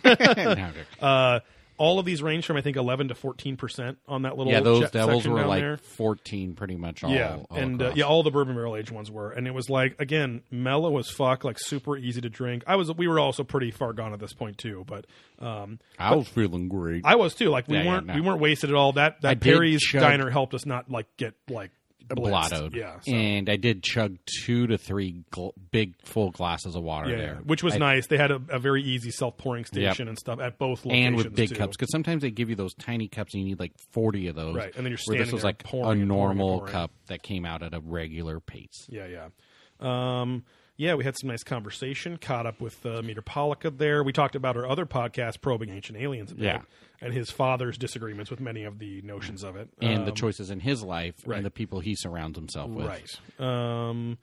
Speaker 3: No, dude.
Speaker 1: Uh, all of these range from I think 11 to 14 percent on that little
Speaker 3: yeah, those
Speaker 1: chat
Speaker 3: devils
Speaker 1: section
Speaker 3: were
Speaker 1: down
Speaker 3: like
Speaker 1: there.
Speaker 3: 14, pretty much. All,
Speaker 1: yeah,
Speaker 3: all
Speaker 1: and uh,
Speaker 3: across.
Speaker 1: yeah, all the bourbon barrel aged ones were, and it was like again mellow as fuck, like super easy to drink. I was we were also pretty far gone at this point too, but um,
Speaker 3: I was feeling great.
Speaker 1: I was too. Like we
Speaker 3: Yeah, yeah,
Speaker 1: weren't
Speaker 3: no.
Speaker 1: we weren't wasted at all. That that
Speaker 3: I did
Speaker 1: Perry's
Speaker 3: chug-
Speaker 1: diner helped us not like get like blitzed.
Speaker 3: blottoed.
Speaker 1: Yeah, so-
Speaker 3: and I did chug two to three gl- big full glasses of water
Speaker 1: yeah,
Speaker 3: there,
Speaker 1: which was nice. They had a, a very easy self pouring station and stuff at both locations
Speaker 3: and with big
Speaker 1: too.
Speaker 3: cups because sometimes they give you those tiny cups and you need like forty of those.
Speaker 1: Right, and then you're
Speaker 3: where this
Speaker 1: standing
Speaker 3: was
Speaker 1: there
Speaker 3: like
Speaker 1: pouring
Speaker 3: a
Speaker 1: and pouring and
Speaker 3: normal
Speaker 1: pouring.
Speaker 3: cup that came out at a regular pace.
Speaker 1: Yeah, yeah. Um, yeah, we had some nice conversation, caught up with uh, Meter Polika there. We talked about our other podcast, Probing Ancient Aliens, a bit,
Speaker 3: Yeah.
Speaker 1: and his father's disagreements with many of the notions of it.
Speaker 3: And
Speaker 1: Um,
Speaker 3: the choices in his life
Speaker 1: right.
Speaker 3: and the people he surrounds himself with.
Speaker 1: Right. Um,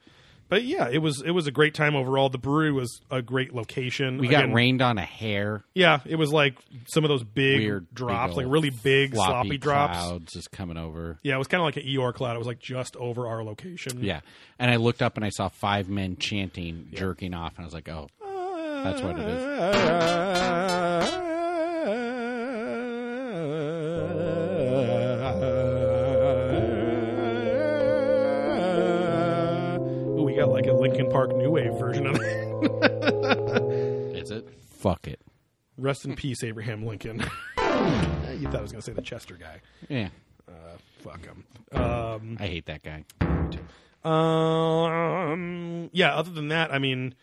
Speaker 1: but yeah, it was it was a great time overall. The brewery was a great location.
Speaker 3: We got rained on a hair.
Speaker 1: Yeah, it was like some of those big
Speaker 3: Weird big
Speaker 1: drops, like
Speaker 3: old
Speaker 1: really big
Speaker 3: Floppy
Speaker 1: sloppy drops.
Speaker 3: clouds is coming over.
Speaker 1: Yeah, it was kind of like an EOR cloud. It was like just over our location.
Speaker 3: Yeah, and I looked up and I saw five men chanting, jerking off, and I was like, "Oh,
Speaker 1: Uh,
Speaker 3: that's what it is."
Speaker 1: Ooh, we got like a Linkin Park new wave version of it.
Speaker 3: Is it? Fuck it.
Speaker 1: Rest in peace, Abraham Lincoln. you thought I was going to say the Chester guy.
Speaker 3: Yeah,
Speaker 1: Fuck him. Um,
Speaker 3: I hate that guy.
Speaker 1: Um, yeah. Other than that, I mean,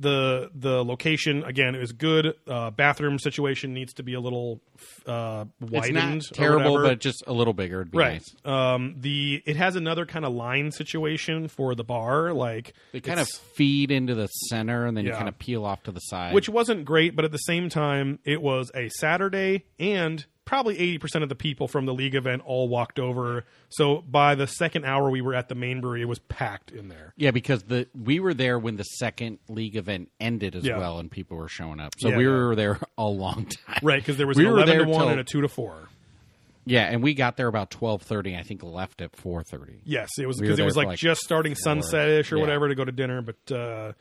Speaker 1: the the location again it was good. Uh, bathroom situation needs to be a little uh,
Speaker 3: It's
Speaker 1: widened.
Speaker 3: not
Speaker 1: or
Speaker 3: terrible,
Speaker 1: whatever.
Speaker 3: but just a little bigger would be
Speaker 1: right.
Speaker 3: nice.
Speaker 1: Um, the it has another kind of line situation for the bar, like
Speaker 3: They kind of
Speaker 1: it's-
Speaker 3: feed into the center and then you
Speaker 1: Yeah.
Speaker 3: kind of peel off to the side.
Speaker 1: which wasn't great, but at the same time, it was a Saturday and probably 80% of the people from the league event all walked over. So by the second hour we were at the main brewery, it was packed in there.
Speaker 3: Yeah, because the we were there when the second league event ended as
Speaker 1: Yeah.
Speaker 3: well, and people were showing up. So
Speaker 1: Yeah,
Speaker 3: we
Speaker 1: yeah.
Speaker 3: were there a long time.
Speaker 1: Right, because there was
Speaker 3: We
Speaker 1: an
Speaker 3: were
Speaker 1: 11 to
Speaker 3: there
Speaker 1: 1
Speaker 3: till-
Speaker 1: and a 2 to 4.
Speaker 3: Yeah, and we got there about twelve thirty. I think left at four thirty.
Speaker 1: Yes, it was
Speaker 3: We were
Speaker 1: because it
Speaker 3: there
Speaker 1: was
Speaker 3: for,
Speaker 1: like,
Speaker 3: like,
Speaker 1: just starting sunsetish or
Speaker 3: Yeah.
Speaker 1: whatever to go to dinner. But uh,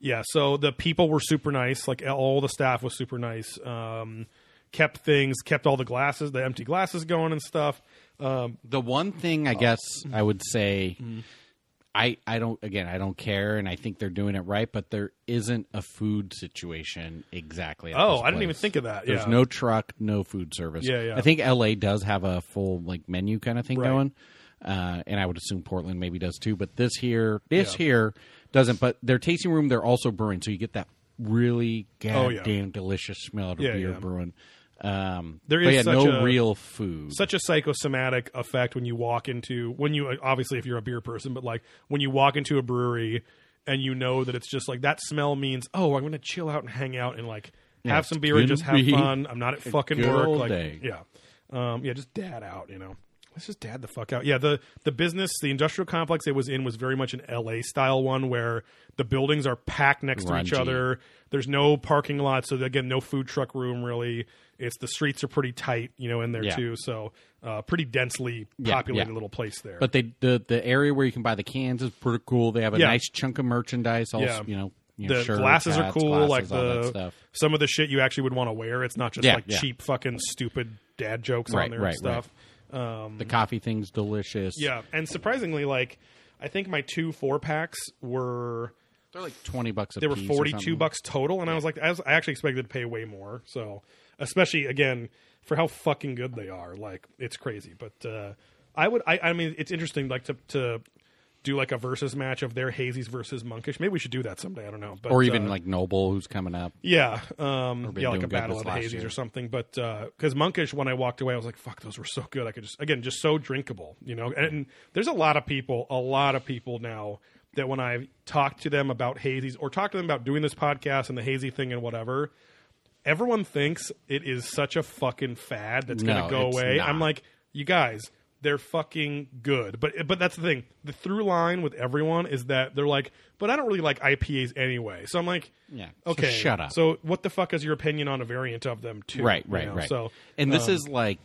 Speaker 1: yeah, so the people were super nice. Like all the staff was super nice. Um, kept things, kept all the glasses, the empty glasses going and stuff. Um,
Speaker 3: The one thing I guess I would say,
Speaker 1: Mm-hmm.
Speaker 3: I I don't again I don't care, and I think they're doing it right, but there isn't a food situation exactly. At
Speaker 1: oh,
Speaker 3: this
Speaker 1: I didn't even
Speaker 3: place.
Speaker 1: think of that.
Speaker 3: There's
Speaker 1: yeah.
Speaker 3: no truck, no food service.
Speaker 1: Yeah, yeah.
Speaker 3: I think LA does have a full like menu kind of thing
Speaker 1: Right.
Speaker 3: going, uh, and I would assume Portland maybe does too. But this here, this
Speaker 1: Yeah.
Speaker 3: here doesn't. But their tasting room, they're also brewing, so you get that really
Speaker 1: Oh, yeah.
Speaker 3: goddamn delicious smell of
Speaker 1: Yeah,
Speaker 3: beer
Speaker 1: yeah.
Speaker 3: brewing. Um,
Speaker 1: There
Speaker 3: but
Speaker 1: is
Speaker 3: yeah,
Speaker 1: such
Speaker 3: no
Speaker 1: a-
Speaker 3: real food.
Speaker 1: such a psychosomatic effect when you walk into when you obviously if you're a beer person, but like when you walk into a brewery and you know that it's just like that smell means oh I'm going to chill out and hang out and like have
Speaker 3: it's
Speaker 1: some beer and
Speaker 3: gonna
Speaker 1: just have
Speaker 3: be
Speaker 1: fun. I'm not at fucking
Speaker 3: good
Speaker 1: work.
Speaker 3: old
Speaker 1: Like
Speaker 3: day.
Speaker 1: yeah, um, yeah, just dad out. You know, let's just dad the fuck out. Yeah, the the business, the industrial complex it was in was very much an L.A. style one where the buildings are packed next to each
Speaker 3: Grungy.
Speaker 1: other. There's no parking lot, so again, no food truck room really. It's the streets are pretty tight, you know, in there
Speaker 3: Yeah.
Speaker 1: too. So uh, pretty densely
Speaker 3: Yeah,
Speaker 1: populated
Speaker 3: yeah.
Speaker 1: little place there.
Speaker 3: but they the the area where you can buy the cans is pretty cool. They have a
Speaker 1: Yeah.
Speaker 3: nice chunk of merchandise. Also,
Speaker 1: Yeah.
Speaker 3: you know, you know,
Speaker 1: the
Speaker 3: shirts,
Speaker 1: glasses are
Speaker 3: hats,
Speaker 1: cool, like
Speaker 3: glasses, all that
Speaker 1: the
Speaker 3: stuff.
Speaker 1: some of the shit you actually would want to wear. It's not just
Speaker 3: Yeah,
Speaker 1: like
Speaker 3: yeah.
Speaker 1: cheap fucking stupid dad jokes on
Speaker 3: Right,
Speaker 1: there and
Speaker 3: right, right.
Speaker 1: stuff. Um,
Speaker 3: The coffee thing's delicious.
Speaker 1: yeah, and surprisingly, like I think my two four packs were
Speaker 3: They're like twenty bucks a
Speaker 1: they were
Speaker 3: piece or
Speaker 1: 42
Speaker 3: something.
Speaker 1: bucks total and i was like I, was, I actually expected to pay way more so especially again for how fucking good they are like it's crazy but uh i would i, I mean it's interesting like to to do like a versus match of their hazies versus monkish maybe we should do that someday i don't know but,
Speaker 3: or even
Speaker 1: uh,
Speaker 3: like Noble, who's coming up.
Speaker 1: yeah um
Speaker 3: been
Speaker 1: yeah like
Speaker 3: doing
Speaker 1: a
Speaker 3: good
Speaker 1: battle
Speaker 3: this
Speaker 1: of the
Speaker 3: last
Speaker 1: hazies
Speaker 3: year.
Speaker 1: or something but uh because monkish when i walked away i was like fuck those were so good i could just again just so drinkable you know and, and there's a lot of people a lot of people now that when i talk to them about hazies or talk to them about doing this podcast and the hazy thing and whatever everyone thinks it is such a fucking fad that's going
Speaker 3: No,
Speaker 1: to go
Speaker 3: it's
Speaker 1: away.
Speaker 3: not.
Speaker 1: I'm like, you guys, they're fucking good. But but that's the thing. The through line with everyone is that they're like, but I don't really like IPAs anyway. So I'm like,
Speaker 3: Yeah, so
Speaker 1: okay,
Speaker 3: shut up.
Speaker 1: So what the fuck is your opinion on a variant of them too?
Speaker 3: Right,
Speaker 1: You
Speaker 3: right,
Speaker 1: know,
Speaker 3: right.
Speaker 1: So um,
Speaker 3: and this is like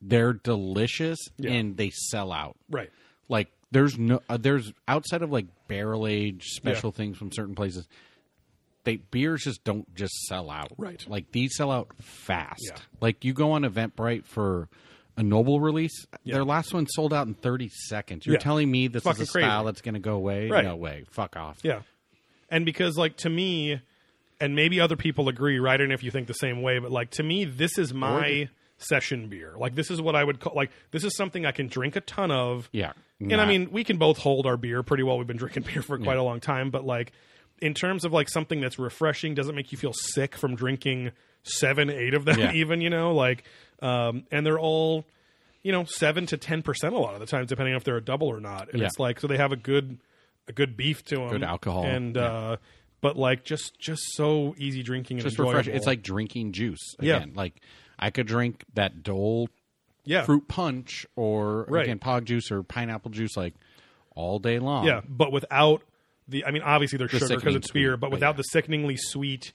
Speaker 3: they're delicious and they sell out.
Speaker 1: right.
Speaker 3: Like there's no uh, there's outside of like barrel age special
Speaker 1: Yeah.
Speaker 3: things from certain places. They beers just don't just sell out.
Speaker 1: Right.
Speaker 3: Like these sell out fast.
Speaker 1: Yeah.
Speaker 3: Like you go on Eventbrite for a Noble release, their last one sold out in 30 seconds. You're
Speaker 1: Yeah.
Speaker 3: telling me this
Speaker 1: Fucking
Speaker 3: is a style
Speaker 1: crazy.
Speaker 3: that's going to go away?
Speaker 1: Right.
Speaker 3: No way. Fuck off.
Speaker 1: Yeah. And because like to me and maybe other people agree, right? And if you think the same way, but like to me this is my session beer. Like this is what I would call like this is something I can drink a ton of.
Speaker 3: Yeah.
Speaker 1: And I
Speaker 3: Nah.
Speaker 1: mean, we can both hold our beer pretty well. We've been drinking beer for quite a long time, but like in terms of like something that's refreshing, doesn't make you feel sick from drinking seven, eight of them,
Speaker 3: Yeah.
Speaker 1: even you know, like, um, and they're all, you know, seven to ten percent a lot of the times, depending on if they're a double or not. And
Speaker 3: Yeah.
Speaker 1: it's like so they have a good, a good beef to them,
Speaker 3: Good alcohol.
Speaker 1: and uh, but like just just so easy drinking and
Speaker 3: just
Speaker 1: enjoyable.
Speaker 3: refreshing. It's like drinking juice
Speaker 1: Yeah.
Speaker 3: again. Like I could drink that Dole
Speaker 1: yeah,
Speaker 3: fruit punch or
Speaker 1: Uh. Right.
Speaker 3: again pog juice or pineapple juice like all day long.
Speaker 1: Yeah, but without the, I mean, obviously there's sugar because
Speaker 3: sickening
Speaker 1: it's beer,
Speaker 3: sweet,
Speaker 1: but
Speaker 3: but
Speaker 1: without
Speaker 3: yeah.
Speaker 1: the sickeningly sweet,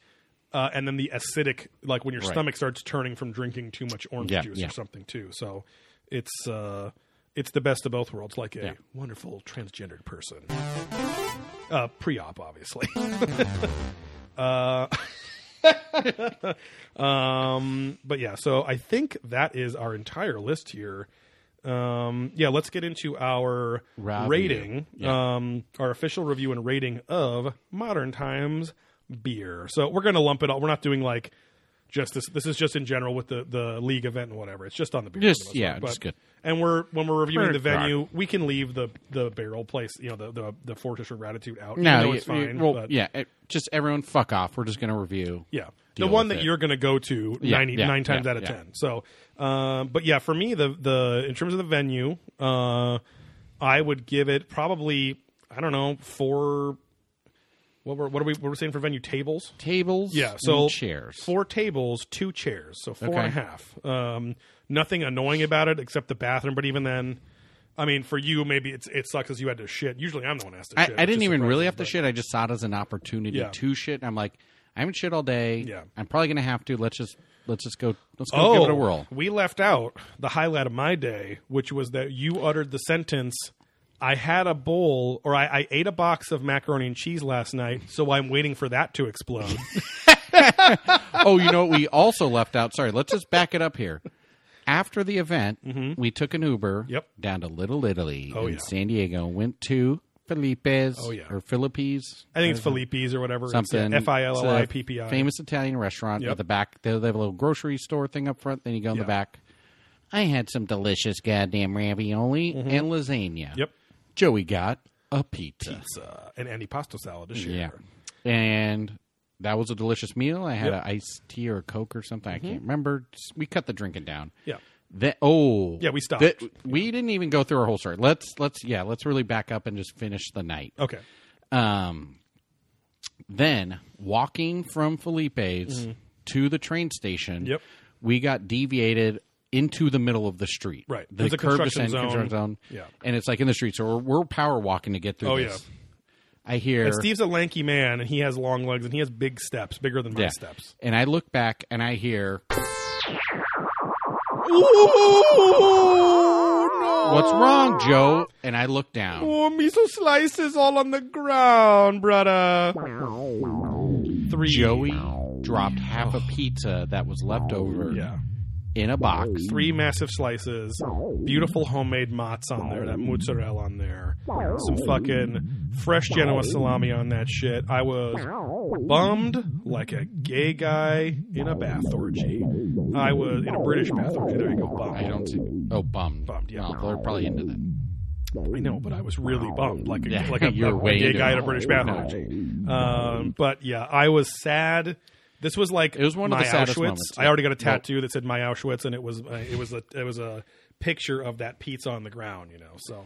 Speaker 1: uh, and then the acidic, like when your stomach starts turning from drinking too much orange
Speaker 3: Yeah,
Speaker 1: juice
Speaker 3: yeah.
Speaker 1: or something too. So it's uh, it's the best of both worlds, like a wonderful transgendered person. Uh, pre-op, obviously. uh, um, but yeah, so I think that is our entire list here. Um, yeah, let's get into our
Speaker 3: Review.
Speaker 1: rating, um, our official review and rating of Modern Times beer. So we're going to lump it all. We're not doing like just this. This is just in general with the the league event and whatever. It's just on the beer. for the
Speaker 3: Just-
Speaker 1: most
Speaker 3: yeah,
Speaker 1: part.
Speaker 3: just good.
Speaker 1: And we're when we're reviewing the
Speaker 3: Fair crack.
Speaker 1: venue, we can leave the the barrel place, you know, the the, the Fortress of Gratitude out. even
Speaker 3: No,
Speaker 1: though
Speaker 3: you-
Speaker 1: it's fine.
Speaker 3: you- well,
Speaker 1: but-
Speaker 3: yeah, it- just everyone fuck off. We're just going to review.
Speaker 1: yeah. The
Speaker 3: deal
Speaker 1: one
Speaker 3: with
Speaker 1: that
Speaker 3: it.
Speaker 1: you're going to go to
Speaker 3: Yeah,
Speaker 1: 90,
Speaker 3: yeah,
Speaker 1: nine times
Speaker 3: yeah,
Speaker 1: out of
Speaker 3: yeah.
Speaker 1: ten. So, um, but yeah, for me, the the in terms of the venue, uh, I would give it probably I don't know four. What were what are we what we're saying for venue tables?
Speaker 3: Tables,
Speaker 1: Yeah, so
Speaker 3: and chairs.
Speaker 1: Four tables, two chairs, so four
Speaker 3: Okay.
Speaker 1: and a half. Um, nothing annoying about it except the bathroom. But even then, I mean, for you, maybe it's it sucks because you had to shit. Usually, I'm the one who has to.
Speaker 3: I,
Speaker 1: shit,
Speaker 3: I
Speaker 1: which
Speaker 3: didn't
Speaker 1: is
Speaker 3: even really have to
Speaker 1: surprising,
Speaker 3: shit. I just saw it as an opportunity
Speaker 1: Yeah.
Speaker 3: to shit. I'm like, I haven't shit all day.
Speaker 1: Yeah. Oh.
Speaker 3: I'm probably gonna have to. Let's just let's just go. Let's go
Speaker 1: but-
Speaker 3: give it a whirl.
Speaker 1: We left out the highlight of my day, which was that you uttered the sentence. I had a bowl, or I, I ate a box of macaroni and cheese last night, so I'm waiting for that to explode.
Speaker 3: oh, you know what? We also left out. Sorry, let's just back it up here. After the event, we took an Uber
Speaker 1: Mm-hmm. Yep.
Speaker 3: down to Little Italy
Speaker 1: Oh,
Speaker 3: in
Speaker 1: yeah.
Speaker 3: San Diego. Went to Felipe's
Speaker 1: Oh, yeah.
Speaker 3: or Philippi's.
Speaker 1: I think it's Filippi's or whatever.
Speaker 3: something.
Speaker 1: F I L L I P
Speaker 3: It's a
Speaker 1: P I.
Speaker 3: Famous Italian restaurant
Speaker 1: Yep.
Speaker 3: at the back. They they have a little grocery store thing up front. Then you go in
Speaker 1: Yeah.
Speaker 3: the back. I had some delicious goddamn ravioli and lasagna.
Speaker 1: Mm-hmm. Yep.
Speaker 3: Joey got a pizza.
Speaker 1: pizza and antipasto salad this year.
Speaker 3: Yeah. And that was a delicious meal. I had
Speaker 1: Yep. Mm-hmm.
Speaker 3: a iced tea or a Coke or something. I can't remember. Just- We cut the drinking down.
Speaker 1: Yeah.
Speaker 3: That oh
Speaker 1: Yeah, we stopped.
Speaker 3: That- we didn't even go through our whole story. Let's let's yeah let's really back up and just finish the night.
Speaker 1: Okay.
Speaker 3: Um, then walking from Felipe's to the train station,
Speaker 1: Mm-hmm. Yep.
Speaker 3: we got deviated into the middle of the street.
Speaker 1: Right. It
Speaker 3: the
Speaker 1: was a
Speaker 3: curb
Speaker 1: construction
Speaker 3: descent,
Speaker 1: zone.
Speaker 3: construction zone.
Speaker 1: Yeah.
Speaker 3: and it's like in the street, so we're, we're power walking to get through.
Speaker 1: Oh,
Speaker 3: this. I hear
Speaker 1: And Steve's a lanky man and he has long legs and he has big steps, bigger than my
Speaker 3: yeah.
Speaker 1: steps.
Speaker 3: and I look back and I hear what's wrong, Joe, and I look down.
Speaker 1: Oh, miso slices all on the ground, brother. Three.
Speaker 3: Joey dropped half a pizza that was left over
Speaker 1: Yeah.
Speaker 3: in a box.
Speaker 1: Three massive slices, beautiful homemade mozz on there, that mozzarella on there, some fucking fresh Genoa salami on that shit. I was bummed like a gay guy in a bath orgy. I was in a British bath orgy. There you go, bummed.
Speaker 3: I don't see. Oh, bummed.
Speaker 1: Bummed, yeah.
Speaker 3: No, they're probably into that.
Speaker 1: I know, but I was really bummed, like a,
Speaker 3: Yeah,
Speaker 1: like a,
Speaker 3: you're
Speaker 1: a, a
Speaker 3: way
Speaker 1: gay
Speaker 3: into
Speaker 1: guy
Speaker 3: it.
Speaker 1: at a British bath
Speaker 3: No.
Speaker 1: orgy. Um, but yeah, I was sad. This was like
Speaker 3: It was one of
Speaker 1: my
Speaker 3: the saddest
Speaker 1: Auschwitz.
Speaker 3: moments.
Speaker 1: I already got a tattoo that said my Auschwitz, and it was uh, it was a it was a picture of that pizza on the ground. You know, so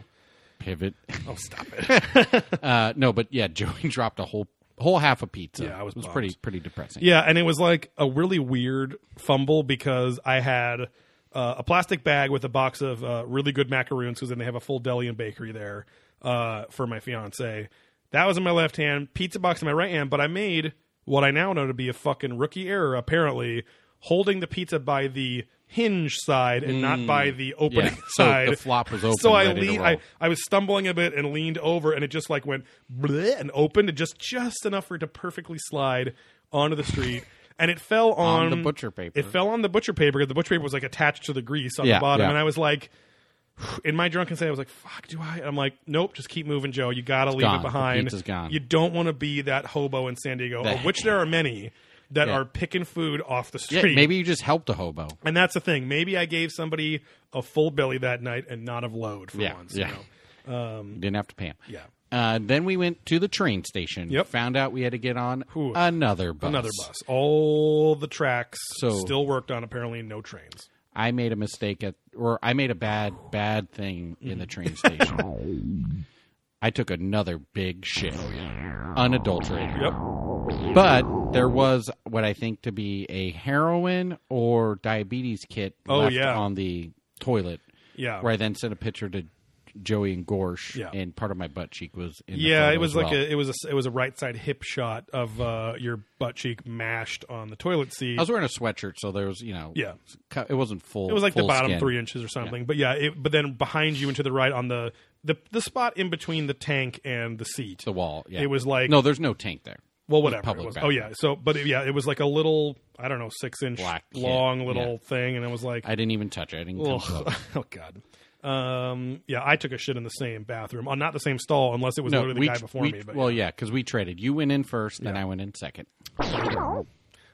Speaker 3: Pivot.
Speaker 1: oh stop it.
Speaker 3: Uh, no, but yeah, Joey dropped a whole whole half a pizza.
Speaker 1: Yeah, I was
Speaker 3: it was
Speaker 1: bummed.
Speaker 3: pretty pretty depressing.
Speaker 1: yeah, and it was like a really weird fumble because I had. Uh, a plastic bag with a box of uh, really good macaroons because then they have a full deli and bakery there uh, for my fiance. That was in my left hand, pizza box in my right hand, but I made what I now know to be a fucking rookie error, apparently, holding the pizza by the hinge side and not by the opening
Speaker 3: Mm. Yeah, so
Speaker 1: side.
Speaker 3: the flop was open,
Speaker 1: So I,
Speaker 3: ready to
Speaker 1: lean,
Speaker 3: roll.
Speaker 1: I I was stumbling a bit and leaned over, and it just like went bleh and opened it just just enough for it to perfectly slide onto the street. And it fell on,
Speaker 3: On the butcher paper.
Speaker 1: It fell on the butcher paper because the butcher paper was like attached to the grease on
Speaker 3: Yeah,
Speaker 1: the bottom.
Speaker 3: yeah.
Speaker 1: And I was like, in my drunken state, I was like, "Fuck, do I?" And I'm like, "Nope, just keep moving, Joe. You gotta leave
Speaker 3: gone.
Speaker 1: it
Speaker 3: The
Speaker 1: behind.
Speaker 3: pizza's gone."
Speaker 1: You don't want to be that hobo in San Diego, of which there are many that
Speaker 3: Yeah.
Speaker 1: are picking food off the
Speaker 3: Yeah,
Speaker 1: street.
Speaker 3: maybe you just helped a hobo.
Speaker 1: And that's the thing. Maybe I gave somebody a full belly that night and not of load for
Speaker 3: Yeah,
Speaker 1: once.
Speaker 3: yeah.
Speaker 1: You know?
Speaker 3: Didn't have to pay him.
Speaker 1: Yeah.
Speaker 3: Uh, then we went to the train station.
Speaker 1: Yep.
Speaker 3: Found out we had to get on
Speaker 1: Ooh.
Speaker 3: another bus.
Speaker 1: Another bus. All the tracks
Speaker 3: So-
Speaker 1: still worked on. Apparently, no trains.
Speaker 3: I made a mistake at, or I made a bad bad thing in the train
Speaker 1: Mm-hmm.
Speaker 3: station. I took another big shit,
Speaker 1: Oh,
Speaker 3: unadulterated.
Speaker 1: Yep.
Speaker 3: But there was what I think to be a heroin or diabetes kit
Speaker 1: Oh,
Speaker 3: left
Speaker 1: yeah.
Speaker 3: on the toilet,
Speaker 1: Yeah.
Speaker 3: where I then sent a picture to Joey and Gorsh,
Speaker 1: Yeah.
Speaker 3: and part of my butt cheek was in the
Speaker 1: Yeah,
Speaker 3: photo
Speaker 1: it was
Speaker 3: as
Speaker 1: like
Speaker 3: well.
Speaker 1: a it was a it was a right side hip shot of uh, your butt cheek mashed on the toilet seat.
Speaker 3: I was wearing a sweatshirt, so there was you know,
Speaker 1: Yeah.
Speaker 3: cu- it wasn't full.
Speaker 1: it was like the
Speaker 3: full
Speaker 1: bottom
Speaker 3: skin.
Speaker 1: three inches or something. But yeah, it, but then behind you and to the right on the the the spot in between the tank and the seat.
Speaker 3: the wall. Yeah,
Speaker 1: It was like-
Speaker 3: no, there's no tank there.
Speaker 1: well, whatever. It
Speaker 3: public
Speaker 1: was. Oh
Speaker 3: bathroom.
Speaker 1: yeah. So, but it- yeah, it was like a little I don't know six inch
Speaker 3: Black kit.
Speaker 1: long little thing, and it was like
Speaker 3: I didn't even touch it. I didn't come
Speaker 1: Ugh.
Speaker 3: close.
Speaker 1: oh god. Um, yeah, I took a shit in the same bathroom, uh, not the same stall, unless it was literally the guy
Speaker 3: tr-
Speaker 1: before
Speaker 3: we-
Speaker 1: me. But
Speaker 3: well, yeah, because we traded. You went in first, then I went in second.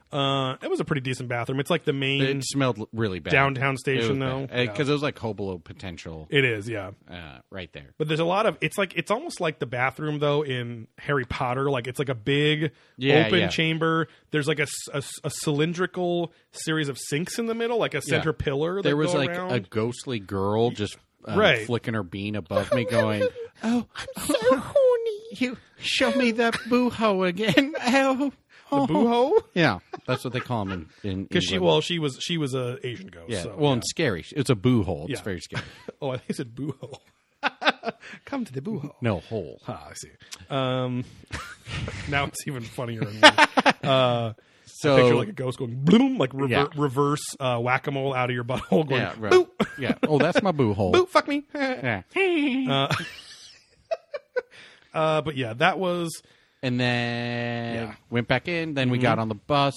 Speaker 1: uh, it was a pretty decent bathroom. It's like the main.
Speaker 3: It smelled l- really bad.
Speaker 1: Downtown station, though? Yeah.
Speaker 3: because it was like Hobolo potential
Speaker 1: it is, yeah.
Speaker 3: uh, right there.
Speaker 1: But there's a lot of it's like it's almost like the bathroom though in Harry Potter. Like it's like a big
Speaker 3: Yeah,
Speaker 1: open
Speaker 3: yeah.
Speaker 1: chamber. There's like a, s- a s- a cylindrical series of sinks in the middle, like a center pillar. That
Speaker 3: There was
Speaker 1: go
Speaker 3: like
Speaker 1: around.
Speaker 3: a ghostly girl just um,
Speaker 1: Right.
Speaker 3: flicking her bean above me, going,
Speaker 4: I'm Oh, so horny.
Speaker 3: you show me the booho again. Oh,
Speaker 1: The booho?
Speaker 3: yeah, that's what they call them in. in
Speaker 1: Because she,
Speaker 3: England.
Speaker 1: well, she was she was a Asian ghost.
Speaker 3: yeah,
Speaker 1: so,
Speaker 3: well, and scary. It's a boo hole. It's
Speaker 1: Yeah.
Speaker 3: very scary.
Speaker 1: Oh, I think it said booho. Come to the booho.
Speaker 3: No hole.
Speaker 1: Ah, I see. Um, now it's even funnier. and weird.
Speaker 3: So
Speaker 1: Picture like a ghost going bloom, like rever-
Speaker 3: Oh. Yeah.
Speaker 1: reverse uh, whack a mole out of your butthole. Going,
Speaker 3: yeah, right.
Speaker 1: boop,
Speaker 3: yeah. Oh, that's my boo hole.
Speaker 1: boop, fuck me.
Speaker 3: Yeah.
Speaker 1: Uh, but yeah, that was
Speaker 3: and then
Speaker 1: Yeah. Mm-hmm.
Speaker 3: went back in. Then we got on the bus.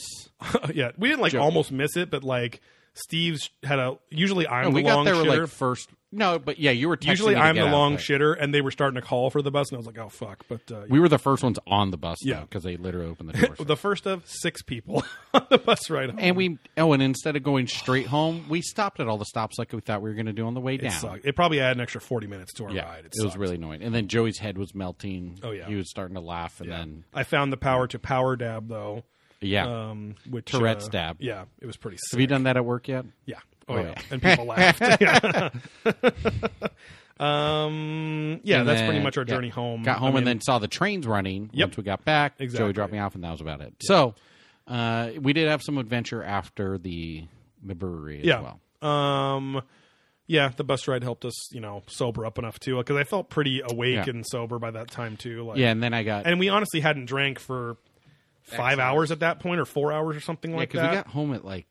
Speaker 1: yeah. We didn't like
Speaker 3: Joke.
Speaker 1: almost miss it, but like Steve's had a usually I'm
Speaker 3: And
Speaker 1: the
Speaker 3: Oh, we got
Speaker 1: long
Speaker 3: there
Speaker 1: shitter.
Speaker 3: like first. No, but yeah, you were texting
Speaker 1: usually
Speaker 3: me to
Speaker 1: I'm
Speaker 3: get
Speaker 1: the
Speaker 3: out,
Speaker 1: long
Speaker 3: but
Speaker 1: shitter, and they were starting to call for the bus, and I was like, oh fuck. But uh,
Speaker 3: We were the first ones on the bus,
Speaker 1: Yeah.
Speaker 3: yeah, because they literally opened the doors.
Speaker 1: the first of six people on the bus ride home.
Speaker 3: and we oh, and instead of going straight home, we stopped at all the stops like we thought we were going to do on the way
Speaker 1: it
Speaker 3: down.
Speaker 1: sucked. It probably added an extra forty minutes to our
Speaker 3: Yeah,
Speaker 1: ride.
Speaker 3: it,
Speaker 1: sucked.
Speaker 3: was really annoying. And then Joey's head was melting.
Speaker 1: Oh, yeah.
Speaker 3: he was starting to laugh, and then
Speaker 1: I found the power to power dab though.
Speaker 3: yeah.
Speaker 1: Um, which
Speaker 3: Tourette's
Speaker 1: uh,
Speaker 3: dab.
Speaker 1: Yeah, it was pretty.
Speaker 3: Have you done that at work yet?
Speaker 1: Yeah. Oh,
Speaker 3: Oh,
Speaker 1: yeah. And people laughed. Yeah. um, yeah,
Speaker 3: And
Speaker 1: that's
Speaker 3: then-
Speaker 1: pretty much our
Speaker 3: yeah.
Speaker 1: journey home.
Speaker 3: Got home
Speaker 1: I
Speaker 3: and
Speaker 1: mean,
Speaker 3: then saw the trains running.
Speaker 1: Yep.
Speaker 3: Once we got back,
Speaker 1: Exactly.
Speaker 3: Joey dropped me off, and that was about it. So uh, we did have some adventure after the, the brewery as
Speaker 1: yeah.
Speaker 3: well.
Speaker 1: Um, yeah, the bus ride helped us, you know, sober up enough too, because I felt pretty awake
Speaker 3: Yeah.
Speaker 1: and sober by that time too. Like,
Speaker 3: Yeah, and then I got
Speaker 1: and we honestly hadn't drank for five hours at that point, or four hours or something like
Speaker 3: because
Speaker 1: that.
Speaker 3: we got home at like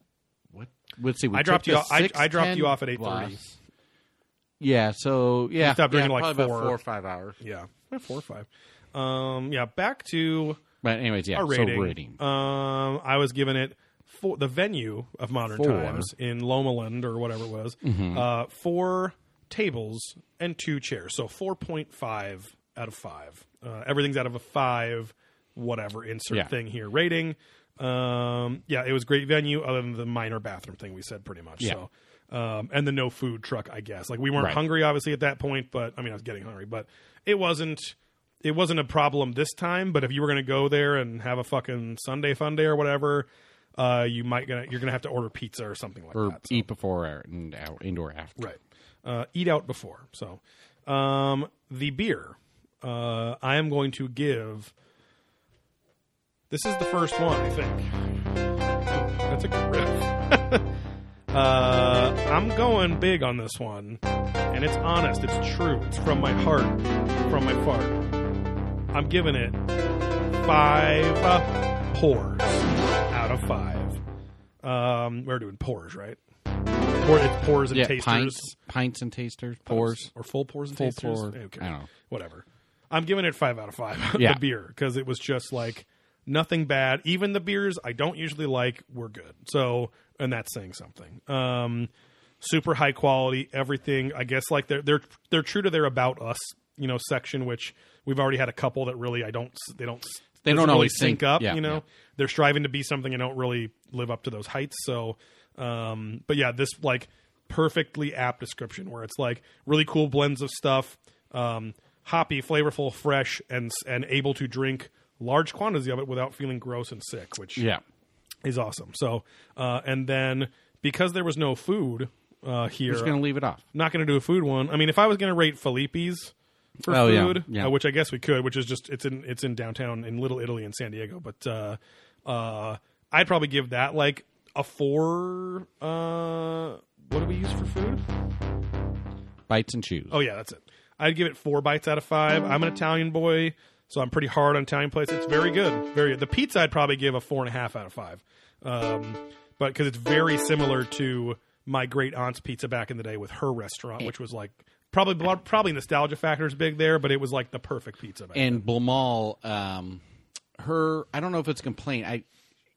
Speaker 3: what? Let's see. We
Speaker 1: I dropped
Speaker 3: took
Speaker 1: you
Speaker 3: the
Speaker 1: off- I-
Speaker 3: 6,
Speaker 1: I dropped you
Speaker 3: 10
Speaker 1: off at 8:30.
Speaker 3: bus. Yeah. So yeah,
Speaker 1: stopped drinking
Speaker 3: yeah,
Speaker 1: like
Speaker 3: probably about
Speaker 1: four.
Speaker 3: four or five hours.
Speaker 1: yeah, Yeah, Eh, four or five. Um, yeah, back to
Speaker 3: But anyways, yeah.
Speaker 1: our rating.
Speaker 3: So rating.
Speaker 1: Um, I was given it for the venue of modern
Speaker 3: Four. Mm-hmm.
Speaker 1: times in Lomaland or whatever it was. Uh, four tables and two chairs, so four point five out of five. Uh, everything's out of a five, whatever insert
Speaker 3: Yeah.
Speaker 1: thing here rating. Um, yeah, it was great venue, other than the minor bathroom thing we said pretty much.
Speaker 3: Yeah.
Speaker 1: So. Um, and the no food truck, I guess. Like we weren't
Speaker 3: Right.
Speaker 1: hungry, obviously, at that point. But I mean, I was getting hungry, but it wasn't it wasn't a problem this time. But if you were going to go there and have a fucking Sunday fun day or whatever, uh, you might gonna you're gonna have to order pizza or something like
Speaker 3: or
Speaker 1: that. so-
Speaker 3: eat before or and out, indoor after.
Speaker 1: right? Uh, eat out before. So um, the beer, uh, I am going to give. This is the first one, I think. That's a good riff. uh, I'm going big on this one, and it's honest. It's true. It's from my heart, from my fart. I'm giving it five uh, pours out of five. Um, we're doing pours, right? Pour, it's pours and
Speaker 3: Yeah,
Speaker 1: tasters
Speaker 3: pints, pints and tasters, pours.
Speaker 1: or full pours and
Speaker 3: Full
Speaker 1: tasters.
Speaker 3: pour.
Speaker 1: Okay.
Speaker 3: I don't know.
Speaker 1: Whatever. I'm giving it five out of five.
Speaker 3: Yeah.
Speaker 1: the beer because it was just like nothing bad. Even the beers I don't usually like were good. So and that's saying something. Um, super high quality. Everything. I guess like they're they're they're true to their about us you know section which we've already had a couple that really I don't s- they don't s-
Speaker 3: They don't
Speaker 1: doesn't really
Speaker 3: always
Speaker 1: sync
Speaker 3: sync.
Speaker 1: up.
Speaker 3: Yeah,
Speaker 1: you know
Speaker 3: yeah.
Speaker 1: they're striving to be something and don't really live up to those heights. So, um, but yeah, this like perfectly apt description where it's like really cool blends of stuff, um, hoppy, flavorful, fresh, and and able to drink large quantities of it without feeling gross and sick, which
Speaker 3: Yeah.
Speaker 1: is awesome. So, uh, and then because there was no food uh, here,
Speaker 3: Just gonna leave it off.
Speaker 1: not going to do a food one. I mean, if I was going to rate Felipe's for
Speaker 3: Oh, yeah,
Speaker 1: food,
Speaker 3: yeah.
Speaker 1: uh, which I guess we could, which is just it's in it's in downtown in Little Italy in San Diego, but uh, uh, I'd probably give that like a four. Uh, what do we use for food?
Speaker 3: Bites and chews.
Speaker 1: Oh yeah, that's it. I'd give it four bites out of five. I'm an Italian boy, so I'm pretty hard on Italian places. It's very good. Very the pizza I'd probably give a four and a half out of five, um, but because it's very similar to my great aunt's pizza back in the day with her restaurant, which was like probably probably nostalgia factor is big there, but it was like the perfect pizza. Back.
Speaker 3: and Blamal, um, her I don't know if it's a complaint. I,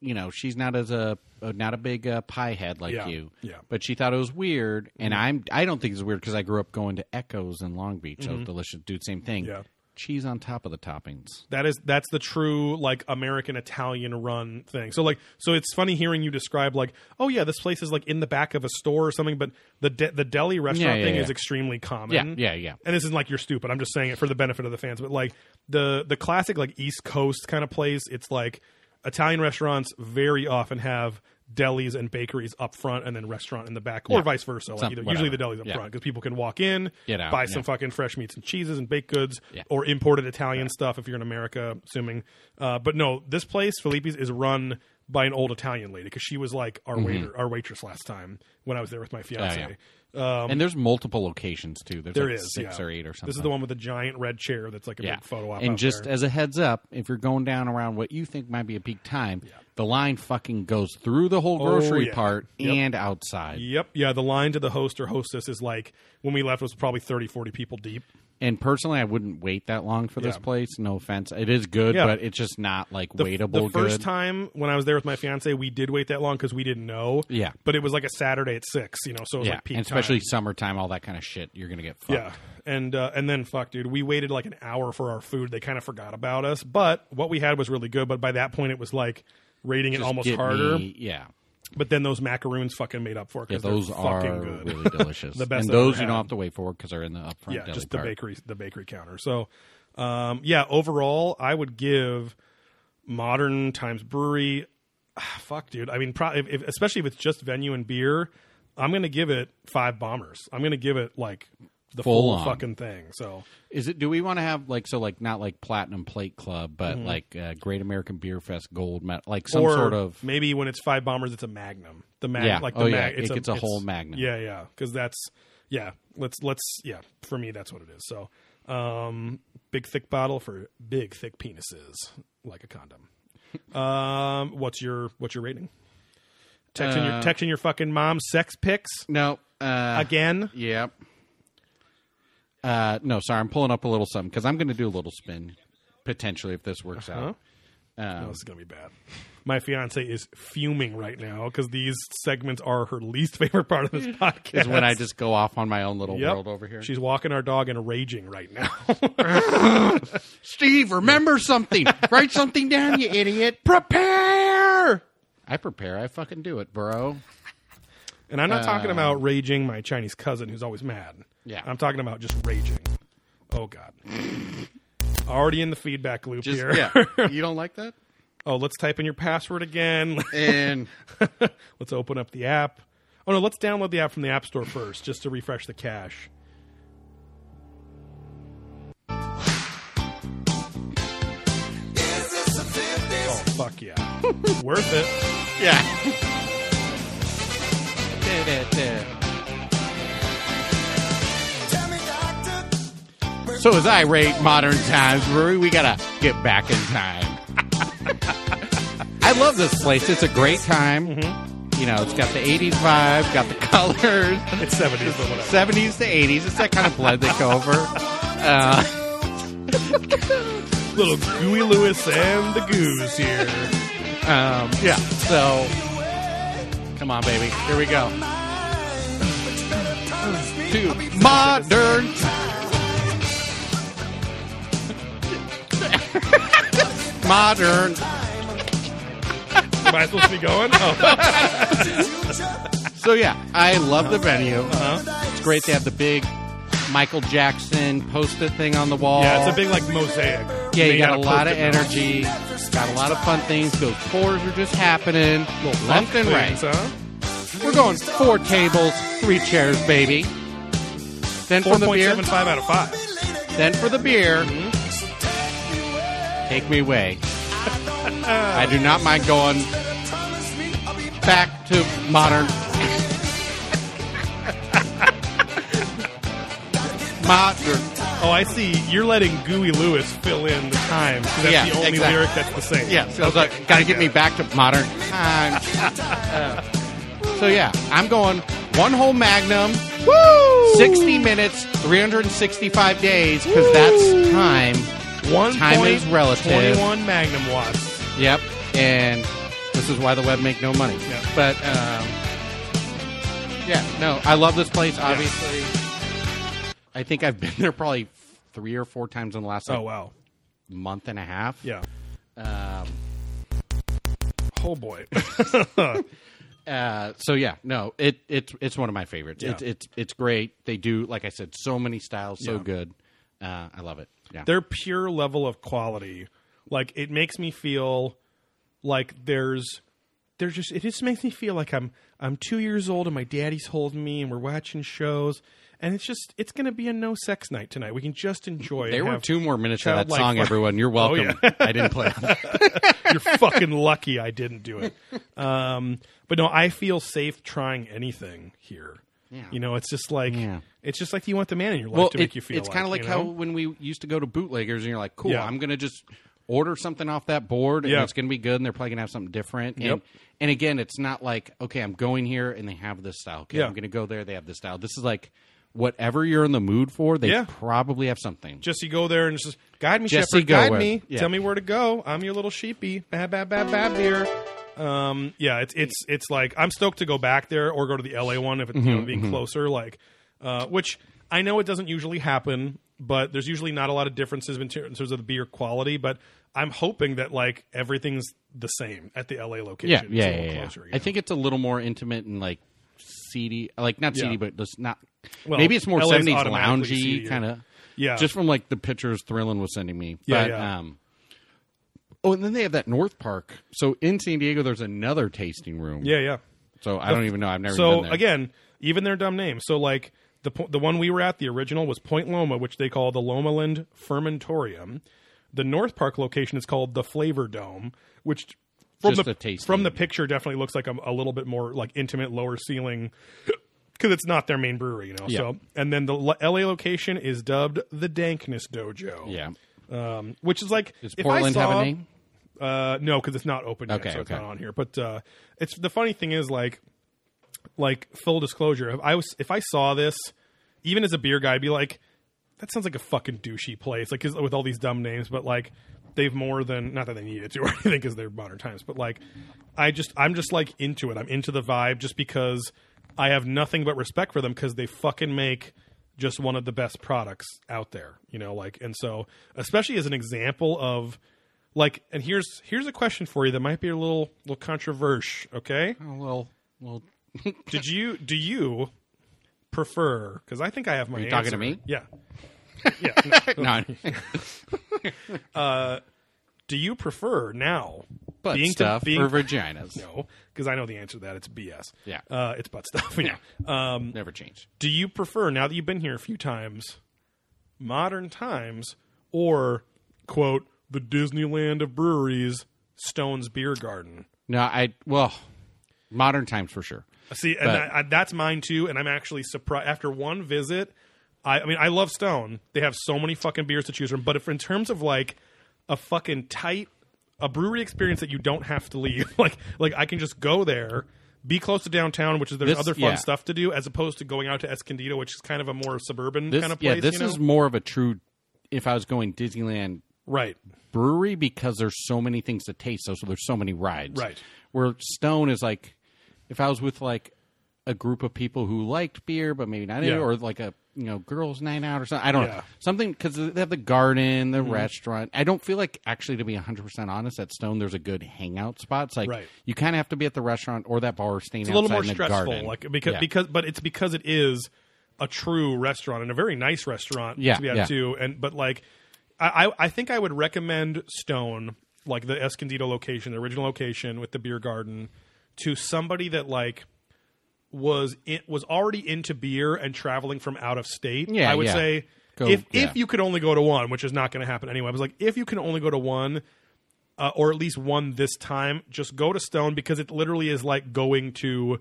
Speaker 3: you know, she's not as a not a big uh, pie head like
Speaker 1: Yeah,
Speaker 3: you.
Speaker 1: yeah. Mm-hmm.
Speaker 3: But she thought it was weird, and I'm I don't think it's weird because I grew up going to Echoes in Long Beach. Those delicious dude, same thing.
Speaker 1: Mm-hmm. Yeah.
Speaker 3: Cheese on top of the toppings.
Speaker 1: That is that's the true like American Italian run thing. So like so it's funny hearing you describe like oh yeah this place is like in the back of a store or something, but the de- the deli restaurant
Speaker 3: yeah,
Speaker 1: thing
Speaker 3: yeah.
Speaker 1: is extremely common.
Speaker 3: Yeah, yeah, yeah.
Speaker 1: And this isn't like you're stupid. I'm just saying it for the benefit of the fans. But like the the classic like East Coast kind of place, it's like Italian restaurants very often have delis and bakeries up front and then restaurant in the back, or
Speaker 3: Yeah.
Speaker 1: vice versa. Like,
Speaker 3: Some-
Speaker 1: you know, usually
Speaker 3: whatever.
Speaker 1: the deli's up
Speaker 3: Yeah.
Speaker 1: front because people can walk in,
Speaker 3: Get out,
Speaker 1: buy some
Speaker 3: yeah.
Speaker 1: fucking fresh meats and cheeses and baked goods,
Speaker 3: Yeah.
Speaker 1: or imported Italian stuff if you're in America, assuming. Uh, but no, this place Filippi's is run by an old Italian lady because she was like our
Speaker 3: Mm-hmm.
Speaker 1: waiter, our waitress last time when I was there with my
Speaker 3: Oh,
Speaker 1: fiance. Um,
Speaker 3: and there's multiple locations too. There's
Speaker 1: there
Speaker 3: like
Speaker 1: is,
Speaker 3: six
Speaker 1: yeah.
Speaker 3: or eight or something.
Speaker 1: This is the one with the giant red chair that's like a
Speaker 3: yeah.
Speaker 1: big photo op.
Speaker 3: and
Speaker 1: out
Speaker 3: just
Speaker 1: there.
Speaker 3: as a heads up, if you're going down around what you think might be a peak time, the line fucking goes through the whole
Speaker 1: Oh,
Speaker 3: grocery
Speaker 1: yeah.
Speaker 3: part
Speaker 1: Yep.
Speaker 3: and outside.
Speaker 1: Yep. Yeah. The line to the host or hostess is like when we left was probably 30, 40 people deep.
Speaker 3: And personally, I wouldn't wait that long for this
Speaker 1: Yeah.
Speaker 3: place. No offense, it is good,
Speaker 1: Yeah.
Speaker 3: but it's just not like
Speaker 1: The,
Speaker 3: waitable.
Speaker 1: the first
Speaker 3: good.
Speaker 1: time when I was there with my fiance, we did wait that long because we didn't know.
Speaker 3: Yeah.
Speaker 1: But it was like a Saturday at six, you know, so it was
Speaker 3: yeah,
Speaker 1: like peak
Speaker 3: and especially
Speaker 1: time.
Speaker 3: summertime, all that kind of shit, you're gonna get fucked.
Speaker 1: Yeah. And uh, and then fuck, dude, we waited like an hour for our food. They kind of forgot about us, but what we had was really good. But by that point, it was like rating it
Speaker 3: Just
Speaker 1: almost
Speaker 3: get
Speaker 1: harder.
Speaker 3: me- yeah,
Speaker 1: But then those macaroons fucking made up for it
Speaker 3: yeah,
Speaker 1: because
Speaker 3: those
Speaker 1: they're
Speaker 3: are
Speaker 1: fucking good.
Speaker 3: really delicious.
Speaker 1: The best
Speaker 3: and
Speaker 1: I've
Speaker 3: those
Speaker 1: ever
Speaker 3: you
Speaker 1: had.
Speaker 3: don't have to wait for because they're in the upfront.
Speaker 1: yeah,
Speaker 3: deli
Speaker 1: just the
Speaker 3: part.
Speaker 1: bakery, the bakery counter. So, um, yeah, overall, I would give modern times brewery. ah, Fuck, dude. I mean, pro- if, if, especially if it's just venue and beer, I'm gonna give it five bombers. I'm gonna give it like the
Speaker 3: Full
Speaker 1: full,
Speaker 3: on.
Speaker 1: fucking thing. So,
Speaker 3: Is it? Do we want to have like so like not like Platinum Plate Club, but like uh, Great American Beer Fest Gold Medal, like some
Speaker 1: Mm-hmm. or
Speaker 3: sort of
Speaker 1: maybe when it's five bombers, it's a magnum. The mag,
Speaker 3: Yeah.
Speaker 1: like the
Speaker 3: Oh, yeah.
Speaker 1: mag,
Speaker 3: It gets a whole Magnum.
Speaker 1: Yeah, yeah, because that's yeah. Let's let's yeah. For me, that's what it is. So, um, big thick bottle for big thick penises, like a condom. um, what's your what's your rating? Texting your
Speaker 3: Uh,
Speaker 1: texting your fucking mom sex pics
Speaker 3: no. Uh,
Speaker 1: again.
Speaker 3: yeah. Uh, no, sorry, I'm pulling up a little something because I'm going to do a little spin potentially if this works out.
Speaker 1: Oh, this is gonna be bad. My fiance is fuming right now because these segments are her least favorite part of this podcast.
Speaker 3: Is when I just go off on my own little
Speaker 1: Yep.
Speaker 3: world over here.
Speaker 1: She's walking our dog and raging right now.
Speaker 3: Steve, remember something. Write something down, you idiot.
Speaker 1: Prepare!
Speaker 3: I prepare. I fucking do it, bro.
Speaker 1: And I'm not talking about raging my Chinese cousin who's always mad.
Speaker 3: Uh. Yeah.
Speaker 1: I'm talking about just raging. Oh, God. Already in the feedback loop
Speaker 3: Just
Speaker 1: here.
Speaker 3: yeah. You don't like that?
Speaker 1: oh, let's type in your password again.
Speaker 3: And
Speaker 1: let's open up the app. Oh, no, let's download the app from the App Store first just to refresh the cache. Oh, fuck yeah. Worth it.
Speaker 3: yeah. Da, da, da. So as I rate modern times brewery, we gotta get back in time. I love this place. It's a great time. You know, it's got the '80s vibe, got the colors,
Speaker 1: It's 70s, but whatever.
Speaker 3: '70s to '80s. It's that kind of blend they go over. Uh,
Speaker 1: Little Gooey Lewis and the Goose here.
Speaker 3: um, yeah. So, come on, baby. Here we go. To modern. modern
Speaker 1: Am I supposed to be going? Oh,
Speaker 3: So yeah, I love the venue.
Speaker 1: Uh-huh.
Speaker 3: It's great. They have the big Michael Jackson post-it thing on the wall.
Speaker 1: yeah, it's a big like mosaic.
Speaker 3: Yeah, you
Speaker 1: made
Speaker 3: got
Speaker 1: out
Speaker 3: a lot of
Speaker 1: Post-it notes.
Speaker 3: energy. Got a lot of fun things. Those tours are just happening, left and right.
Speaker 1: Things, huh?
Speaker 3: We're going four tables, three chairs, baby. Then for the beer.
Speaker 1: 4.75 out of 5.
Speaker 3: Then for the beer. Take me away. I do not mind going back to modern. modern.
Speaker 1: Oh, I see. You're letting Gooey Lewis fill in the time. 'cause That's
Speaker 3: Yeah,
Speaker 1: the only
Speaker 3: exactly.
Speaker 1: lyric that's the same.
Speaker 3: Yeah, so I was like, gotta get me back to modern times. so yeah, I'm going one whole magnum,
Speaker 1: Woo!
Speaker 3: 60 minutes, 365 days, because that's time.
Speaker 1: One
Speaker 3: Time is
Speaker 1: point
Speaker 3: relative.
Speaker 1: 21 Magnum watts.
Speaker 3: Yep, and this is why the web make no money.
Speaker 1: Yeah.
Speaker 3: But um, yeah, no, I love this place. Obviously, I think I've been there probably three or four times in the last like,
Speaker 1: Oh, wow.
Speaker 3: month and a half.
Speaker 1: Yeah.
Speaker 3: Um,
Speaker 1: Oh, boy.
Speaker 3: uh, so yeah, no, it it's it's one of my favorites.
Speaker 1: Yeah.
Speaker 3: It's it's it's great. They do, like I said, so many styles, so
Speaker 1: Yeah.
Speaker 3: good. Uh, I love it. Yeah,
Speaker 1: Their pure level of quality, like, it makes me feel like there's there's just it just makes me feel like I'm I'm two years old and my daddy's holding me and we're watching shows and it's just it's gonna be a no sex night tonight. We can just enjoy.
Speaker 3: There
Speaker 1: and
Speaker 3: were
Speaker 1: have-
Speaker 3: two more minutes of that
Speaker 1: childlike Oh,
Speaker 3: song,
Speaker 1: fun.
Speaker 3: everyone. You're welcome. I didn't play it.
Speaker 1: You're fucking lucky I didn't do it. Um, but no, I feel safe trying anything here.
Speaker 3: Yeah.
Speaker 1: You know, it's just like
Speaker 3: Yeah.
Speaker 1: it's just like you want the man in your life
Speaker 3: Well,
Speaker 1: to make
Speaker 3: it-
Speaker 1: you feel.
Speaker 3: it's kind of like
Speaker 1: you
Speaker 3: how
Speaker 1: know?
Speaker 3: when we used to go to bootleggers and you're like, cool,
Speaker 1: Yeah.
Speaker 3: I'm going to just order something off that board and
Speaker 1: Yeah.
Speaker 3: it's going to be good and they're probably going to have something different. And,
Speaker 1: Yep.
Speaker 3: and again, it's not like, okay, I'm going here and they have this style. Okay,
Speaker 1: Yeah.
Speaker 3: I'm going to go there, they have this style. This is like whatever you're in the mood for, they
Speaker 1: Yeah.
Speaker 3: probably have something.
Speaker 1: just you go there and it's just guide me,
Speaker 3: Just
Speaker 1: shepherd,
Speaker 3: you go
Speaker 1: guide
Speaker 3: where-
Speaker 1: me,
Speaker 3: yeah.
Speaker 1: tell me where to go. I'm your little sheepy, bab bab bab bab beer. Um, yeah, it's it's it's like I'm stoked to go back there or go to the LA one if it's
Speaker 3: Mm-hmm,
Speaker 1: you know, being closer. Like, uh, which I know it doesn't usually happen, but there's usually not a lot of differences in ter- in terms of the beer quality. But I'm hoping that like everything's the same at the LA
Speaker 3: yeah,
Speaker 1: location. It's a
Speaker 3: yeah, yeah.
Speaker 1: little
Speaker 3: yeah.
Speaker 1: closer, you
Speaker 3: I
Speaker 1: know?
Speaker 3: think it's a little more intimate and like seedy, like not
Speaker 1: Yeah.
Speaker 3: seedy, but just not.
Speaker 1: Well,
Speaker 3: maybe it's more
Speaker 1: LA is
Speaker 3: 70s
Speaker 1: automatically
Speaker 3: loungy
Speaker 1: seedier.
Speaker 3: kind of.
Speaker 1: Yeah.
Speaker 3: Just from like the pictures Thrillin was sending me.
Speaker 1: Yeah,
Speaker 3: but,
Speaker 1: yeah.
Speaker 3: Um, oh, and then they have that North Park. So in San Diego, there's another tasting room.
Speaker 1: yeah, yeah.
Speaker 3: So I don't even know. I've never
Speaker 1: So
Speaker 3: been there.
Speaker 1: again, even their dumb name. So like the po- the one we were at, the original was Point Loma, which they call the Lomaland Fermentorium. The North Park location is called the Flavor Dome, which from
Speaker 3: Just
Speaker 1: the
Speaker 3: a tasting.
Speaker 1: from the picture definitely looks like a, a little bit more like intimate, lower ceiling because it's not their main brewery, you know.
Speaker 3: Yeah.
Speaker 1: So and then the L- L.A. location is dubbed the Dankness Dojo.
Speaker 3: Yeah.
Speaker 1: Um, which is like
Speaker 3: Does
Speaker 1: if I
Speaker 3: Portland have
Speaker 1: saw-
Speaker 3: a name?
Speaker 1: uh, no, because it's not open yet,
Speaker 3: Okay,
Speaker 1: so it's
Speaker 3: okay.
Speaker 1: not on here. But uh, it's the funny thing is like, like full disclosure, if I was if I saw this, even as a beer guy, I'd be like, that sounds like a fucking douchey place, like 'cause- with all these dumb names. But like, they've more than not that they needed to or anything because they're modern times. But like, I just I'm just like into it. I'm into the vibe just because I have nothing but respect for them because they fucking make just one of the best products out there. You know, like and so especially as an example of like and here's here's a question for you that might be a little little controversial okay
Speaker 3: Oh, well, well,
Speaker 1: did you do you prefer because i think i have my
Speaker 3: you talking
Speaker 1: answer.
Speaker 3: to me?
Speaker 1: yeah yeah no.
Speaker 3: no.
Speaker 1: do you prefer now
Speaker 3: But
Speaker 1: being to-
Speaker 3: stuff
Speaker 1: being,
Speaker 3: for vaginas.
Speaker 1: no because i know the answer to that it's bs
Speaker 3: Yeah.
Speaker 1: uh, it's butt stuff yeah. um,
Speaker 3: Never changed.
Speaker 1: do you prefer now that you've been here a few times modern times or quote the disneyland of breweries stone's beer garden
Speaker 3: No, I, well, modern times for sure.
Speaker 1: See, and
Speaker 3: But-
Speaker 1: I, I, that's mine too. And I'm actually surprised after one visit. I, I mean, I love Stone. They have so many fucking beers to choose from. But if in terms of like a fucking tight a brewery experience that you don't have to leave, like like I can just go there, be close to downtown, which is there's
Speaker 3: This-
Speaker 1: other fun
Speaker 3: yeah.
Speaker 1: stuff to do, as opposed to going out to Escondido, which is kind of a more suburban
Speaker 3: This,
Speaker 1: kind of place.
Speaker 3: yeah, this
Speaker 1: you know?
Speaker 3: is more of a true, if I was going Disneyland
Speaker 1: right.
Speaker 3: brewery because there's so many things to taste. So, so there's so many rides.
Speaker 1: Right.
Speaker 3: Where Stone is like, if I was with like a group of people who liked beer but maybe not, into
Speaker 1: Yeah.
Speaker 3: it, or like a you know girls' night out or something. I don't
Speaker 1: Yeah. Mm-hmm.
Speaker 3: know something because they have the garden, the restaurant. I don't feel like actually to be 100 percent honest at Stone there's a good hangout spot. It's like
Speaker 1: Right.
Speaker 3: you kind of have to be at the restaurant or that bar or staying
Speaker 1: It's a little
Speaker 3: outside
Speaker 1: more
Speaker 3: in the
Speaker 1: stressful,
Speaker 3: garden.
Speaker 1: like because
Speaker 3: Yeah.
Speaker 1: because but it's because it is a true restaurant and a very nice restaurant
Speaker 3: Yeah,
Speaker 1: to be at
Speaker 3: yeah.
Speaker 1: too. And but like I, I I think I would recommend Stone, like the Escondido location, the original location with the beer garden, to somebody that like was in, was already into beer and traveling from out of state.
Speaker 3: Yeah,
Speaker 1: I would
Speaker 3: yeah.
Speaker 1: say
Speaker 3: Go-
Speaker 1: if
Speaker 3: yeah.
Speaker 1: if you could only go to one, which is not going to happen anyway. I was like, if you can only go to one, uh, or at least one this time, just go to Stone because it literally is like going to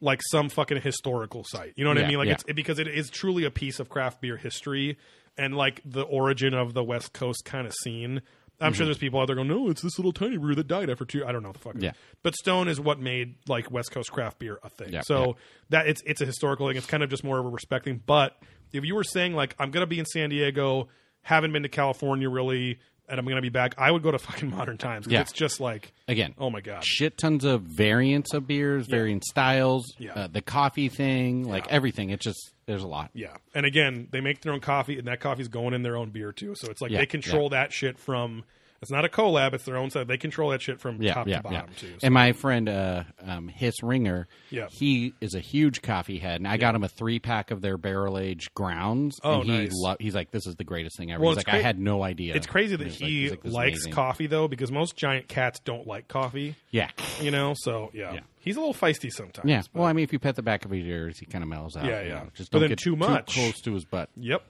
Speaker 1: like some fucking historical site. You know what I
Speaker 3: Yeah,
Speaker 1: mean? Like
Speaker 3: yeah.
Speaker 1: it's it, because it is truly a piece of craft beer history and like the origin of the West Coast kind of scene. I'm
Speaker 3: Mm-hmm.
Speaker 1: sure there's people out there going, no, it's this little tiny brew that died after two. I don't know the fuck. it is.
Speaker 3: Yeah.
Speaker 1: But Stone is what made like West Coast craft beer a thing.
Speaker 3: Yeah,
Speaker 1: so that it's it's a historical thing. It's kind of just more of a respecting. But if you were saying like I'm gonna be in San Diego, haven't been to California really, and I'm gonna be back, I would go to fucking Modern Times. 'cause
Speaker 3: Yeah.
Speaker 1: It's just like
Speaker 3: again.
Speaker 1: oh my god,
Speaker 3: shit tons of variants of beers, variant styles,
Speaker 1: Yeah.
Speaker 3: uh, the coffee thing, like everything. It's just there's a lot.
Speaker 1: Yeah. And again, they make their own coffee and that coffee's going in their own beer too. So it's like
Speaker 3: Yeah,
Speaker 1: they control that shit from It's not a collab. It's their own side. They control that shit from
Speaker 3: yeah,
Speaker 1: top
Speaker 3: yeah,
Speaker 1: to bottom
Speaker 3: yeah.
Speaker 1: too. So-
Speaker 3: And my friend, uh, um, Hiss Ringer,
Speaker 1: Yeah.
Speaker 3: he is a huge coffee head, and I got him a three pack of their barrel aged grounds.
Speaker 1: Oh,
Speaker 3: and he
Speaker 1: nice.
Speaker 3: lo- he's like, this is the greatest thing ever.
Speaker 1: Well,
Speaker 3: he's like,
Speaker 1: it's
Speaker 3: I
Speaker 1: cra-
Speaker 3: had no idea.
Speaker 1: it's crazy that
Speaker 3: And he's like-
Speaker 1: he
Speaker 3: he's like, "This is
Speaker 1: likes
Speaker 3: amazing."
Speaker 1: coffee though, because most giant cats don't like coffee.
Speaker 3: Yeah,
Speaker 1: You know, so yeah,
Speaker 3: Yeah.
Speaker 1: he's a little feisty sometimes.
Speaker 3: yeah.
Speaker 1: but-
Speaker 3: Well, I mean, if you pet the back of his ears, he kind of mellows out.
Speaker 1: Yeah,
Speaker 3: you
Speaker 1: yeah.
Speaker 3: know. Just
Speaker 1: But
Speaker 3: don't
Speaker 1: then
Speaker 3: get
Speaker 1: too much.
Speaker 3: close to his butt.
Speaker 1: yep.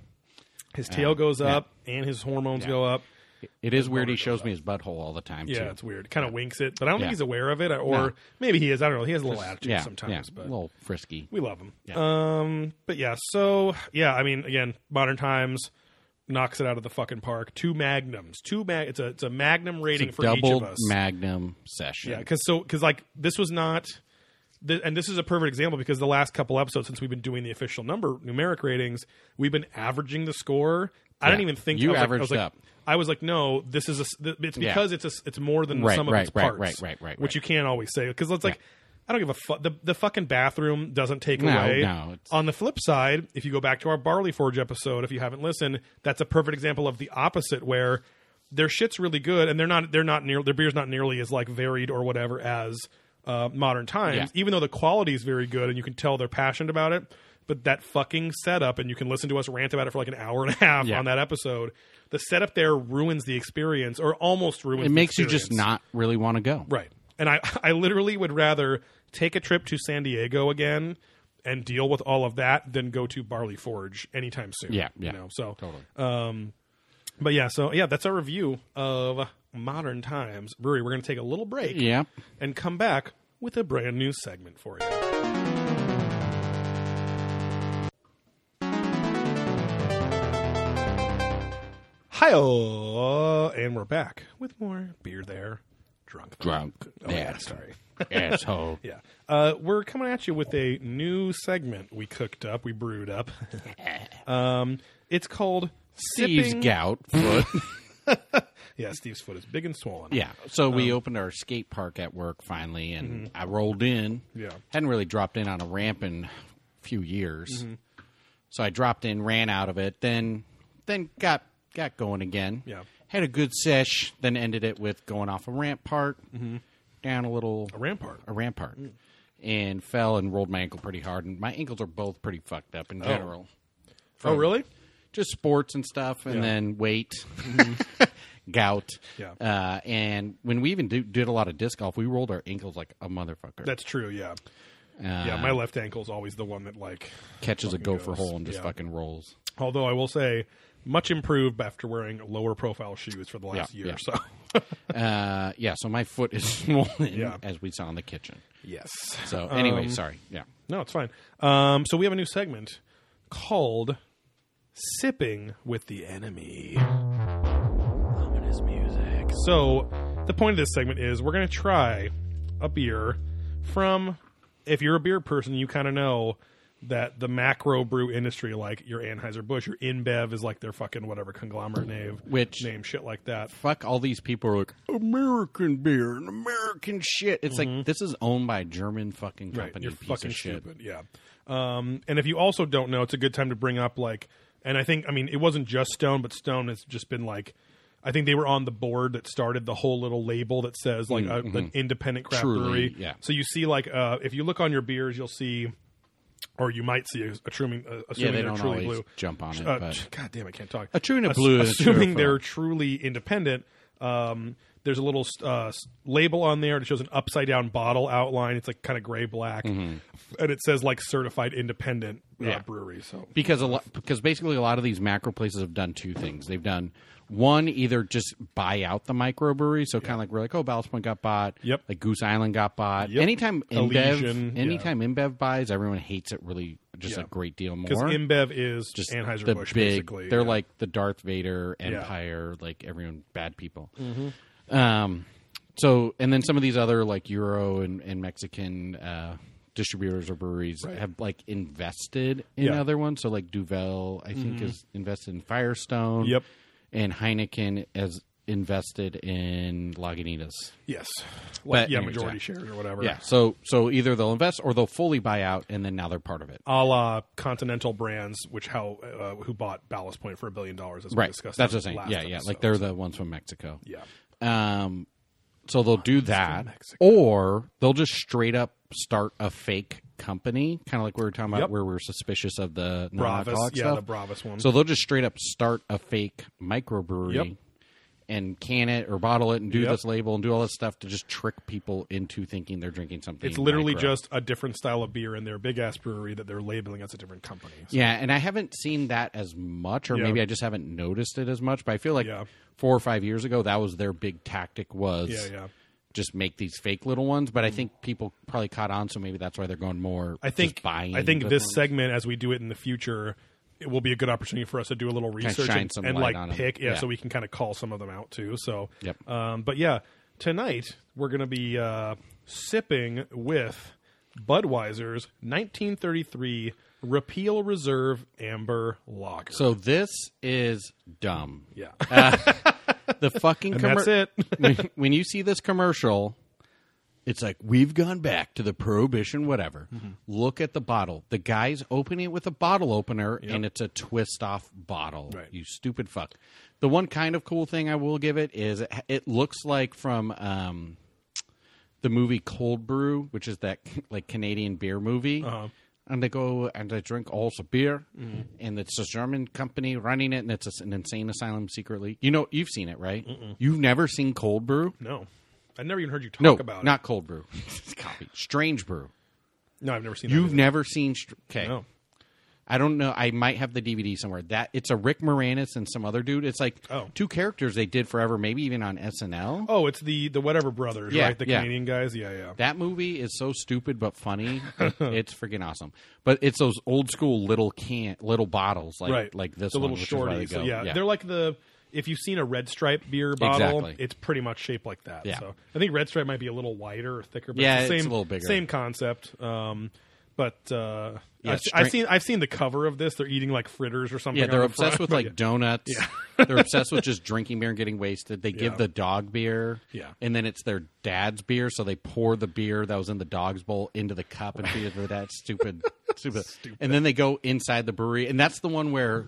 Speaker 1: His tail goes up and his hormones go up.
Speaker 3: It is weird. He shows me his butthole all the time.
Speaker 1: Yeah,
Speaker 3: too.
Speaker 1: it's weird. Kind of winks it, but I don't
Speaker 3: Yeah.
Speaker 1: think he's aware of it, or maybe he is. I don't know. He has a little attitude
Speaker 3: yeah,
Speaker 1: sometimes,
Speaker 3: yeah.
Speaker 1: but
Speaker 3: a little frisky.
Speaker 1: we love him. Um, but yeah, so yeah, I mean, again, modern times knocks it out of the fucking park. Two magnums, two mag. It's a it's a magnum rating for each
Speaker 3: Double
Speaker 1: of us.
Speaker 3: Magnum session.
Speaker 1: yeah, because so because like this was not. th- And this is a perfect example because the last couple episodes, since we've been doing the official number numeric ratings, we've been averaging the score. I didn't
Speaker 3: Yeah.
Speaker 1: even think I
Speaker 3: You
Speaker 1: was like, I was
Speaker 3: averaged
Speaker 1: like-
Speaker 3: up.
Speaker 1: I was like, no, this is a. s- th- It's
Speaker 3: Yeah.
Speaker 1: because it's a, s- it's more than the
Speaker 3: Right,
Speaker 1: sum of
Speaker 3: right,
Speaker 1: its
Speaker 3: right,
Speaker 1: parts,
Speaker 3: right, right, right,
Speaker 1: Which
Speaker 3: right.
Speaker 1: you can't always say because it's like I don't give a fuck. The, the fucking bathroom doesn't take
Speaker 3: No,
Speaker 1: away.
Speaker 3: no, it's-
Speaker 1: On the flip side, if you go back to our Barley Forge episode, if you haven't listened, that's a perfect example of the opposite where their shit's really good and they're not they're not near their beer's not nearly as like varied or whatever as uh, modern times,
Speaker 3: Yeah.
Speaker 1: even though the quality is very good and you can tell they're passionate about it. But that fucking setup, and you can listen to us rant about it for like an hour and a half
Speaker 3: Yeah.
Speaker 1: on that episode. The setup there ruins the experience, or almost ruins.
Speaker 3: It
Speaker 1: the
Speaker 3: makes you just
Speaker 1: experience.
Speaker 3: not really want to go.
Speaker 1: Right. And I, I literally would rather take a trip to San Diego again and deal with all of that than go to Barley Forge anytime soon.
Speaker 3: Yeah, yeah.
Speaker 1: You know, so, um,
Speaker 3: Totally.
Speaker 1: but yeah, so yeah, that's our review of Modern Times Brewery. We're going to take a little break
Speaker 3: yeah.
Speaker 1: and come back with a brand new segment for you. Hi, and we're back with more beer there, drunk, there.
Speaker 3: Drunk.
Speaker 1: Oh, yeah,
Speaker 3: ass-
Speaker 1: sorry.
Speaker 3: Asshole.
Speaker 1: Yeah. Uh, we're coming at you with a new segment we cooked up, we brewed up. um, it's called
Speaker 3: Steve's
Speaker 1: Sipping-
Speaker 3: gout foot.
Speaker 1: Yeah, Steve's foot is big and swollen.
Speaker 3: yeah. So
Speaker 1: Um,
Speaker 3: we opened our skate park at work finally, and I rolled in.
Speaker 1: mm-hmm. Yeah.
Speaker 3: Hadn't really dropped in on a ramp in a few years.
Speaker 1: Mm-hmm.
Speaker 3: So I dropped in, ran out of it, then then got got going again.
Speaker 1: Yeah.
Speaker 3: Had a good sesh, then ended it with going off a ramp part, down a little
Speaker 1: Mm-hmm. A Mm. rampart.
Speaker 3: a rampart and fell and rolled my ankle pretty hard. And my ankles are both pretty fucked up in general.
Speaker 1: Oh, really?
Speaker 3: Just sports and stuff, and
Speaker 1: Yeah. Mm-hmm.
Speaker 3: then weight, gout.
Speaker 1: Yeah.
Speaker 3: Uh, and when we even do, did a lot of disc golf, we rolled our ankles like a motherfucker.
Speaker 1: That's true, yeah.
Speaker 3: Uh,
Speaker 1: yeah, my left ankle's always the one that, like,
Speaker 3: Catches a gopher
Speaker 1: goes.
Speaker 3: hole and just
Speaker 1: Yeah.
Speaker 3: fucking rolls.
Speaker 1: although I will say, much improved after wearing lower profile shoes for the last
Speaker 3: Yeah,
Speaker 1: year
Speaker 3: yeah.
Speaker 1: or so.
Speaker 3: Uh, yeah, so my foot is swollen,
Speaker 1: Yeah.
Speaker 3: as we saw in the kitchen.
Speaker 1: yes. Um,
Speaker 3: So, anyway, sorry. Yeah.
Speaker 1: No, it's fine. Um, so we have a new segment called Sipping with the Enemy. Ominous music. So the point of this segment is we're going to try a beer from, if you're a beer person, you kind of know that the macro brew industry, like your Anheuser-Busch, your InBev is like their fucking whatever conglomerate name,
Speaker 3: Which-
Speaker 1: name shit like that.
Speaker 3: fuck all these people are like American beer and American shit. It's like this is owned by a German fucking company.
Speaker 1: Mm-hmm. You're
Speaker 3: piece
Speaker 1: fucking
Speaker 3: of shit.
Speaker 1: stupid. Yeah. Um, and if you also don't know, it's a good time to bring up like, and I think I mean it wasn't just Stone, but Stone has just been like, I think they were on the board that started the whole little label that says like a, an independent craft
Speaker 3: Mm, mm-hmm. Truly,
Speaker 1: brewery.
Speaker 3: yeah.
Speaker 1: So you see like uh, if you look on your beers, you'll see. Or you might see a, a truly, uh,
Speaker 3: Yeah,
Speaker 1: assuming
Speaker 3: they
Speaker 1: they're
Speaker 3: don't
Speaker 1: truly
Speaker 3: always
Speaker 1: blue.
Speaker 3: jump on it,
Speaker 1: Uh,
Speaker 3: but
Speaker 1: God damn, I can't talk.
Speaker 3: A true and a
Speaker 1: Ass-
Speaker 3: blue and a true
Speaker 1: Assuming
Speaker 3: and a
Speaker 1: they're truly independent, um, there's a little uh, s- label on there. It shows an upside down bottle outline. It's like kind of gray black, and it says like certified independent uh,
Speaker 3: Mm-hmm. Yeah.
Speaker 1: brewery. So
Speaker 3: because a lot because basically a lot of these macro places have done two things. They've done one either just buy out the microbrewery, so kind of like we're like, oh, Ballast Point got bought.
Speaker 1: Yep.
Speaker 3: Like Goose Island got bought.
Speaker 1: Yep.
Speaker 3: Anytime InBev,
Speaker 1: Elysian, yeah.
Speaker 3: anytime InBev buys, everyone hates it really just
Speaker 1: Yeah.
Speaker 3: a great deal more.
Speaker 1: because InBev is
Speaker 3: just
Speaker 1: Anheuser
Speaker 3: the
Speaker 1: Busch,
Speaker 3: big-
Speaker 1: basically.
Speaker 3: They're
Speaker 1: Yeah.
Speaker 3: like the Darth Vader Empire, like everyone bad people. Um, so and then some of these other like Euro and, and Mexican uh, distributors or breweries have like invested in
Speaker 1: Yeah.
Speaker 3: other ones. So like Duvel, I think, is invested in Firestone.
Speaker 1: Yep.
Speaker 3: and Heineken as invested in Lagunitas.
Speaker 1: Yes.
Speaker 3: But
Speaker 1: yeah,
Speaker 3: anyway,
Speaker 1: majority
Speaker 3: yeah.
Speaker 1: shares or whatever.
Speaker 3: Yeah. So so either they'll invest or they'll fully buy out, and then now they're part of it.
Speaker 1: A la Continental Brands, which how uh, who bought Ballast Point for a billion dollars, as we
Speaker 3: Right.
Speaker 1: discussed.
Speaker 3: That's what
Speaker 1: on
Speaker 3: I'm
Speaker 1: last
Speaker 3: saying. Yeah, yeah. Like
Speaker 1: episode.
Speaker 3: they're the ones from Mexico.
Speaker 1: yeah.
Speaker 3: Um, so they'll do that,
Speaker 1: Mexico.
Speaker 3: or they'll just straight up start a fake company, kind of like we were talking about,
Speaker 1: Yep.
Speaker 3: where we were suspicious of the
Speaker 1: Bravis,
Speaker 3: non-alcoholic
Speaker 1: yeah,
Speaker 3: stuff.
Speaker 1: the Bravis one.
Speaker 3: So they'll just straight up start a fake microbrewery
Speaker 1: Yep.
Speaker 3: and can it or bottle it and do
Speaker 1: Yep.
Speaker 3: this label and do all this stuff to just trick people into thinking they're drinking something.
Speaker 1: it's literally
Speaker 3: micro.
Speaker 1: just a different style of beer in their big ass brewery that they're labeling as a different company. So
Speaker 3: Yeah, and I haven't seen that as much, or
Speaker 1: Yeah.
Speaker 3: maybe I just haven't noticed it as much. But I feel like
Speaker 1: Yeah.
Speaker 3: four or five years ago, that was their big tactic was
Speaker 1: Yeah, yeah.
Speaker 3: just make these fake little ones. But I think people probably caught on, so maybe that's why they're going more.
Speaker 1: I think
Speaker 3: just buying.
Speaker 1: I think
Speaker 3: the
Speaker 1: this
Speaker 3: ones.
Speaker 1: segment, as we do it in the future, it will be a good opportunity for us to do a little research
Speaker 3: shine
Speaker 1: and,
Speaker 3: some
Speaker 1: and,
Speaker 3: light
Speaker 1: like
Speaker 3: on 'em.
Speaker 1: pick, yeah,
Speaker 3: Yeah.
Speaker 1: so we can kind of call some of them out too. So,
Speaker 3: Yep.
Speaker 1: Um, but yeah, tonight we're going to be uh, sipping with Budweiser's 1933 Repeal Reserve Amber Lager.
Speaker 3: So this is dumb.
Speaker 1: yeah,
Speaker 3: The fucking commer-
Speaker 1: that's it.
Speaker 3: when, when you see this commercial, it's like we've gone back to the prohibition, whatever. Look at the bottle. The guy's opening it with a bottle opener, and it's a twist off bottle.
Speaker 1: Right.
Speaker 3: You stupid fuck. The one kind of cool thing I will give it is it, it looks like from um, the movie Cold Brew, which is that like Canadian beer movie. And they go and they drink also beer, and it's a German company running it, and it's a, an insane asylum secretly. You know, you've seen it, right? You've never seen Cold Brew?
Speaker 1: no, I never even heard you talk
Speaker 3: No,
Speaker 1: about
Speaker 3: not Cold Brew. Copy. Strange Brew.
Speaker 1: it. No, I've never seen.
Speaker 3: You've
Speaker 1: that
Speaker 3: never seen. Str- okay.
Speaker 1: either. no.
Speaker 3: I don't know. I might have the DVD somewhere. That it's a Rick Moranis and some other dude. It's like
Speaker 1: Oh.
Speaker 3: two characters they did forever, maybe even on SNL.
Speaker 1: Oh, it's the the whatever brothers,
Speaker 3: Yeah,
Speaker 1: right? The
Speaker 3: yeah.
Speaker 1: Canadian guys. Yeah, yeah.
Speaker 3: That movie is so stupid but funny. It- it's freaking awesome. But it's those old school little can little bottles like
Speaker 1: right,
Speaker 3: like this
Speaker 1: the
Speaker 3: one,
Speaker 1: little
Speaker 3: which is where they
Speaker 1: shorty. So
Speaker 3: go.
Speaker 1: yeah, they're like the if you've seen a red stripe beer bottle,
Speaker 3: Exactly.
Speaker 1: it's pretty much shaped like that.
Speaker 3: Yeah.
Speaker 1: So I think red stripe might be a little wider or thicker, but
Speaker 3: Yeah,
Speaker 1: it's, the
Speaker 3: it's
Speaker 1: same,
Speaker 3: a little bigger.
Speaker 1: Same concept. Um, but uh,
Speaker 3: Yeah,
Speaker 1: I've,
Speaker 3: stra-
Speaker 1: I've seen I've seen the cover of this. They're eating like fritters or something.
Speaker 3: yeah, they're
Speaker 1: on the front.
Speaker 3: obsessed with like donuts. they're obsessed with just drinking beer and getting wasted. They give
Speaker 1: Yeah.
Speaker 3: the dog beer.
Speaker 1: Yeah.
Speaker 3: And then it's their dad's beer, so they pour the beer that was in the dog's bowl into the cup and feed it to their dad. Stupid, stupid. And then they go inside the brewery, and that's the one where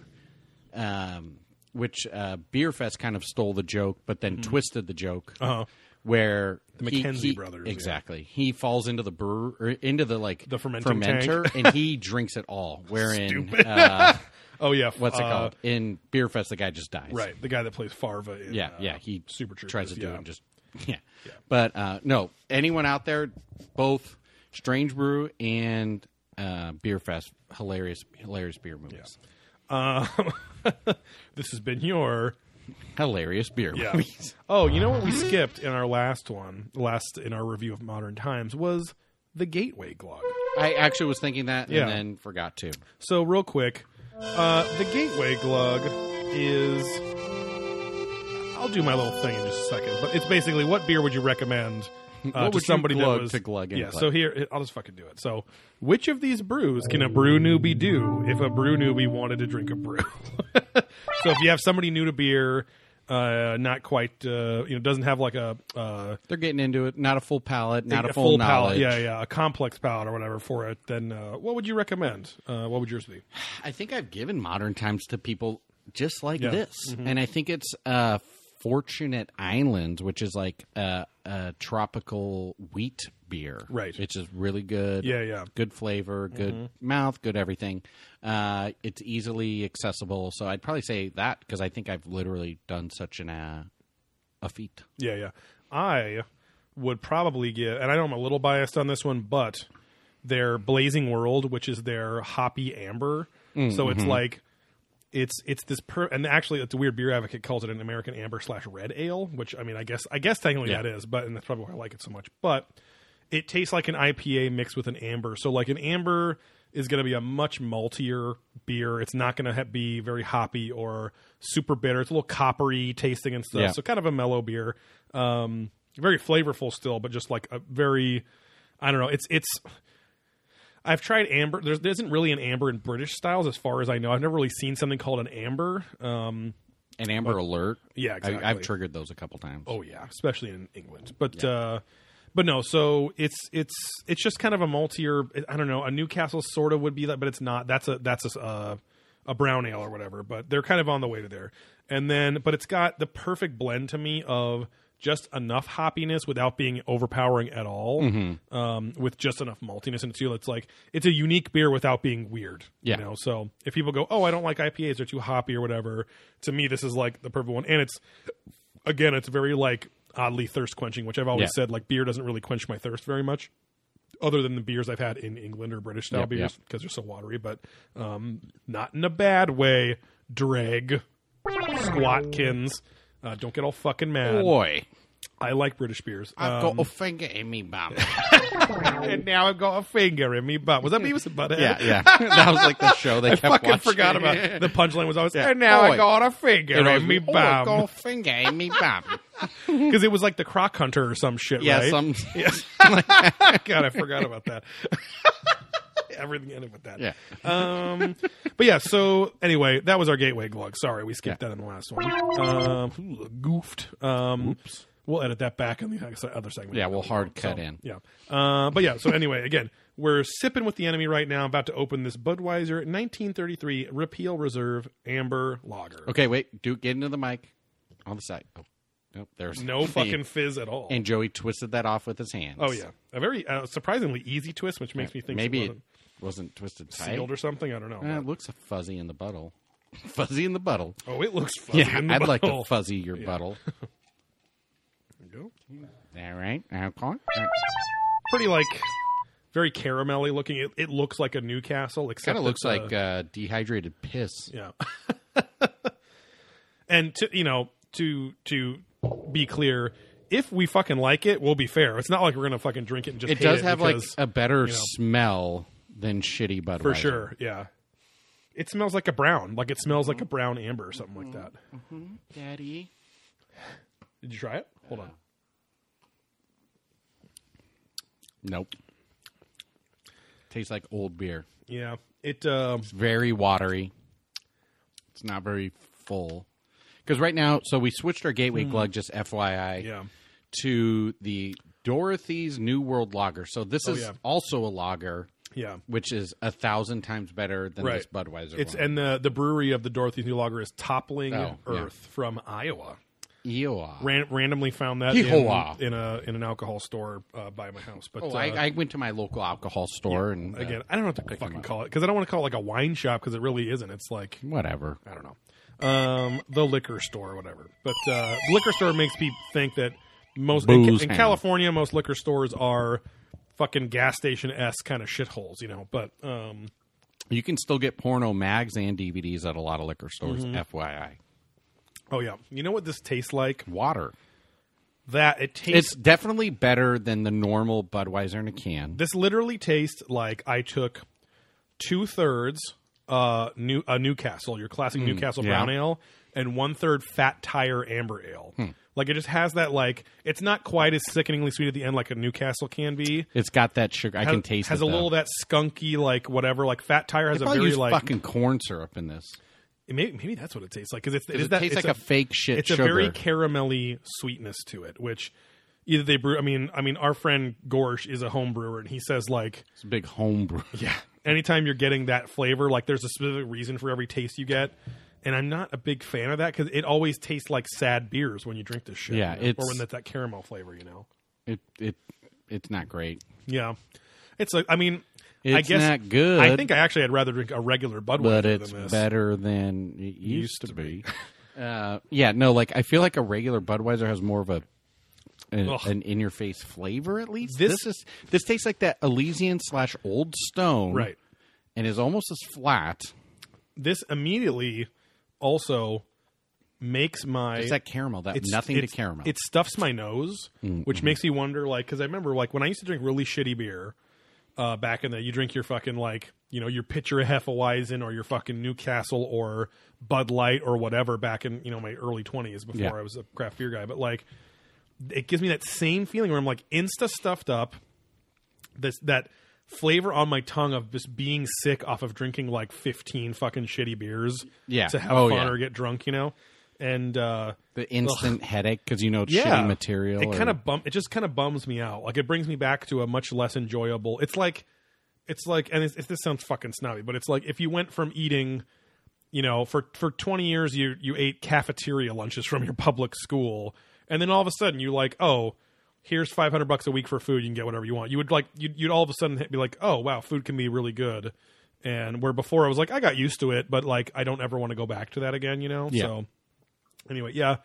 Speaker 3: um, which uh, Beer Fest kind of stole the joke, but then twisted the joke.
Speaker 1: Mm-hmm. Uh-huh.
Speaker 3: Where the
Speaker 1: McKenzie brothers, yeah.
Speaker 3: exactly. He falls into the brewer, or into the like
Speaker 1: The fermenting tank.
Speaker 3: fermenter, and he drinks it all. Wherein,
Speaker 1: Stupid.
Speaker 3: uh,
Speaker 1: oh yeah,
Speaker 3: what's it
Speaker 1: uh,
Speaker 3: called? In Beer Fest, the guy just dies.
Speaker 1: Right, the guy that plays Farva. In,
Speaker 3: Yeah,
Speaker 1: uh,
Speaker 3: yeah. He
Speaker 1: Super Troopers,
Speaker 3: tries to do
Speaker 1: yeah.
Speaker 3: it and just yeah. But uh, no, anyone out there, both Strange Brew and uh, Beer Fest, hilarious, hilarious beer movies,
Speaker 1: this has been your
Speaker 3: hilarious beer
Speaker 1: Yeah.
Speaker 3: movies.
Speaker 1: Oh, you know what we skipped in our last one, last in our review of Modern Times was the Gateway Glug.
Speaker 3: I actually was thinking that and
Speaker 1: Yeah.
Speaker 3: then forgot to.
Speaker 1: So real quick, uh, the Gateway Glug is. I'll do my little thing in just a second, but it's basically what beer would you recommend uh,
Speaker 3: What
Speaker 1: to
Speaker 3: would you
Speaker 1: somebody
Speaker 3: glug
Speaker 1: that was
Speaker 3: to glug in
Speaker 1: Yeah,
Speaker 3: glug?
Speaker 1: so here I'll just fucking do it. So, which of these brews can a brew newbie do if a brew newbie wanted to drink a brew? so if you have somebody new to beer, uh, not quite, uh, you know, doesn't have like a. Uh,
Speaker 3: They're getting into it. Not a full palate. Not a,
Speaker 1: a
Speaker 3: full,
Speaker 1: palate,
Speaker 3: knowledge.
Speaker 1: yeah, yeah, a complex palate or whatever for it. Then, uh, what would you recommend? Uh, what would yours be?
Speaker 3: I think I've given modern times to people just like
Speaker 1: Yeah. Mm-hmm.
Speaker 3: this, and I think it's uh, Fortunate Islands, which is like a, a tropical wheat beer,
Speaker 1: Right.
Speaker 3: Which is really good.
Speaker 1: Yeah, yeah. Mm-hmm.
Speaker 3: Good flavor, good mouth, good everything. Uh, it's easily accessible, so I'd probably say that because I think I've literally done such an uh, a feat.
Speaker 1: Yeah, yeah. I would probably give, and I know I'm a little biased on this one, but their Blazing World, which is their hoppy amber. So it's like it's it's this per, and actually it's a weird beer advocate calls it an American amber slash red ale, which I mean I guess I guess technically
Speaker 3: Yeah.
Speaker 1: that is, but and that's probably why I like it so much. But it tastes like an IPA mixed with an amber. So like an amber is going to be a much maltier beer. It's not going to ha- be very hoppy or super bitter. It's a little coppery tasting and stuff.
Speaker 3: Yeah.
Speaker 1: So kind of a mellow beer. Um, very flavorful still, but just like a very I don't know. It's it's I've tried amber. There's, there isn't really an amber in British styles, as far as I know. I've never really seen something called an amber. Um,
Speaker 3: An Amber Alert.
Speaker 1: Yeah,
Speaker 3: I, I've
Speaker 1: exactly.
Speaker 3: triggered those a couple times.
Speaker 1: Oh yeah, especially in England. But uh, but no, so it's it's it's just kind of a multi-year. I don't know. A Newcastle sort of would be that, but it's not. That's a that's a uh, a brown ale or whatever. But they're kind of on the way to there. And then, but it's got the perfect blend to me of just enough hoppiness without being overpowering at all, um, with just enough maltiness. And so it's like it's a unique beer without being weird.
Speaker 3: Yeah.
Speaker 1: You know, so if people go, oh, I don't like IPAs; they're too hoppy or whatever. To me, this is like the perfect one, and it's again, it's very like oddly thirst quenching, which I've always
Speaker 3: Yeah.
Speaker 1: said like beer doesn't really quench my thirst very much, other than the beers I've had in England or British style
Speaker 3: Yep,
Speaker 1: beers because they're so watery, but um, not in a bad way. Dreg, Squatkins, uh, don't get all fucking mad.
Speaker 3: boy,
Speaker 1: I like British beers. Um,
Speaker 3: I've got a finger in me bum.
Speaker 1: and now I've got a finger in me butt. Was that Beavis and Butthead?
Speaker 3: yeah, yeah. That was like the show
Speaker 1: I
Speaker 3: they kept
Speaker 1: fucking
Speaker 3: watching.
Speaker 1: forgot about it. the punchline was always and now I
Speaker 3: Oi.
Speaker 1: got a finger
Speaker 3: It was
Speaker 1: in me
Speaker 3: Oh, I've got
Speaker 1: bum
Speaker 3: a finger in me bum.
Speaker 1: because it was like the croc hunter or some shit
Speaker 3: Yeah,
Speaker 1: right
Speaker 3: some.
Speaker 1: God, I forgot about that. Everything ended with that.
Speaker 3: Yeah.
Speaker 1: Um, but yeah, so anyway, that was our gateway glug. Sorry, we skipped that in the last one. Um, ooh, goofed. Um, We'll edit that back in the other segment.
Speaker 3: Yeah, we'll hard cut in.
Speaker 1: Yeah. Uh, but yeah, so anyway, again, we're sipping with the enemy right now, about to open this Budweiser 1933 Repeal Reserve Amber Lager.
Speaker 3: Okay, wait. Duke, get into the mic on the side. Oh, nope. There's
Speaker 1: No fucking fizz at all.
Speaker 3: And Joey twisted that off with his hands.
Speaker 1: oh, yeah. A very uh, surprisingly easy twist, which makes me think
Speaker 3: Maybe
Speaker 1: it
Speaker 3: it
Speaker 1: wasn't
Speaker 3: wasn't twisted tight.
Speaker 1: sealed or something. I don't know.
Speaker 3: Eh, it looks fuzzy in the buttle. Fuzzy in the buttle.
Speaker 1: Oh, it looks fuzzy.
Speaker 3: Yeah,
Speaker 1: in the
Speaker 3: I'd like to
Speaker 1: bottle.
Speaker 3: fuzzy your buttle.
Speaker 1: There you go.
Speaker 3: All right. Okay.
Speaker 1: Pretty like very caramelly looking. It, it looks like a Newcastle, except
Speaker 3: Kind of looks
Speaker 1: it's, uh,
Speaker 3: like uh, dehydrated piss.
Speaker 1: yeah. and to you know to to be clear, if we fucking like it, we'll be fair. It's not like we're gonna fucking drink it and just
Speaker 3: It
Speaker 1: hate
Speaker 3: does have like
Speaker 1: because-
Speaker 3: a better
Speaker 1: know.
Speaker 3: smell than shitty Budweiser.
Speaker 1: for sure. Yeah, it smells like a brown. Like it smells like a brown amber or something like that.
Speaker 3: Daddy.
Speaker 1: Did you try it? Hold on.
Speaker 3: Nope. Tastes like old beer.
Speaker 1: Yeah, it. Um,
Speaker 3: very watery. It's not very full. Because right now, so we switched our gateway glug, just FYI,
Speaker 1: Hmm. yeah.
Speaker 3: to the Dorothy's New World Lager. So this is
Speaker 1: Oh, yeah.
Speaker 3: also a lager,
Speaker 1: Yeah.
Speaker 3: which is a thousand times better than
Speaker 1: Right.
Speaker 3: this Budweiser.
Speaker 1: It's
Speaker 3: one.
Speaker 1: and the the brewery of the Dorothy's New Lager is Toppling
Speaker 3: Oh, yeah.
Speaker 1: Earth from Iowa.
Speaker 3: Iowa.
Speaker 1: Ran- randomly found that
Speaker 3: Yeehaw.
Speaker 1: in, in a in an alcohol store uh, by my house. But
Speaker 3: oh,
Speaker 1: uh,
Speaker 3: I, I went to my local alcohol store and uh,
Speaker 1: again, I don't know what to fucking call it because I don't want to call it like a wine shop because it really isn't. It's like
Speaker 3: whatever.
Speaker 1: I don't know, um, the liquor store or whatever. But uh, the liquor store makes me think that most in,
Speaker 3: Booze
Speaker 1: in
Speaker 3: hound.
Speaker 1: California, most liquor stores are fucking gas station s kind of shitholes, you know. But um,
Speaker 3: You can still get porno mags and DVDs at a lot of liquor stores.
Speaker 1: Mm-hmm.
Speaker 3: FYI,
Speaker 1: oh yeah, you know what this tastes like?
Speaker 3: water.
Speaker 1: That it tastes
Speaker 3: It's definitely better than the normal Budweiser in a can.
Speaker 1: This literally tastes like I took two thirds uh, new a Newcastle, your classic Newcastle
Speaker 3: Hmm, yeah.
Speaker 1: brown ale, and one third Fat Tire Amber Ale.
Speaker 3: Hmm.
Speaker 1: Like it just has that like it's not quite as sickeningly sweet at the end like a Newcastle can be.
Speaker 3: It's got that sugar. I can
Speaker 1: Has-
Speaker 3: taste.
Speaker 1: has
Speaker 3: it,
Speaker 1: a
Speaker 3: though.
Speaker 1: little of that skunky like whatever like Fat Tire has a
Speaker 3: Probably
Speaker 1: very
Speaker 3: use
Speaker 1: like
Speaker 3: fucking corn syrup in this.
Speaker 1: maybe, maybe that's what it tastes like because it's it
Speaker 3: It,
Speaker 1: is that
Speaker 3: tastes
Speaker 1: it's
Speaker 3: like a, fake shit
Speaker 1: it's
Speaker 3: sugar.
Speaker 1: a very caramelly sweetness to it, which either they brew. I mean, I mean, our friend Gorsh is a home brewer and he says like
Speaker 3: it's a big homebrew.
Speaker 1: Yeah. Anytime you're getting that flavor, like there's a specific reason for every taste you get. And I'm not a big fan of that because it always tastes like sad beers when you drink this shit.
Speaker 3: Yeah,
Speaker 1: you know?
Speaker 3: it's-
Speaker 1: or when that's that caramel flavor, you know.
Speaker 3: It it it's not great.
Speaker 1: Yeah, it's like I mean, I
Speaker 3: It's
Speaker 1: guess
Speaker 3: not good.
Speaker 1: I think I actually I'd rather drink a regular Budweiser
Speaker 3: but it's
Speaker 1: than this.
Speaker 3: better than it used, to be. uh, yeah, no, like I feel like a regular Budweiser has more of a an,
Speaker 1: Ugh.
Speaker 3: an in your face flavor at least.
Speaker 1: This-
Speaker 3: This, is this tastes like that Elysian slash Old Stone,
Speaker 1: Right.
Speaker 3: And is almost as flat.
Speaker 1: This immediately also makes my
Speaker 3: It's that caramel, that nothing to Mm, caramel.
Speaker 1: It stuffs my nose, which makes me wonder, like, because I remember, like, when I used to drink really shitty beer uh, back in the, you drink your fucking, like, you know, your pitcher of Hefeweizen or your fucking Newcastle or Bud Light or whatever back in, you know, my early 20s before
Speaker 3: Yeah.
Speaker 1: I was a craft beer guy. But, like, it gives me that same feeling where I'm, like, insta stuffed up. This, that flavor on my tongue of just being sick off of drinking like 15 fucking shitty beers
Speaker 3: Yeah.
Speaker 1: to have
Speaker 3: Oh,
Speaker 1: fun
Speaker 3: yeah.
Speaker 1: or get drunk, you know? and uh,
Speaker 3: The instant headache 'cause headache because you know it's
Speaker 1: yeah,
Speaker 3: shitty material.
Speaker 1: It
Speaker 3: or-
Speaker 1: kind of bum. It just kind of bums me out. Like it brings me back to a much less enjoyable. It's like, it's like, and it's, this sounds fucking snobby, but it's like if you went from eating, you know, for for twenty years you you ate cafeteria lunches from your public school, and then all of a sudden you like, oh, here's five hundred bucks a week for food. You can get whatever you want. You would like you'd, you'd all of a sudden be like, oh wow, food can be really good. And where before I was like, I got used to it, but like I don't ever want to go back to that again. You know,
Speaker 3: Yeah.
Speaker 1: so anyway, yeah,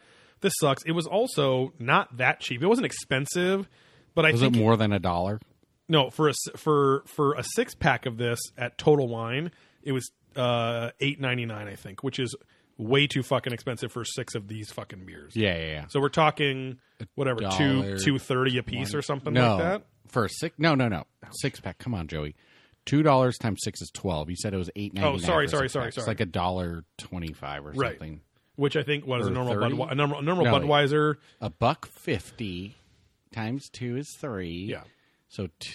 Speaker 1: this sucks. It was also not that cheap. It wasn't expensive, but I
Speaker 3: was it
Speaker 1: think
Speaker 3: more than a dollar?
Speaker 1: no for a s- for for a six pack of this at Total Wine, it was uh eight ninety nine, I think, which is way too fucking expensive for six of these fucking beers.
Speaker 3: Yeah, yeah, yeah.
Speaker 1: So we're talking whatever two
Speaker 3: dollar,
Speaker 1: two thirty a piece or something
Speaker 3: no,
Speaker 1: like that.
Speaker 3: for a six? No, no, no. Six pack. Come on, Joey. Two dollars times six is twelve. You said it was eight ninety nine.
Speaker 1: Oh, sorry, sorry, sorry,
Speaker 3: It's
Speaker 1: sorry.
Speaker 3: like a dollar twenty five or
Speaker 1: Right.
Speaker 3: something.
Speaker 1: Which I think was a
Speaker 3: Or
Speaker 1: normal
Speaker 3: 30?
Speaker 1: Budwe- a normal, a normal
Speaker 3: No, wait.
Speaker 1: Budweiser.
Speaker 3: A buck fifty times two is three.
Speaker 1: Yeah.
Speaker 3: So t-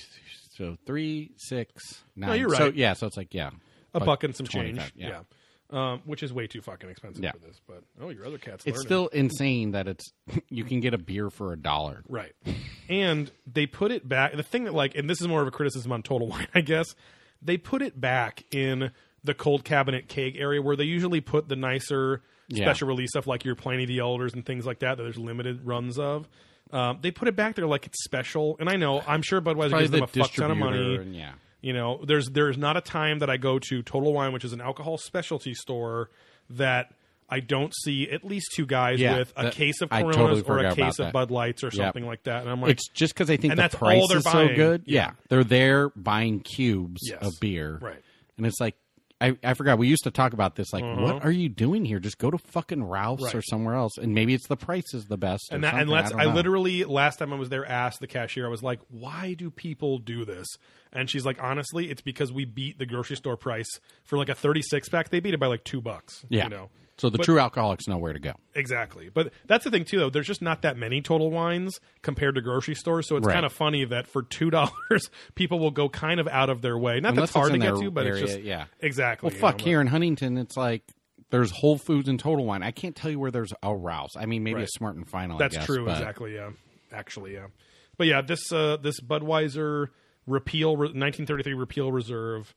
Speaker 3: so three six nine.
Speaker 1: you're
Speaker 3: So
Speaker 1: right.
Speaker 3: yeah. So it's like yeah.
Speaker 1: A buck and some
Speaker 3: 25,
Speaker 1: change, yeah, Um, which is way too fucking expensive
Speaker 3: Yeah.
Speaker 1: for this. But oh, your other cat's
Speaker 3: It's
Speaker 1: learning.
Speaker 3: still insane that it's you can get a beer for a dollar.
Speaker 1: Right. And they put it back. The thing that, like, and this is more of a criticism on Total Wine, I guess, they put it back in the cold cabinet keg area where they usually put the nicer
Speaker 3: Yeah.
Speaker 1: special release stuff like your Pliny the Elders and things like that that there's limited runs of. Um, they put it back there like it's special. And I know, I'm sure Budweiser
Speaker 3: Probably
Speaker 1: gives them
Speaker 3: the
Speaker 1: a fuck ton of money.
Speaker 3: distributor and yeah.
Speaker 1: You know, there's there's not a time that I go to Total Wine, which is an alcohol specialty store, that I don't see at least two guys
Speaker 3: Yeah,
Speaker 1: with a
Speaker 3: that-
Speaker 1: case of
Speaker 3: I
Speaker 1: Coronas
Speaker 3: totally
Speaker 1: or a
Speaker 3: forgot about
Speaker 1: case of
Speaker 3: that.
Speaker 1: Bud Lights or something like that. And I'm like,
Speaker 3: It's just because they think
Speaker 1: And
Speaker 3: the
Speaker 1: that's all
Speaker 3: price
Speaker 1: they're
Speaker 3: is so
Speaker 1: buying.
Speaker 3: good.
Speaker 1: Yeah.
Speaker 3: Yeah. they're there buying cubes
Speaker 1: Yes.
Speaker 3: of beer,
Speaker 1: Right.
Speaker 3: And it's like I, I forgot we used to talk about this. Like, what are you doing here? Just go to fucking Ralph's
Speaker 1: Uh-huh. Right.
Speaker 3: or somewhere else, and maybe it's the price is the best.
Speaker 1: and
Speaker 3: or
Speaker 1: that,
Speaker 3: something.
Speaker 1: and let's,
Speaker 3: don't
Speaker 1: I,
Speaker 3: know.
Speaker 1: literally last time I was there asked the cashier, I was like, why do people do this? And she's like, honestly, it's because we beat the grocery store price for like a 36 pack. They beat it by like two bucks.
Speaker 3: yeah.
Speaker 1: You know?
Speaker 3: so the true alcoholics know where to go.
Speaker 1: Exactly. But that's the thing too though, there's just not that many total wines compared to grocery stores, so it's
Speaker 3: Right.
Speaker 1: kind of funny that for two dollars people will go kind of out of their way. Not
Speaker 3: Unless
Speaker 1: that it's hard
Speaker 3: it's in
Speaker 1: to get
Speaker 3: their
Speaker 1: to, but
Speaker 3: area,
Speaker 1: it's just
Speaker 3: yeah.
Speaker 1: Exactly.
Speaker 3: Well,
Speaker 1: you
Speaker 3: fuck
Speaker 1: know, but-
Speaker 3: here in Huntington, it's like there's Whole Foods and Total Wine. I can't tell you where there's a Ralph's. I mean, maybe a
Speaker 1: Right.
Speaker 3: Smart and Final. I
Speaker 1: That's
Speaker 3: guess,
Speaker 1: true.
Speaker 3: but-
Speaker 1: Exactly. Yeah. Actually, yeah. But yeah, this uh, this Budweiser repeal, re- 1933 repeal reserve,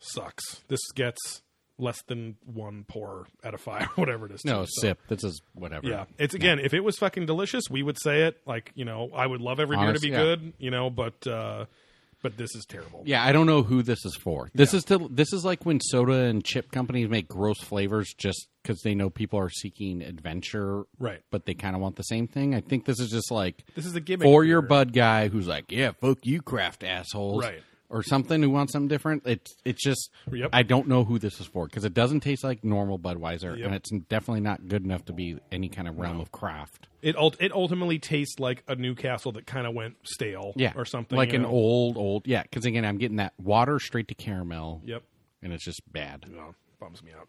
Speaker 1: sucks. This gets less than one pour out of five, whatever it is.
Speaker 3: No,
Speaker 1: too, so-
Speaker 3: sip. This is whatever.
Speaker 1: Yeah, it's again. If it was fucking delicious, we would say it. Like you know, I would love every beer to
Speaker 3: Honest-
Speaker 1: be
Speaker 3: yeah.
Speaker 1: good. You know, but uh, but this is terrible.
Speaker 3: Yeah, I don't know who this is for. This is to, this is like when soda and chip companies make gross flavors just because they know people are seeking adventure,
Speaker 1: Right.
Speaker 3: But they kind of want the same thing. I think this is just like
Speaker 1: This is a gimmick
Speaker 3: for your
Speaker 1: beer.
Speaker 3: bud guy who's like, yeah, fuck you, craft assholes,
Speaker 1: Right.
Speaker 3: Or something who wants something different. It's it's just
Speaker 1: Yep.
Speaker 3: I don't know who this is for because it doesn't taste like normal Budweiser
Speaker 1: Yep.
Speaker 3: and it's definitely not good enough to be any kind of realm of craft.
Speaker 1: It ult- it ultimately tastes like a Newcastle that kind of went stale.
Speaker 3: Yeah,
Speaker 1: or something
Speaker 3: like
Speaker 1: you
Speaker 3: an
Speaker 1: know?
Speaker 3: old old yeah. Because again, I'm getting that water straight to caramel.
Speaker 1: Yep.
Speaker 3: and it's just bad.
Speaker 1: No, bums me out.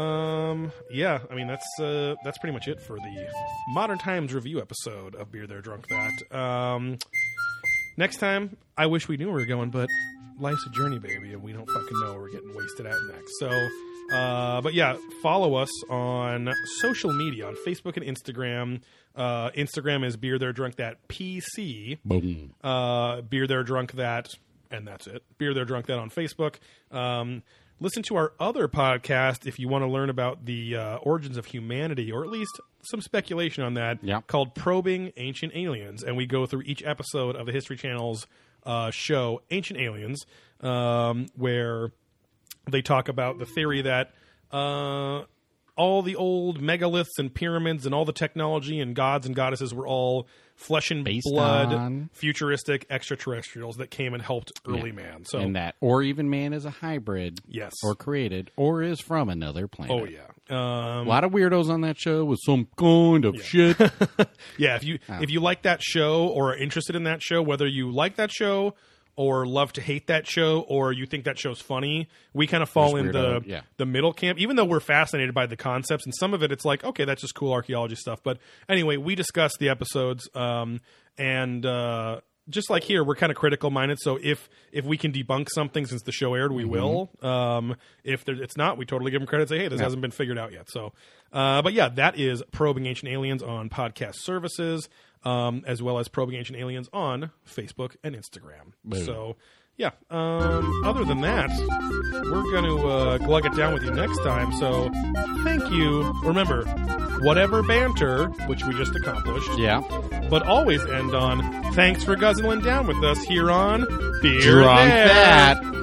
Speaker 1: Um, yeah, I mean that's uh, that's pretty much it for the modern times review episode of Beer There Drunk That. Um, next time, I wish we knew where we were going, but life's a journey, baby, and we don't fucking know where we're getting wasted at next. So, uh, but yeah, follow us on social media on Facebook and Instagram. Uh, Instagram is Beer There Drunk That PC
Speaker 3: Boom.
Speaker 1: uh, beer there drunk that and that's it beer there drunk that on facebook um, listen to our other podcast if you want to learn about the uh, origins of humanity or at least some speculation on that
Speaker 3: Yeah.
Speaker 1: called probing ancient aliens and we go through each episode of the history channel's uh, show ancient aliens um, where they talk about the theory that uh, all the old megaliths and pyramids and all the technology and gods and goddesses were all flesh and
Speaker 3: Based
Speaker 1: blood,
Speaker 3: on-
Speaker 1: futuristic extraterrestrials that came and helped early man. So,
Speaker 3: and that, or even man is a hybrid,
Speaker 1: yes.
Speaker 3: or created, or is from another planet.
Speaker 1: oh, yeah. Um,
Speaker 3: a lot of weirdos on that show with some kind of shit.
Speaker 1: yeah, if you
Speaker 3: Oh.
Speaker 1: if you like that show or are interested in that show, whether you like that show or love to hate that show or you think that show's funny, we kind of fall
Speaker 3: There's
Speaker 1: in the
Speaker 3: weirdo, yeah.
Speaker 1: the middle camp. Even though we're fascinated by the concepts and some of it, it's like okay, that's just cool archaeology stuff. But anyway, we discuss the episodes um, and. Uh, just like here, we're kind of critical minded. So if if we can debunk something since the show aired, we will. Um, if there, it's not, we totally give them credit. Say, hey, this hasn't been figured out yet. So, uh, but yeah, that is probing ancient aliens on podcast services, um, as well as probing ancient aliens on Facebook and Instagram. So. Yeah. Um, other than that, we're going to uh, glug it down with you next time. So, thank you. Remember, whatever banter, which we just accomplished,
Speaker 3: Yeah.
Speaker 1: but always end on thanks for guzzling down with us here on Beer
Speaker 3: Drunk
Speaker 1: There.
Speaker 3: that.